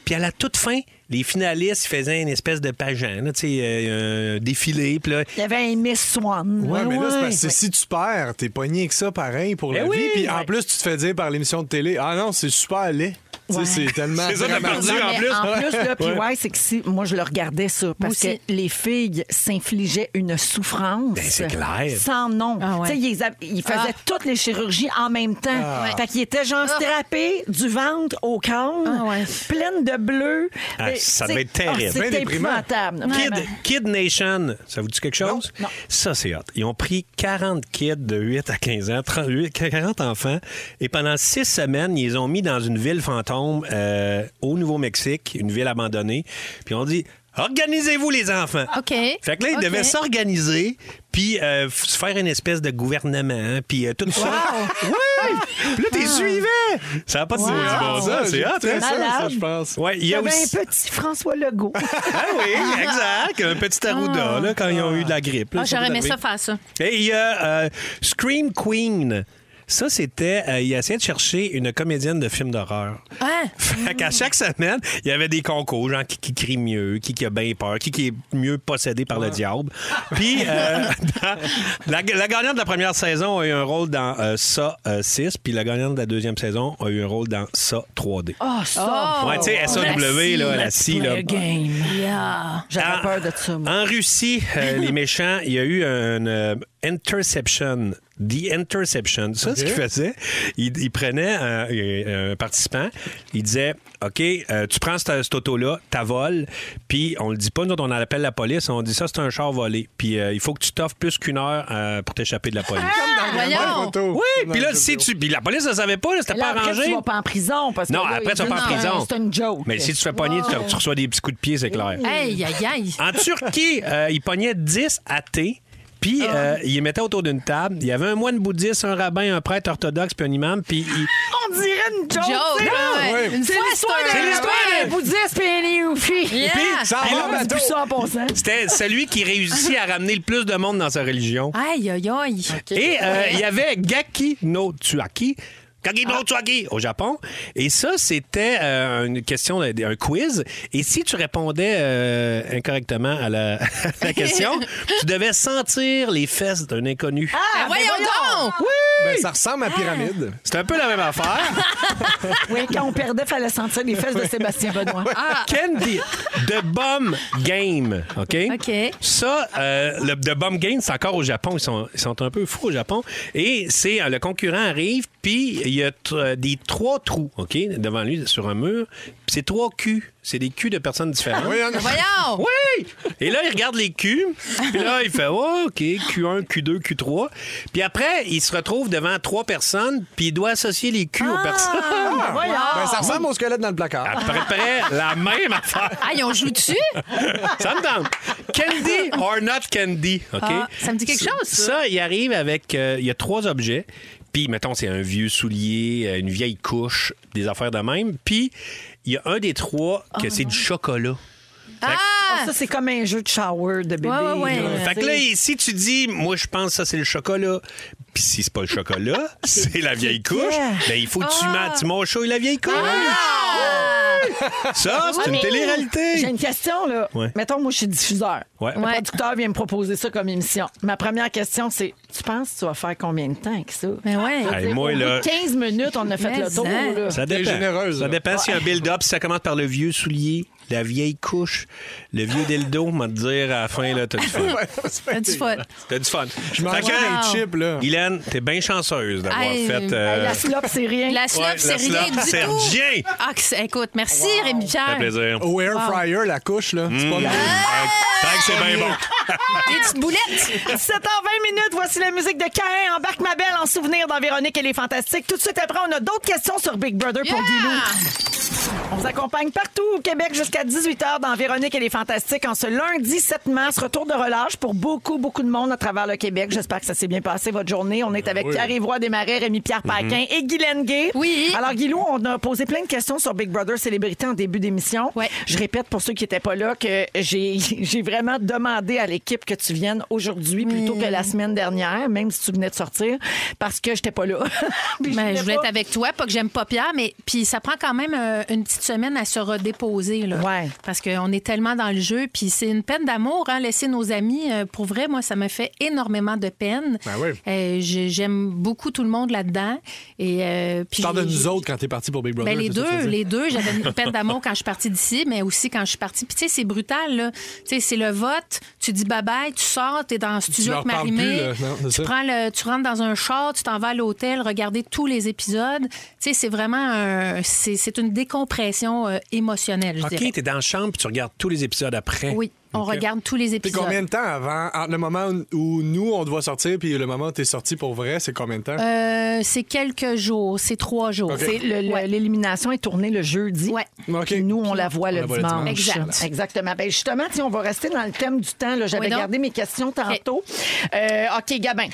Speaker 4: Puis à la toute fin, les finalistes faisaient une espèce de pageant, là, tu sais, euh, un défilé. Puis là,
Speaker 2: Il y avait un Miss Swan. Ben
Speaker 3: Ouais, mais là, c'est parce que
Speaker 2: Ouais.
Speaker 3: si tu perds, t'es pogné que ça pareil pour la
Speaker 4: Eh oui.
Speaker 3: vie. Puis en plus, tu te fais dire par l'émission de télé Ah non, c'est super laid. Tu sais, C'est tellement.
Speaker 4: C'est ça, t'as
Speaker 3: Ah, vraiment-
Speaker 4: perdu
Speaker 2: Non,
Speaker 4: en
Speaker 2: mais
Speaker 4: plus.
Speaker 2: En plus, là, puis ouais, c'est que si, moi, je le regardais ça parce
Speaker 7: aussi.
Speaker 2: que les filles s'infligeaient une souffrance.
Speaker 4: c'est clair.
Speaker 2: Sans nom.
Speaker 7: Ah ouais.
Speaker 2: Tu sais, ils, a- ils faisaient
Speaker 7: Ah.
Speaker 2: toutes les chirurgies en même temps. Fait qu'ils étaient genre strappés du ventre au crâne,
Speaker 7: Ah ouais.
Speaker 2: pleines de bleu.
Speaker 4: Ah,
Speaker 2: Et,
Speaker 4: ça
Speaker 2: tu sais,
Speaker 4: devait être terrible.
Speaker 2: ah,
Speaker 3: Bien
Speaker 2: C'était
Speaker 3: déprimant.
Speaker 2: épouvantable.
Speaker 4: Kid,
Speaker 7: ben.
Speaker 2: Vraiment.
Speaker 4: Kid Nation, ça vous dit quelque chose?
Speaker 2: ben. Non.
Speaker 4: Ça, c'est hot. Ils ont pris 40 kids de 8 à 15 ans, 38, 40 enfants, et pendant six semaines, ils les ont mis dans une ville fantôme euh, au Nouveau-Mexique, une ville abandonnée, puis on dit Organisez-vous, les enfants!
Speaker 7: OK.
Speaker 4: Fait que là, ils
Speaker 7: OK.
Speaker 4: devaient s'organiser, puis euh, f- se faire une espèce de gouvernement, hein, puis euh, tout ça. *laughs* Ouais! Puis là,
Speaker 2: Ah.
Speaker 4: t'es suivais! Ça n'a pas de bon sens, c'est hot, hein?
Speaker 3: C'est ça, ça,
Speaker 2: Malade. Ah,
Speaker 3: je pense.
Speaker 4: Ouais, il
Speaker 2: Il
Speaker 4: y
Speaker 2: y
Speaker 4: a
Speaker 2: avait
Speaker 4: aussi...
Speaker 2: un petit François
Speaker 4: *laughs*
Speaker 2: Legault.
Speaker 4: Ah oui, exact. Un petit arruda, là, quand ils ont eu de la grippe. là,
Speaker 7: Ah,
Speaker 4: ils sont
Speaker 7: j'aurais aimé
Speaker 4: arrivés.
Speaker 7: ça faire ça.
Speaker 4: Et il y a euh, Scream Queen. Ça, c'était. euh, il essayait de chercher une comédienne de film d'horreur. *laughs*
Speaker 7: Hein?
Speaker 4: Fait qu'à chaque semaine, il y avait des concours, genre qui, qui crie mieux, qui, qui a bien peur, qui, qui est mieux possédé par le diable. Puis,
Speaker 7: *laughs*
Speaker 4: euh, dans- la, la gagnante de la première saison a eu un rôle dans euh, Ça euh, 6, puis la gagnante de la deuxième saison a eu un rôle dans Ça 3D.
Speaker 2: Ah, ça!
Speaker 7: Oh!
Speaker 4: ouais, tu sais, SAW, là, la scie, là.
Speaker 2: game.
Speaker 7: Yeah.
Speaker 2: J'avais
Speaker 4: En-
Speaker 2: peur de ça, moi.
Speaker 4: En Russie,
Speaker 2: *laughs*
Speaker 4: euh, les méchants, il y a eu une euh, interception. The interception. Ça, ce qu'ils faisaient, ils il prenaient un, euh, un participant, ils disaient OK, euh, tu prends cette, cette auto-là, t'as vol, puis on le dit pas, nous autres, on appelle la police, on dit ça, c'est un char volé, puis euh, il faut que tu t'offres plus qu'une heure euh, pour t'échapper de la police.
Speaker 2: Ah!
Speaker 7: Voyons.
Speaker 2: Oh,
Speaker 4: oui, puis là, si tu. Puis la police ne savait pas, là, c'était
Speaker 2: Là,
Speaker 4: pas
Speaker 2: après,
Speaker 4: arrangé.
Speaker 2: tu vas pas en prison. Parce que
Speaker 4: Non,
Speaker 2: là,
Speaker 4: après,
Speaker 2: ils
Speaker 4: tu vas pas en
Speaker 2: disent,
Speaker 4: prison.
Speaker 2: C'est une joke.
Speaker 4: Mais si tu te fais pogner, tu, tu reçois des petits coups de pied, c'est clair.
Speaker 7: Aïe, aïe, aïe.
Speaker 4: En Turquie, euh, ils pognaient 10 athées. Puis, euh, ils les mettaient autour d'une table. Il y avait un moine bouddhiste, un rabbin, un prêtre orthodoxe, puis un imam. Puis, ils-
Speaker 2: On dirait une joke.
Speaker 7: Joe,
Speaker 2: tu sais.
Speaker 7: ouais.
Speaker 3: ouais.
Speaker 7: une
Speaker 2: C'est
Speaker 7: fois,
Speaker 2: l'histoire
Speaker 7: c'est un-
Speaker 2: de l'histoire d'un bouddhiste et un néophyte.
Speaker 7: Yeah.
Speaker 3: Ça
Speaker 4: Et
Speaker 3: va,
Speaker 4: là,
Speaker 2: On dit
Speaker 3: bateau.
Speaker 2: plus ça en
Speaker 4: *laughs*
Speaker 2: passant.
Speaker 4: c'était celui qui réussit à ramener le plus de monde dans sa religion.
Speaker 7: Aïe, aïe, aïe.
Speaker 4: Et euh, il y avait Gaki no Tsuaki. Gaki no Tsuaki au Japon. Et ça, c'était euh, une question, de- un quiz. Et si tu répondais euh, incorrectement à la, *laughs* à la question, tu devais sentir les fesses d'un inconnu.
Speaker 7: Ah, voyons donc!
Speaker 2: Oui!
Speaker 3: Ben, ça ressemble à pyramide.
Speaker 4: C'est un peu la même affaire.
Speaker 2: oui, quand on perdait, fallait sentir les fesses de Sébastien Benoît.
Speaker 4: Ah.
Speaker 7: Ah,
Speaker 4: Candy, The Bomb Game, OK?
Speaker 7: OK.
Speaker 4: Ça, euh, le The Bomb Game, c'est encore au Japon. Ils sont, ils sont un peu fous au Japon. Et c'est euh, le concurrent arrive, puis il y a tr- euh, des trois trous, OK, devant lui, sur un mur. Puis c'est trois culs. C'est des culs de personnes différentes.
Speaker 5: Voyons!
Speaker 4: Oui! Et là, il regarde les culs. Puis là, il fait oh, OK, Q1, Q2, Q3. Puis après, il se retrouve devant trois personnes, puis il doit associer les culs aux personnes. Ah.
Speaker 3: voyons. Ben, ça ressemble au squelette dans le placard.
Speaker 4: À peu près la même affaire.
Speaker 7: Ah, ils ont joué dessus?
Speaker 4: Ça me tente. Candy or not candy, OK?
Speaker 7: Ah, ça me dit quelque chose, ça.
Speaker 4: Ça, il arrive avec... euh, il y a trois objets. Puis, mettons, c'est un vieux soulier, euh, une vieille couche, des affaires de même. Puis, il y a un des trois
Speaker 7: Oh,
Speaker 4: que c'est du chocolat.
Speaker 2: Ah, ça, c'est comme un jeu de shower de bébé.
Speaker 7: Ouais, ouais, ouais.
Speaker 4: Fait que là, si tu dis, moi, je pense que ça, c'est le chocolat. Puis si c'est pas le chocolat,
Speaker 7: *laughs*
Speaker 4: c'est la vieille couche, ben il faut que
Speaker 7: Ah!
Speaker 4: tu mettes tu manges ça et la vieille couche. Ça, c'est une
Speaker 2: Ah, J'ai
Speaker 4: télé-réalité.
Speaker 2: une question, là.
Speaker 4: Ouais.
Speaker 2: Mettons, moi, je suis diffuseur.
Speaker 4: Ouais.
Speaker 2: Le
Speaker 7: Ouais.
Speaker 2: producteur vient me proposer ça comme émission. Ma première question, c'est Tu penses que tu vas faire combien de temps avec ça?
Speaker 7: Mais ouais.
Speaker 4: Hey, moi,
Speaker 2: Au bout
Speaker 4: là,
Speaker 2: de 15 minutes, on a fait
Speaker 7: Mais
Speaker 2: le tour.
Speaker 7: hein.
Speaker 2: là.
Speaker 4: Ça dépend.
Speaker 3: généreuse,
Speaker 4: Ça
Speaker 3: là.
Speaker 4: dépend s'il y a un build-up. Si ça commence par le vieux soulier, la vieille couche, le vieux dildo, on va te dire à la fin, là, t'as du fun.
Speaker 3: *laughs*
Speaker 7: T'as du fun.
Speaker 4: T'as du fun.
Speaker 3: Je m'en
Speaker 4: Fait
Speaker 3: vais
Speaker 4: que,
Speaker 7: Wow.
Speaker 3: des chips, là.
Speaker 4: Hélène, t'es bien chanceuse d'avoir
Speaker 7: Hey,
Speaker 4: fait. euh,
Speaker 2: La slop, c'est rien. *laughs*
Speaker 7: La slop,
Speaker 4: ouais,
Speaker 7: c'est
Speaker 4: la
Speaker 7: rien
Speaker 4: slop, c'est
Speaker 7: du tout.
Speaker 4: rien.
Speaker 7: Ah, que c'est- écoute, merci,
Speaker 4: Ça fait
Speaker 7: Rémi-Pierre.
Speaker 4: plaisir.
Speaker 3: Au air fryer, la couche, là. C'est pas
Speaker 4: Hmm.
Speaker 3: mal.
Speaker 4: Ah. Fait
Speaker 7: Ah!
Speaker 4: que c'est bien bon.
Speaker 7: Des petites boulettes.
Speaker 2: 7h20 minutes, voici la musique de Cain. Embarque ma belle en souvenir dans Véronique et les Fantastiques. Tout de suite après, on a d'autres questions sur Big Brother *laughs* pour Guilou. On vous accompagne partout au Québec jusqu'à 18h dans Véronique et les Fantastiques en ce lundi 7 mars. Retour de relâche pour beaucoup, beaucoup de monde à travers le Québec. J'espère que ça s'est bien passé votre journée. On est avec Pierre-Yves Roy Desmarais, Rémi-Pierre Paquin et Guylaine Gay.
Speaker 7: Oui.
Speaker 2: Alors, Guilou, on a posé plein de questions sur Big Brother Célébrité en début d'émission.
Speaker 7: Ouais.
Speaker 2: Je répète pour ceux qui n'étaient pas là que j'ai *laughs* j'ai vraiment demandé à l'équipe que tu viennes aujourd'hui plutôt
Speaker 7: Hmm.
Speaker 2: que la semaine dernière, même si tu venais de sortir, parce que j'étais pas là. *laughs* Puis
Speaker 7: Ben, je voulais être
Speaker 2: pas-
Speaker 7: avec toi, pas que j'aime pas Pierre, mais puis ça prend quand même euh, une petite semaine à se redéposer. Là,
Speaker 2: Ouais.
Speaker 7: Parce qu'on est tellement dans le jeu, puis c'est une peine d'amour, hein, laisser nos amis. Euh, pour vrai, moi, ça me fait énormément de peine.
Speaker 3: Ben oui.
Speaker 7: Euh, j'ai- J'aime beaucoup tout le monde là-dedans. Et euh, puis
Speaker 3: Tu parles de
Speaker 7: j'ai-
Speaker 3: nous autres quand t'es parti pour Big Brother.
Speaker 7: Ben, les
Speaker 3: c'est ça que tu
Speaker 7: deux,
Speaker 3: veux dire?
Speaker 7: les deux, j'avais
Speaker 3: *laughs*
Speaker 7: une peine d'amour quand je suis partie d'ici, mais aussi quand je suis partie. Puis tu sais, c'est brutal là. Tu sais, c'est le vote, tu dis bye bye, tu sors, t'es dans le studio
Speaker 3: leur
Speaker 7: avec
Speaker 3: parles plus,
Speaker 7: Marimé,
Speaker 3: là. Non, c'est
Speaker 7: tu
Speaker 3: ça.
Speaker 7: prends le, tu rentres dans un char, tu t'en vas à l'hôtel, regarder tous les épisodes. Tu sais, c'est vraiment un, c'est c'est une décompression euh, émotionnelle, je dirais.
Speaker 4: OK, t'es dans la chambre puis tu regardes tous les épisodes après.
Speaker 7: Oui, on regarde tous les
Speaker 3: Puis
Speaker 7: épisodes.
Speaker 3: combien de temps avant, entre le moment où nous, on doit sortir, puis le moment où t'es sorti pour vrai, c'est combien de temps?
Speaker 7: Euh, c'est quelques jours, c'est trois jours.
Speaker 2: C'est le- le-
Speaker 7: Ouais.
Speaker 2: L'élimination est tournée le jeudi.
Speaker 7: Ouais.
Speaker 3: OK.
Speaker 2: Puis Nous, on la voit le
Speaker 3: la voit le
Speaker 2: dimanche.
Speaker 3: dimanche.
Speaker 7: Exact.
Speaker 2: Exactement. Ben, justement, tiens, on va rester dans le thème du temps. là. J'avais
Speaker 7: Oui, donc.
Speaker 2: gardé mes questions tantôt. Euh, OK, Gabin.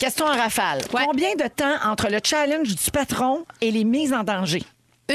Speaker 2: Question en rafale.
Speaker 7: Ouais.
Speaker 2: Combien de temps entre le challenge du patron et les mises en danger?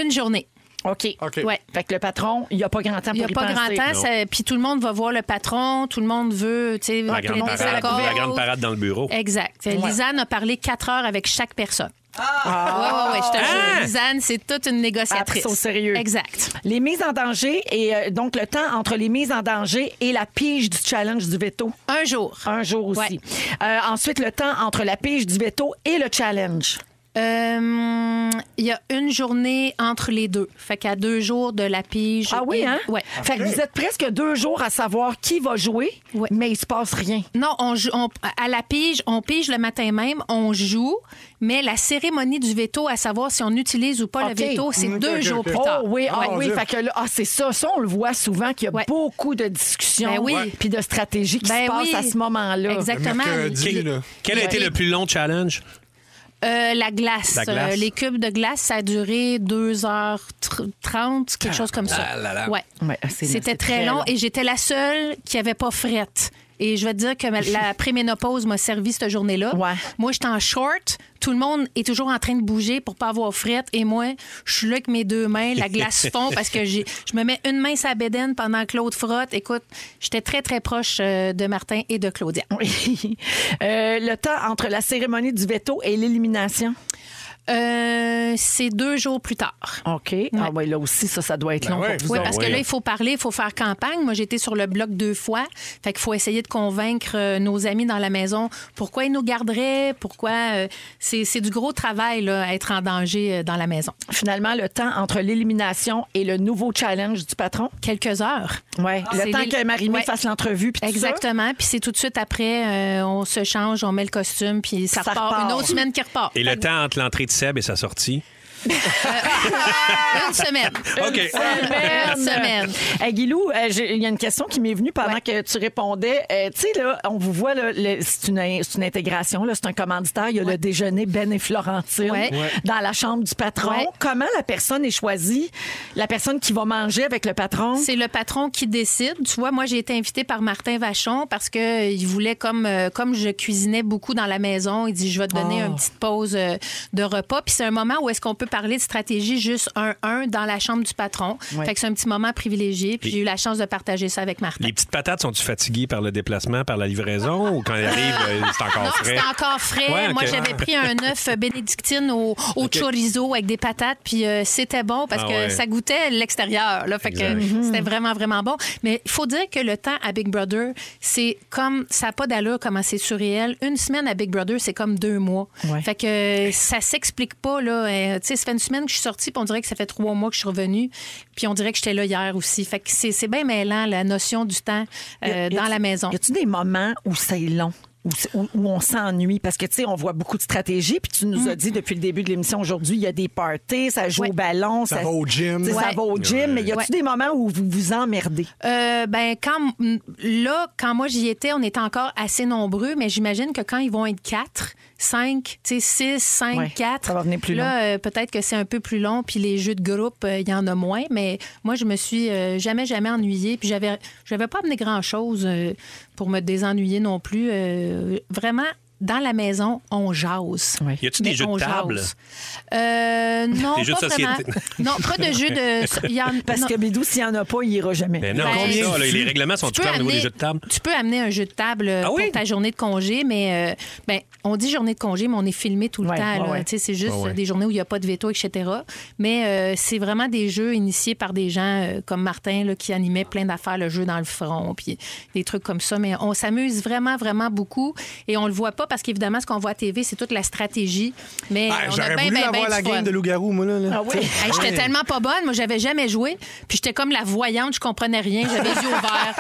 Speaker 7: Une journée.
Speaker 2: OK.
Speaker 3: OK.
Speaker 7: Ouais.
Speaker 2: Fait que le patron, il n'y a pas grand
Speaker 4: Ah,
Speaker 2: temps
Speaker 7: Il n'y a
Speaker 2: pour y
Speaker 7: pas
Speaker 2: penser.
Speaker 7: grand temps, ça- puis tout le monde va voir le patron, tout le monde veut, tu sais,
Speaker 4: La
Speaker 7: tout le
Speaker 4: grande,
Speaker 7: monde
Speaker 4: parade,
Speaker 7: s'accorde.
Speaker 4: la grande parade dans le bureau.
Speaker 7: Exact. Euh, Lisanne a parlé quatre heures avec chaque personne. Ah! Oui, oui, je te
Speaker 4: Ah!
Speaker 7: jure. Lisanne, c'est toute une négociatrice.
Speaker 2: Ah, au sérieux.
Speaker 7: Exact.
Speaker 2: Les mises en danger et euh, donc le temps entre les mises en danger et la pige du challenge du veto.
Speaker 7: Un jour.
Speaker 2: Un jour aussi.
Speaker 7: Ouais.
Speaker 2: Euh, ensuite, le temps entre la pige du veto et le challenge.
Speaker 7: Euh, Il y a une journée entre les deux. Fait qu'à deux jours de la pige.
Speaker 2: Ah oui,
Speaker 7: et-
Speaker 2: hein?
Speaker 7: Ouais.
Speaker 2: Fait que vous êtes presque deux jours à savoir qui va jouer,
Speaker 7: Ouais.
Speaker 2: mais il se passe rien.
Speaker 7: Non, on, joue- on- à la pige, on pige le matin même, on joue, mais la cérémonie du veto, à savoir si on utilise ou pas
Speaker 2: OK.
Speaker 7: le veto, c'est
Speaker 3: Mm,
Speaker 7: deux
Speaker 3: OK,
Speaker 7: jours
Speaker 3: OK.
Speaker 7: plus tard.
Speaker 2: Oh oui, ah
Speaker 3: Mon
Speaker 2: oui,
Speaker 3: Dieu.
Speaker 2: fait que là, ah, c'est ça. Ça, on le voit souvent qu'il y a
Speaker 7: Ouais.
Speaker 2: beaucoup de discussions
Speaker 7: Ben oui.
Speaker 2: puis de stratégies qui
Speaker 7: Ben
Speaker 2: se passent
Speaker 7: oui.
Speaker 2: à ce moment-là. *laughs*
Speaker 7: Exactement.
Speaker 3: Mercredi,
Speaker 7: Les-
Speaker 3: là.
Speaker 4: Quel a été le plus long challenge?
Speaker 7: Euh, la glace.
Speaker 4: La glace.
Speaker 7: Euh, les cubes de glace, ça a duré 2h30, quelque chose comme
Speaker 4: Ah
Speaker 7: ça. Ouais.
Speaker 2: Ouais, ah, c'est-
Speaker 7: C'était
Speaker 2: c'est
Speaker 7: très,
Speaker 2: très
Speaker 7: long,
Speaker 2: long.
Speaker 7: et j'étais la seule qui avait pas frette. Et je vais te dire que ma- la préménopause m'a servi cette journée-là.
Speaker 2: Ouais.
Speaker 7: Moi, j'étais en short. Tout le monde est toujours en train de bouger pour pas avoir frette. Et moi, je suis là avec mes deux mains. La glace
Speaker 4: *laughs*
Speaker 7: fond parce que j'ai, je me mets une main sa bédaine pendant que l'autre frotte. Écoute, j'étais très, très proche euh, de Martin et de Claudia.
Speaker 2: Oui. Euh, le temps entre la cérémonie du veto et l'élimination.
Speaker 7: Euh, c'est deux jours plus tard.
Speaker 2: OK. Ah, ouais, là aussi, ça, ça doit être
Speaker 3: Ben
Speaker 2: long pour vous
Speaker 7: Oui,
Speaker 2: autres.
Speaker 7: parce que là, il faut parler, il faut faire campagne. Moi, j'étais sur le bloc deux fois. Fait qu'il faut essayer de convaincre euh, nos amis dans la maison pourquoi ils nous garderaient, pourquoi. euh, c'est c'est du gros travail, là, être en danger euh, dans la maison.
Speaker 2: Finalement, le temps entre l'élimination et le nouveau challenge du patron?
Speaker 7: Quelques heures.
Speaker 2: Ouais.
Speaker 7: C'est
Speaker 2: le temps
Speaker 7: les-
Speaker 2: que Marie-Mé
Speaker 7: Ouais.
Speaker 2: fasse l'entrevue. puis tout ça.
Speaker 7: Exactement. Puis c'est tout de suite après, euh, on se change, on met le costume, puis ça,
Speaker 2: Ça
Speaker 7: repart.
Speaker 2: repart.
Speaker 7: Une autre semaine
Speaker 2: *laughs*
Speaker 7: qui repart.
Speaker 4: Et le temps entre l'entrée de Seb et sa sortie.
Speaker 7: Une semaine.
Speaker 4: OK.
Speaker 7: Une semaine.
Speaker 2: Hey, Guilou, euh, j'ai- il y a une question qui m'est venue pendant que tu répondais. Euh, tu sais, là, on vous voit, là, le- c'est une, c'est une intégration, là, c'est un commanditaire. Il y a le déjeuner Ben et Florentine
Speaker 7: Ouais. Ouais.
Speaker 2: dans la chambre du patron.
Speaker 7: Ouais.
Speaker 2: Comment la personne est choisie? La personne qui va manger avec le patron?
Speaker 7: C'est le patron qui décide. Tu vois, moi, j'ai été invitée par Martin Vachon parce que euh, il voulait, comme, euh, comme je cuisinais beaucoup dans la maison, il dit, je vais te donner
Speaker 2: Oh.
Speaker 7: une petite pause euh, de repas. Puis c'est un moment où est-ce qu'on peut parler de stratégie juste un un dans la chambre du patron.
Speaker 2: Ouais.
Speaker 7: Fait que c'est un petit moment privilégié. Puis j'ai eu la chance de partager ça avec Martin.
Speaker 4: Les petites patates, sont-tu fatiguées par le déplacement, par la livraison ou quand elles arrivent, euh, c'est encore
Speaker 7: Non,
Speaker 4: frais?
Speaker 7: c'était Ah, encore frais.
Speaker 4: Ouais, ok.
Speaker 7: Moi, j'avais pris un œuf bénédictine au, au chorizo avec des patates, puis euh, c'était bon parce
Speaker 4: Ah
Speaker 7: que
Speaker 4: ouais.
Speaker 7: ça goûtait l'extérieur. Là, fait que
Speaker 4: Exact.
Speaker 7: euh,
Speaker 2: Mhm.
Speaker 7: c'était vraiment, vraiment bon. Mais il faut dire que le temps à Big Brother, c'est comme ça n'a pas d'allure comment c'est surréel. Une semaine à Big Brother, c'est comme deux mois.
Speaker 2: Ouais.
Speaker 7: Fait que euh, ça s'explique pas là. Euh, Tu sais, ça fait une semaine que je suis sortie, puis on dirait que ça fait trois mois que je suis revenue, puis on dirait que j'étais là hier aussi. Fait que c'est c'est bien mêlant la notion du temps euh,
Speaker 2: Y a- y a-tu-
Speaker 7: dans la maison.
Speaker 2: Y a-tu des moments où c'est long? Où, c'est- où- où on s'ennuie parce que tu sais on voit beaucoup de stratégies puis tu nous as dit depuis le début de l'émission aujourd'hui il y a des parties ça joue
Speaker 7: Mm. Ouais.
Speaker 2: au ballon
Speaker 3: Ça va au gym.
Speaker 2: tu sais, ça
Speaker 7: Ouais.
Speaker 2: va au gym mais y a-tu
Speaker 7: Ouais.
Speaker 2: des moments où vous vous emmerdez
Speaker 7: Euh, ben quand m- là, quand moi j'y étais, on était encore assez nombreux, mais j'imagine que quand ils vont être quatre, cinq, tu sais six, cinq,
Speaker 2: Ouais,
Speaker 7: quatre,
Speaker 2: ça va venir plus
Speaker 7: là euh, peut-être que c'est un peu plus long, puis les jeux de groupe euh, il y en a moins, mais moi je me suis euh, jamais jamais ennuyée, puis j'avais j'avais pas amené grand chose pour me désennuyer non plus, Euh, vraiment. Dans la maison, on jase.
Speaker 2: Ouais.
Speaker 4: Y a-tu des
Speaker 7: Mais
Speaker 4: jeux de
Speaker 7: on
Speaker 4: table?
Speaker 7: jase. Euh, non,
Speaker 4: Des jeux
Speaker 7: pas
Speaker 4: de
Speaker 7: vraiment.
Speaker 4: société.
Speaker 7: Non, pas de
Speaker 4: *laughs*
Speaker 7: jeux de. il y en-
Speaker 2: parce
Speaker 7: non.
Speaker 2: que Bidou s'il y en a pas il ira jamais
Speaker 4: Mais non,
Speaker 7: Ben,
Speaker 4: c'est ça, là,
Speaker 7: tu-
Speaker 4: les règlements sont
Speaker 7: tu
Speaker 4: clairs
Speaker 7: peux
Speaker 4: au niveau des
Speaker 7: amener-
Speaker 4: jeux de table.
Speaker 7: Tu peux amener un jeu de table euh,
Speaker 4: Ah
Speaker 7: pour
Speaker 4: oui?
Speaker 7: ta journée de congé, mais euh, ben, on dit journée de congé, mais on est filmé tout le
Speaker 2: Ouais,
Speaker 7: temps.
Speaker 2: ouais,
Speaker 7: là.
Speaker 2: ouais.
Speaker 7: Tu sais, C'est juste
Speaker 4: Ouais, ouais.
Speaker 7: euh, des journées où il n'y a pas de veto, etc. Mais euh, c'est vraiment des jeux initiés par des gens euh, comme Martin là, qui animait plein d'affaires, le jeu dans le front, puis des trucs comme ça. Mais on s'amuse vraiment, vraiment beaucoup et on le voit pas parce qu'évidemment, ce qu'on voit à TV, c'est toute la stratégie. Mais
Speaker 4: Ben,
Speaker 3: Ah,
Speaker 7: on a
Speaker 3: J'aurais
Speaker 7: bien,
Speaker 3: voulu
Speaker 7: bien, bien
Speaker 3: avoir
Speaker 7: du
Speaker 3: la
Speaker 7: fun.
Speaker 3: game de loup-garou, moi, là. là.
Speaker 7: *laughs*
Speaker 2: Ah oui?
Speaker 3: Tu sais,
Speaker 7: Hey, j'étais tellement pas bonne, moi j'avais jamais joué, puis j'étais comme la voyante, je comprenais rien, j'avais les yeux ouverts.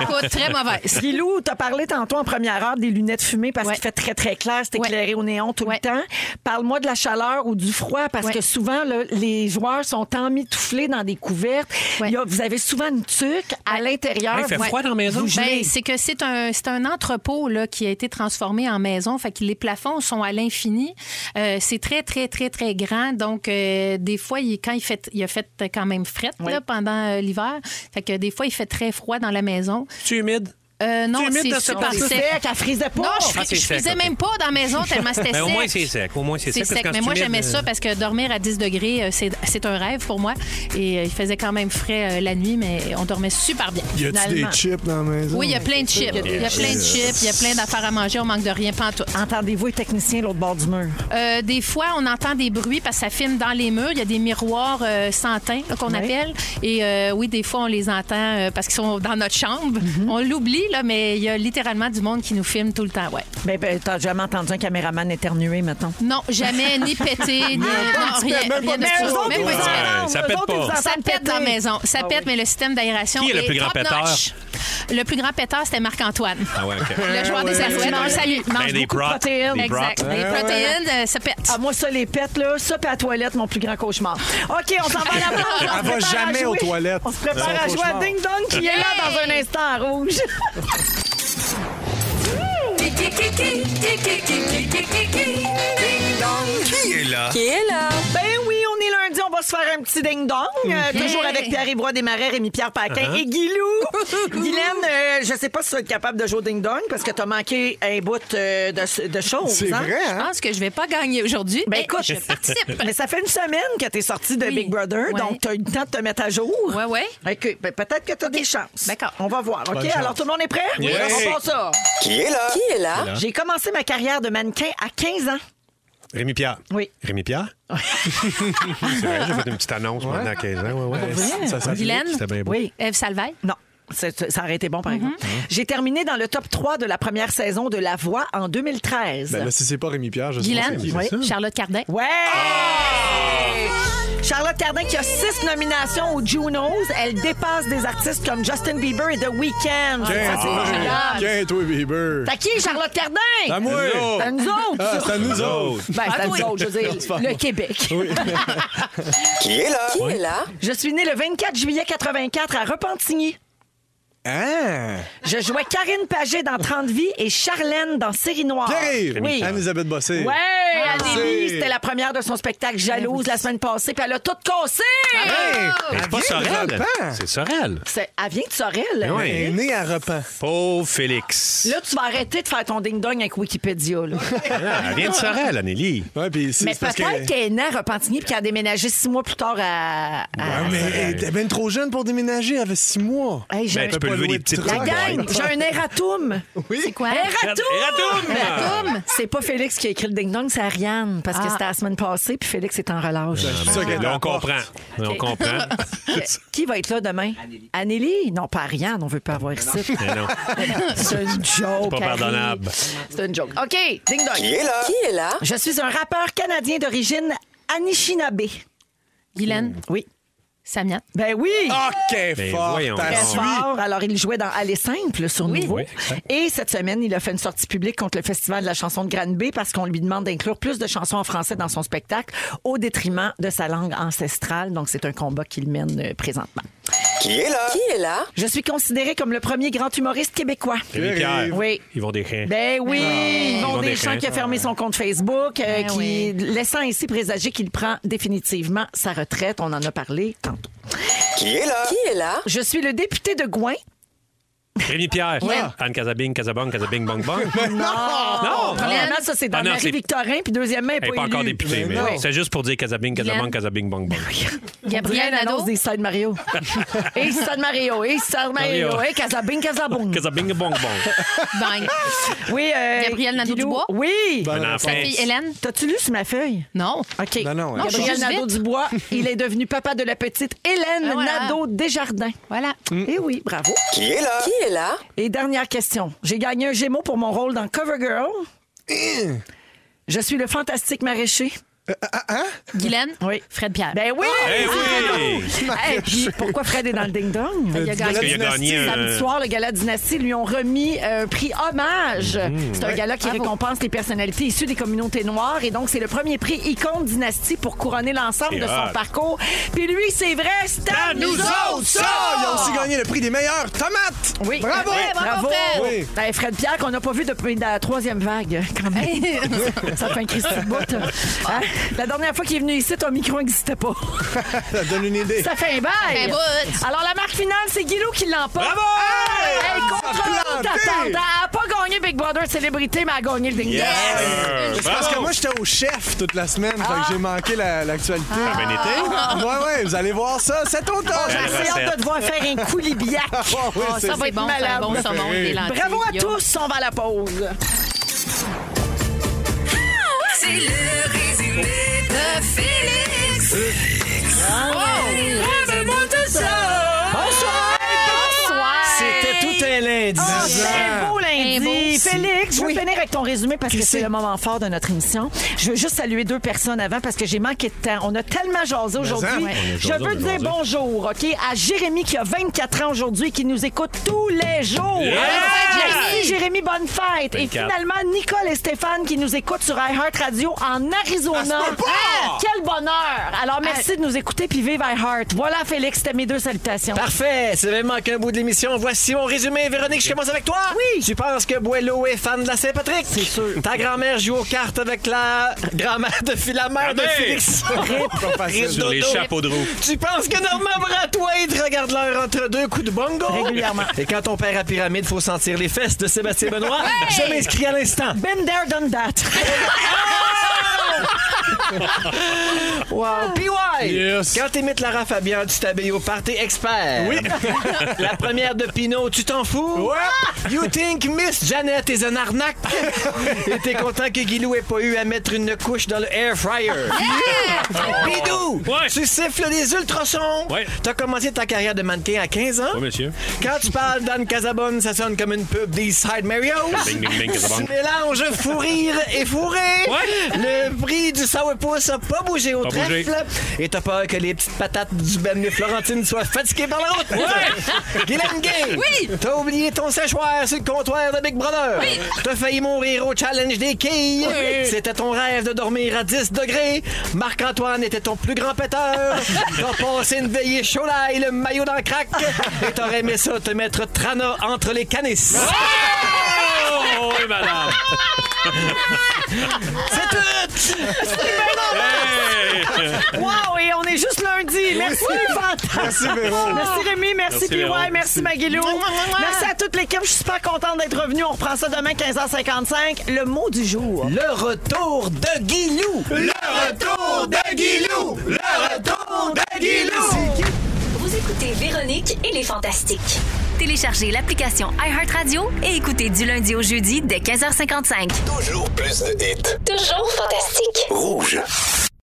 Speaker 7: Écoute, très mauvaise.
Speaker 2: Guilou, t'as parlé tantôt en première heure des lunettes fumées parce
Speaker 7: Ouais.
Speaker 2: qu'il fait très, très clair, c'est
Speaker 7: Ouais.
Speaker 2: éclairé au néon tout
Speaker 7: Ouais.
Speaker 2: le temps. Parle-moi de la chaleur ou du froid parce
Speaker 7: Ouais.
Speaker 2: que souvent, là, les joueurs sont emmitouflés dans des couvertes.
Speaker 7: Ouais.
Speaker 2: Il y a- vous avez souvent une tuque à l'intérieur.
Speaker 4: Ah, il fait
Speaker 2: Ouais.
Speaker 4: froid dans la maison.
Speaker 2: Vous
Speaker 7: Ben,
Speaker 2: gelez.
Speaker 7: c'est que c'est un, c'est un entrepôt là, qui a été transformé en maison. Fait que les plafonds sont à l'infini. Euh, c'est très, très, très, très grand. Donc, euh, des fois, il, quand il, fait, il a fait quand même fret
Speaker 2: Oui.
Speaker 7: là, pendant euh, l'hiver. Fait que des fois, il fait très froid dans la maison.
Speaker 4: Tu humide?
Speaker 7: Euh, non,
Speaker 4: Tu imites
Speaker 7: c'est
Speaker 4: de ce
Speaker 7: super
Speaker 4: qu'on
Speaker 7: sec.
Speaker 2: Ah, sec, elle frisait pas.
Speaker 7: Non, je,
Speaker 4: Ah, c'est
Speaker 7: je
Speaker 4: sec,
Speaker 7: frisais
Speaker 4: ok.
Speaker 7: même pas dans la maison tellement
Speaker 4: *laughs*
Speaker 7: c'était
Speaker 4: Ben, au
Speaker 7: sec.
Speaker 4: moins, c'est sec. Au moins, c'est
Speaker 7: C'est
Speaker 4: sec. parce
Speaker 7: sec,
Speaker 4: que quand
Speaker 7: mais
Speaker 4: c'est
Speaker 7: moi
Speaker 4: humide, euh,
Speaker 7: j'aimais ça parce que dormir à 10 degrés, euh, c'est c'est un rêve pour moi. Et euh, il faisait quand même frais euh, la nuit, mais on dormait super bien.
Speaker 3: Y a-tu des
Speaker 2: Finalement.
Speaker 3: chips dans la maison?
Speaker 7: Oui, il y a plein de chips. Il y a plein de chips, il y a plein d'affaires à manger, on manque de rien, pas en tout. hein.
Speaker 2: Entendez-vous les techniciens de l'autre bord du mur?
Speaker 7: Euh, des fois, on entend des bruits parce que ça filme dans les murs. Il y a des miroirs euh, sans teint là, qu'on
Speaker 2: Oui.
Speaker 7: appelle. Et euh, oui, des fois, on les entend euh, parce qu'ils sont dans notre chambre.
Speaker 3: Mhm.
Speaker 7: On l'oublie, là, mais il y a littéralement du monde qui nous filme tout le temps. Ouais.
Speaker 2: Ben, ben, t'as jamais entendu un caméraman éternuer, mettons.
Speaker 7: Non, jamais, ni
Speaker 3: *laughs*
Speaker 7: pété, ni. non, rien,
Speaker 3: même pas
Speaker 7: rien
Speaker 3: de
Speaker 7: de
Speaker 3: petit
Speaker 7: ça.
Speaker 3: peu.
Speaker 7: Même
Speaker 2: ils
Speaker 7: pas de
Speaker 2: vous
Speaker 7: petit peu.
Speaker 2: entendent,
Speaker 4: ça
Speaker 2: eux
Speaker 4: pète
Speaker 2: autres, ils
Speaker 4: pas.
Speaker 2: vous entendent
Speaker 7: Ça pète dans la
Speaker 2: péter.
Speaker 7: maison. Ça
Speaker 2: Ah
Speaker 7: pète,
Speaker 2: oui.
Speaker 7: mais le système d'aération.
Speaker 4: Qui est le
Speaker 7: est
Speaker 4: plus grand
Speaker 7: top-notch. Le plus grand péteur, c'était Marc-Antoine.
Speaker 4: Ah ouais, OK.
Speaker 7: Le joueur des Alouettes. On le salue. Il mange
Speaker 4: Ben, des
Speaker 7: beaucoup.
Speaker 4: brats.
Speaker 2: protéines.
Speaker 4: Des brats.
Speaker 7: Exact. Les protéines, euh, ça pète.
Speaker 2: Ah, moi, ça, les pètes, là, ça, puis à la toilette, mon plus grand cauchemar. OK, on s'en va à la pause. On se
Speaker 3: va
Speaker 2: prépare à
Speaker 3: jamais
Speaker 2: jouer.
Speaker 3: aux toilettes.
Speaker 2: On se prépare
Speaker 3: C'est
Speaker 2: à
Speaker 3: son
Speaker 2: jouer à
Speaker 3: cauchemar.
Speaker 2: Ding Dong qui est là dans un instant en rouge. *laughs*
Speaker 10: Qui est là?
Speaker 2: Ben oui, on est lundi, on va se faire un petit ding-dong. Euh,
Speaker 7: Ok.
Speaker 2: toujours avec Pierre-Yves Desmarais, Rémi-Pierre Paquin
Speaker 3: Uh-huh.
Speaker 2: et Guilou. *laughs* Guylaine, euh, je sais pas si tu vas être capable de jouer au ding-dong parce que t'as manqué un bout euh, de, de choses.
Speaker 3: C'est
Speaker 2: hein?
Speaker 3: vrai,
Speaker 7: Je
Speaker 3: hein?
Speaker 7: pense que je vais pas gagner aujourd'hui.
Speaker 2: Ben
Speaker 7: mais
Speaker 2: écoute,
Speaker 7: Ah. je participe.
Speaker 2: Mais ça fait une semaine que t'es sortie de
Speaker 7: Oui.
Speaker 2: Big Brother,
Speaker 7: Ouais.
Speaker 2: donc t'as eu le temps de te mettre à jour.
Speaker 7: Ouais, ouais.
Speaker 2: OK, ben peut-être que t'as des chances.
Speaker 7: D'accord.
Speaker 2: On va voir, OK?
Speaker 3: Bonne chance.
Speaker 2: Alors, tout le monde est prêt?
Speaker 4: Oui.
Speaker 2: On part ça.
Speaker 10: Qui est là?
Speaker 2: J'ai commencé ma carrière de mannequin à 15 ans.
Speaker 4: Rémi Pierre.
Speaker 2: Oui.
Speaker 4: Rémi
Speaker 7: *laughs*
Speaker 4: Pierre? c'est vrai, j'ai fait une petite annonce maintenant à 15 ans. Ouais, ouais. Ça, ça,
Speaker 7: Guylaine?
Speaker 4: C'était bien beau.
Speaker 7: Oui. Eve Salvaille?
Speaker 2: Non. C'est- Ça aurait été bon, par
Speaker 7: Mm-hmm.
Speaker 2: exemple. J'ai terminé dans le top 3 de la première saison de La Voix en 2013.
Speaker 3: Ben là, si c'est pas Rémi Pierre, je sais pas
Speaker 7: Guylaine?
Speaker 3: c'est Ah! qui.
Speaker 7: Oui. Charlotte Cardin?
Speaker 2: Ouais! Charlotte Cardin qui a six nominations aux Junos. Elle dépasse des artistes comme Justin Bieber et The Weeknd. Ça, c'est
Speaker 3: Tiens,
Speaker 2: incroyable.
Speaker 3: tiens, toi, Bieber.
Speaker 2: T'as qui, Charlotte Cardin?
Speaker 3: À moi.
Speaker 2: À nous autres!
Speaker 3: Ah, c'est à nous autres.
Speaker 2: Ben, c'est à nous
Speaker 3: toi.
Speaker 2: autres, je
Speaker 3: *laughs*
Speaker 2: veux dire,
Speaker 3: C'est pas
Speaker 2: le
Speaker 3: moi.
Speaker 2: Québec.
Speaker 3: Oui.
Speaker 2: Qui est là?
Speaker 3: Qui est
Speaker 2: là? Je suis née le 24 juillet 84 à Repentigny.
Speaker 3: Hein?
Speaker 2: Je jouais Karine Pagé dans 30 vies et Charlène dans Série Noire.
Speaker 3: Pierre,
Speaker 2: Oui.
Speaker 3: Anne-Elisabeth Bossé.
Speaker 2: Ouais,
Speaker 3: Ah.
Speaker 2: Anélie,
Speaker 3: Merci.
Speaker 2: c'était la première de son spectacle Jalouse la semaine passée, puis elle a tout cassé!
Speaker 4: Mais c'est pas Sorel. C'est Sorel.
Speaker 2: C'est- Elle vient de Sorel.
Speaker 3: Ben
Speaker 4: Elle est
Speaker 3: née à Repent.
Speaker 4: Pauvre Félix.
Speaker 2: Là, tu vas arrêter de faire ton ding-dong avec Wikipédia. là.
Speaker 4: Ah, elle vient de Sorel, Anélie.
Speaker 3: Ouais, puis *laughs* c'est
Speaker 2: Mais
Speaker 3: c'est parce
Speaker 2: peut-être
Speaker 3: que...
Speaker 2: qu'elle est née à Repentigny puis qu'elle a déménagé six mois plus tard à. à-
Speaker 3: Ouais, Ah, mais elle était bien trop jeune pour déménager. Elle avait six mois.
Speaker 2: Hey, j'ai- Ben, tu peux
Speaker 3: Pas loué
Speaker 2: lever des
Speaker 3: de
Speaker 2: petites
Speaker 3: truck.
Speaker 2: La gang, j'ai un erratum.
Speaker 7: C'est quoi?
Speaker 2: Erratum!
Speaker 7: Erratum!
Speaker 2: C'est pas Félix qui a écrit le ding-dong, c'est Ariane, parce que
Speaker 7: Ah.
Speaker 2: c'était la semaine passée, puis Félix est en relâche.
Speaker 4: Là, on comprend. Là, On
Speaker 2: Ok. *laughs*
Speaker 4: comprend.
Speaker 2: Qui va être là demain? Anélie. Non, pas Ariane, on veut pas avoir ça.
Speaker 4: Mais non.
Speaker 2: *laughs* C'est une joke.
Speaker 4: C'est pas
Speaker 2: Harry.
Speaker 4: pardonnable.
Speaker 2: C'est une joke. OK, ding dong.
Speaker 4: Qui est là? Qui
Speaker 2: est là? Je suis un rappeur canadien d'origine Anishinaabe.
Speaker 7: Guylaine?
Speaker 2: Oui.
Speaker 7: Samia?
Speaker 2: Ben oui!
Speaker 3: OK,
Speaker 4: Ben fort, voyons t'as
Speaker 2: Très
Speaker 4: su.
Speaker 2: fort. Alors, il jouait dans Aller simple sur Nouveau.
Speaker 4: Oui, exact.
Speaker 2: Et cette semaine, il a fait une sortie publique contre le Festival de la chanson de Granby parce qu'on lui demande d'inclure plus de chansons en français dans son spectacle au détriment de sa langue ancestrale. Donc, c'est un combat qu'il mène euh, présentement.
Speaker 12: Qui est là? Qui est là?
Speaker 2: Je suis considéré comme le premier grand humoriste québécois.
Speaker 4: Rémi Pierre.
Speaker 2: Oui.
Speaker 4: Ils vont décrire.
Speaker 2: Ben oui,
Speaker 4: Ah. Ils
Speaker 2: Yvon
Speaker 4: vont
Speaker 2: Deschamps
Speaker 4: décrire.
Speaker 2: qui a fermé son compte Facebook, euh,
Speaker 7: Ben
Speaker 2: qui laissant ainsi présager qu'il prend définitivement sa retraite. On en a parlé tantôt.
Speaker 12: Qui est là? Qui est là?
Speaker 2: Je suis le député de Gouin.
Speaker 4: Rémi Pierre.
Speaker 2: Ouais.
Speaker 4: Anne Casabing, Casabong, Casabing, Bong *laughs* Bong. Non.
Speaker 2: Premièrement, ça, c'est dans
Speaker 4: Ah non, c'est-
Speaker 2: Marie-Victorin, puis deuxièmement, elle n'est
Speaker 4: Elle n'est pas
Speaker 2: pas,
Speaker 4: encore députée, mais
Speaker 2: Oui.
Speaker 4: c'est juste pour dire Casabing, Casabong,
Speaker 2: Guylaine.
Speaker 4: Casabing,
Speaker 2: *laughs*
Speaker 4: Bong Bong.
Speaker 2: Gabriel
Speaker 7: Gabriel
Speaker 2: annonce
Speaker 7: Nadeau.
Speaker 2: des Side
Speaker 4: *laughs*
Speaker 2: Mario. et Side Mario, et Side Mario,
Speaker 4: Mario.
Speaker 2: et Casabing, Casabong.
Speaker 4: Casabing, Bong Bong.
Speaker 7: *laughs* Bang.
Speaker 2: Oui, euh,
Speaker 7: Gabriel Nadeau-Dubois?
Speaker 2: Oui.
Speaker 4: Bonne enfance.
Speaker 7: Sa fille Hélène?
Speaker 2: T'as-tu lu sur ma feuille?
Speaker 7: Non.
Speaker 2: OK.
Speaker 3: Non, non,
Speaker 12: hein.
Speaker 7: Non, je suis
Speaker 2: Gabriel
Speaker 7: juste vite.
Speaker 2: Nadeau-Dubois, il est devenu papa de la petite Hélène
Speaker 7: Ah, voilà.
Speaker 2: Nadeau-Desjardins.
Speaker 7: Voilà.
Speaker 2: Eh oui, bravo.
Speaker 12: Mm. Qui est là? Qui est là?
Speaker 2: Et dernière question. J'ai gagné un Gémeaux pour mon rôle dans Covergirl.
Speaker 12: Mm.
Speaker 2: Je suis le fantastique maraîcher.
Speaker 7: Guylaine?
Speaker 2: Oui.
Speaker 7: Fred Pierre.
Speaker 2: Ben oui!
Speaker 4: Eh oui!
Speaker 2: Hey, puis pourquoi Fred est dans le ding-dong?
Speaker 7: Il a
Speaker 4: Parce
Speaker 7: gagné.
Speaker 4: qu'il a gagné
Speaker 3: euh,
Speaker 2: Samedi
Speaker 4: un...
Speaker 2: soir, le gala Dynastie lui ont remis euh, un prix hommage.
Speaker 3: Mm-hmm.
Speaker 2: c'est un gala qui récompense les personnalités issues des communautés noires. Et donc, c'est le premier prix icône Dynastie pour couronner l'ensemble
Speaker 4: C'est
Speaker 2: de son
Speaker 4: hot.
Speaker 2: parcours. Puis lui, c'est vrai, c'est à nous autres, ça!
Speaker 3: Ils ont aussi gagné le prix des meilleurs tomates.
Speaker 2: Oui.
Speaker 3: Bravo!
Speaker 2: Ouais, bravo, Fred!
Speaker 3: Oui.
Speaker 2: Ben, Fred Pierre, qu'on n'a pas vu depuis la troisième vague, quand même. *laughs* ça fait un Christy de bout. Hein? La dernière fois qu'il est venu ici, ton micro n'existait pas. *laughs*
Speaker 3: Ça donne une idée.
Speaker 2: Ça fait un bail.
Speaker 7: un Ben, bout.
Speaker 2: Alors, la marque finale, c'est Guilou qui l'emporte.
Speaker 3: Bravo!
Speaker 2: Elle
Speaker 3: Ça a planté.
Speaker 2: Elle n'a pas gagné Big Brother Célébrité, mais elle a gagné le Ding Dong.
Speaker 4: Yes!
Speaker 3: C'est parce que moi, j'étais au chef toute la semaine, fait
Speaker 2: Ah!
Speaker 3: que j'ai manqué la- l'actualité.
Speaker 4: Ah, ben,
Speaker 3: Ouais, ouais, vous allez voir ça cet automne.
Speaker 2: J'ai assez hâte de devoir faire un coulibiac.
Speaker 3: *laughs* Ah, ouais, c'est-
Speaker 7: Ça va être bon, c'est un
Speaker 2: malade.
Speaker 7: bon saumon et des lentilles.
Speaker 2: Bravo à
Speaker 7: Yo.
Speaker 2: tous, on va à la pause.
Speaker 10: C'est le résumé de Félix.
Speaker 9: Oh, Ah
Speaker 2: Bonsoir!
Speaker 10: C'était
Speaker 7: tout
Speaker 10: un lundi.
Speaker 2: Ah, c'est beau
Speaker 7: Un
Speaker 2: lundi.
Speaker 7: beau-
Speaker 2: Félix, je veux finir avec ton résumé parce que
Speaker 3: Qu'est-ce
Speaker 2: c'est
Speaker 3: que-
Speaker 2: le moment fort de notre émission. Je veux juste saluer deux personnes avant parce que j'ai manqué de temps. On a tellement jasé aujourd'hui.
Speaker 3: hein,
Speaker 2: Je
Speaker 4: on a jasé,
Speaker 2: veux
Speaker 4: on a
Speaker 2: dire
Speaker 4: jasé.
Speaker 2: bonjour, OK, à Jérémy qui a 24 ans aujourd'hui et qui nous écoute tous les jours.
Speaker 4: Yeah!
Speaker 2: Merci, Jérémy, bonne fête. Et
Speaker 4: 24.
Speaker 2: finalement, Nicole et Stéphane qui nous écoutent sur iHeart Radio en Arizona.
Speaker 3: Ça se peut pas!
Speaker 2: Ah, quel bonheur! Alors,
Speaker 7: Ah!
Speaker 2: merci de nous écouter puis vive iHeart. Voilà, Félix, c'était mes deux salutations.
Speaker 10: Parfait, c'est même manqué un bout de l'émission. Voici mon résumé. Véronique, je commence avec toi.
Speaker 2: Oui.
Speaker 10: Tu penses que Boileau est fan de la Saint-Patrick? C'est sûr. Ta grand-mère joue aux cartes avec la grand-mère de Phil- la mère de
Speaker 4: Allez.
Speaker 10: Félix.
Speaker 3: Pas facile.
Speaker 4: Sur les chapeaux de roue.
Speaker 10: Tu penses que Normand Brathwaite regarde l'heure entre deux coups de bongo?
Speaker 2: Régulièrement.
Speaker 10: Et quand on perd à pyramide, faut sentir les fesses de Sébastien Benoît. Je m'inscris à l'instant.
Speaker 2: Been there, done that.
Speaker 10: Wow. PY!
Speaker 3: Yes.
Speaker 10: Quand t'imites Lara Fabian, tu t'habilles au party expert.
Speaker 3: Oui.
Speaker 10: *laughs* La première de Pinot, tu t'en fous? Ouais. You think Miss Janet is
Speaker 4: *laughs*
Speaker 10: an arnaque? Et t'es content que Guilou ait pas eu à mettre une couche dans le
Speaker 4: *laughs*
Speaker 10: air fryer. Bidou! Tu siffles les ultrasons! T'as commencé ta carrière de mannequin à 15 ans?
Speaker 4: Oui, monsieur.
Speaker 10: Quand tu parles d'Anne Casabonne, ça sonne comme une pub des Side Marios.
Speaker 4: Bing, bing, bing, Casabonne.
Speaker 10: Tu mélanges fou rire et fourré. Le prix du sourpuss a pas bougé au
Speaker 4: Pas
Speaker 10: trèfle.
Speaker 4: bougé.
Speaker 10: Et t'as peur que les petites patates du Benny Florentine soient fatiguées par la route.
Speaker 5: Ouais.
Speaker 10: *laughs* Guylaine Gay.
Speaker 5: Oui.
Speaker 10: T'as oublié ton séchoir sur le comptoir de Big Brother.
Speaker 5: Oui.
Speaker 10: T'as failli mourir au challenge des quilles.
Speaker 5: Oui.
Speaker 10: C'était ton rêve de dormir à 10 degrés. Marc-Antoine était ton plus
Speaker 5: *laughs*
Speaker 10: grand péteur. T'as passé une veillée chaud là et le maillot dans le crack. Et t'aurais aimé ça te mettre Trana entre les canisses.
Speaker 4: Oh, oui, madame.
Speaker 10: C'est tout!
Speaker 4: Hey!
Speaker 2: *laughs* Wow, et on est juste lundi. Merci,
Speaker 5: Oui.
Speaker 2: les fantasmes.
Speaker 5: Merci, Véro.
Speaker 2: Merci, Rémi. Merci,
Speaker 5: Merci,
Speaker 2: PY.
Speaker 5: Véro.
Speaker 2: Merci, Maguilou.
Speaker 5: Mouah, mouah, mouah.
Speaker 2: Merci à toute l'équipe. Je suis super contente d'être revenue. On reprend ça demain, 15h55. Le mot du jour.
Speaker 10: Le retour de Guilou.
Speaker 5: Le retour de Guilou. Le
Speaker 10: retour
Speaker 5: de Guilou.
Speaker 9: Vous écoutez Véronique et les Fantastiques. Téléchargez l'application iHeartRadio et écoutez du lundi au jeudi dès 15h55.
Speaker 13: Toujours plus de hits.
Speaker 9: Toujours fantastique.
Speaker 13: Rouge.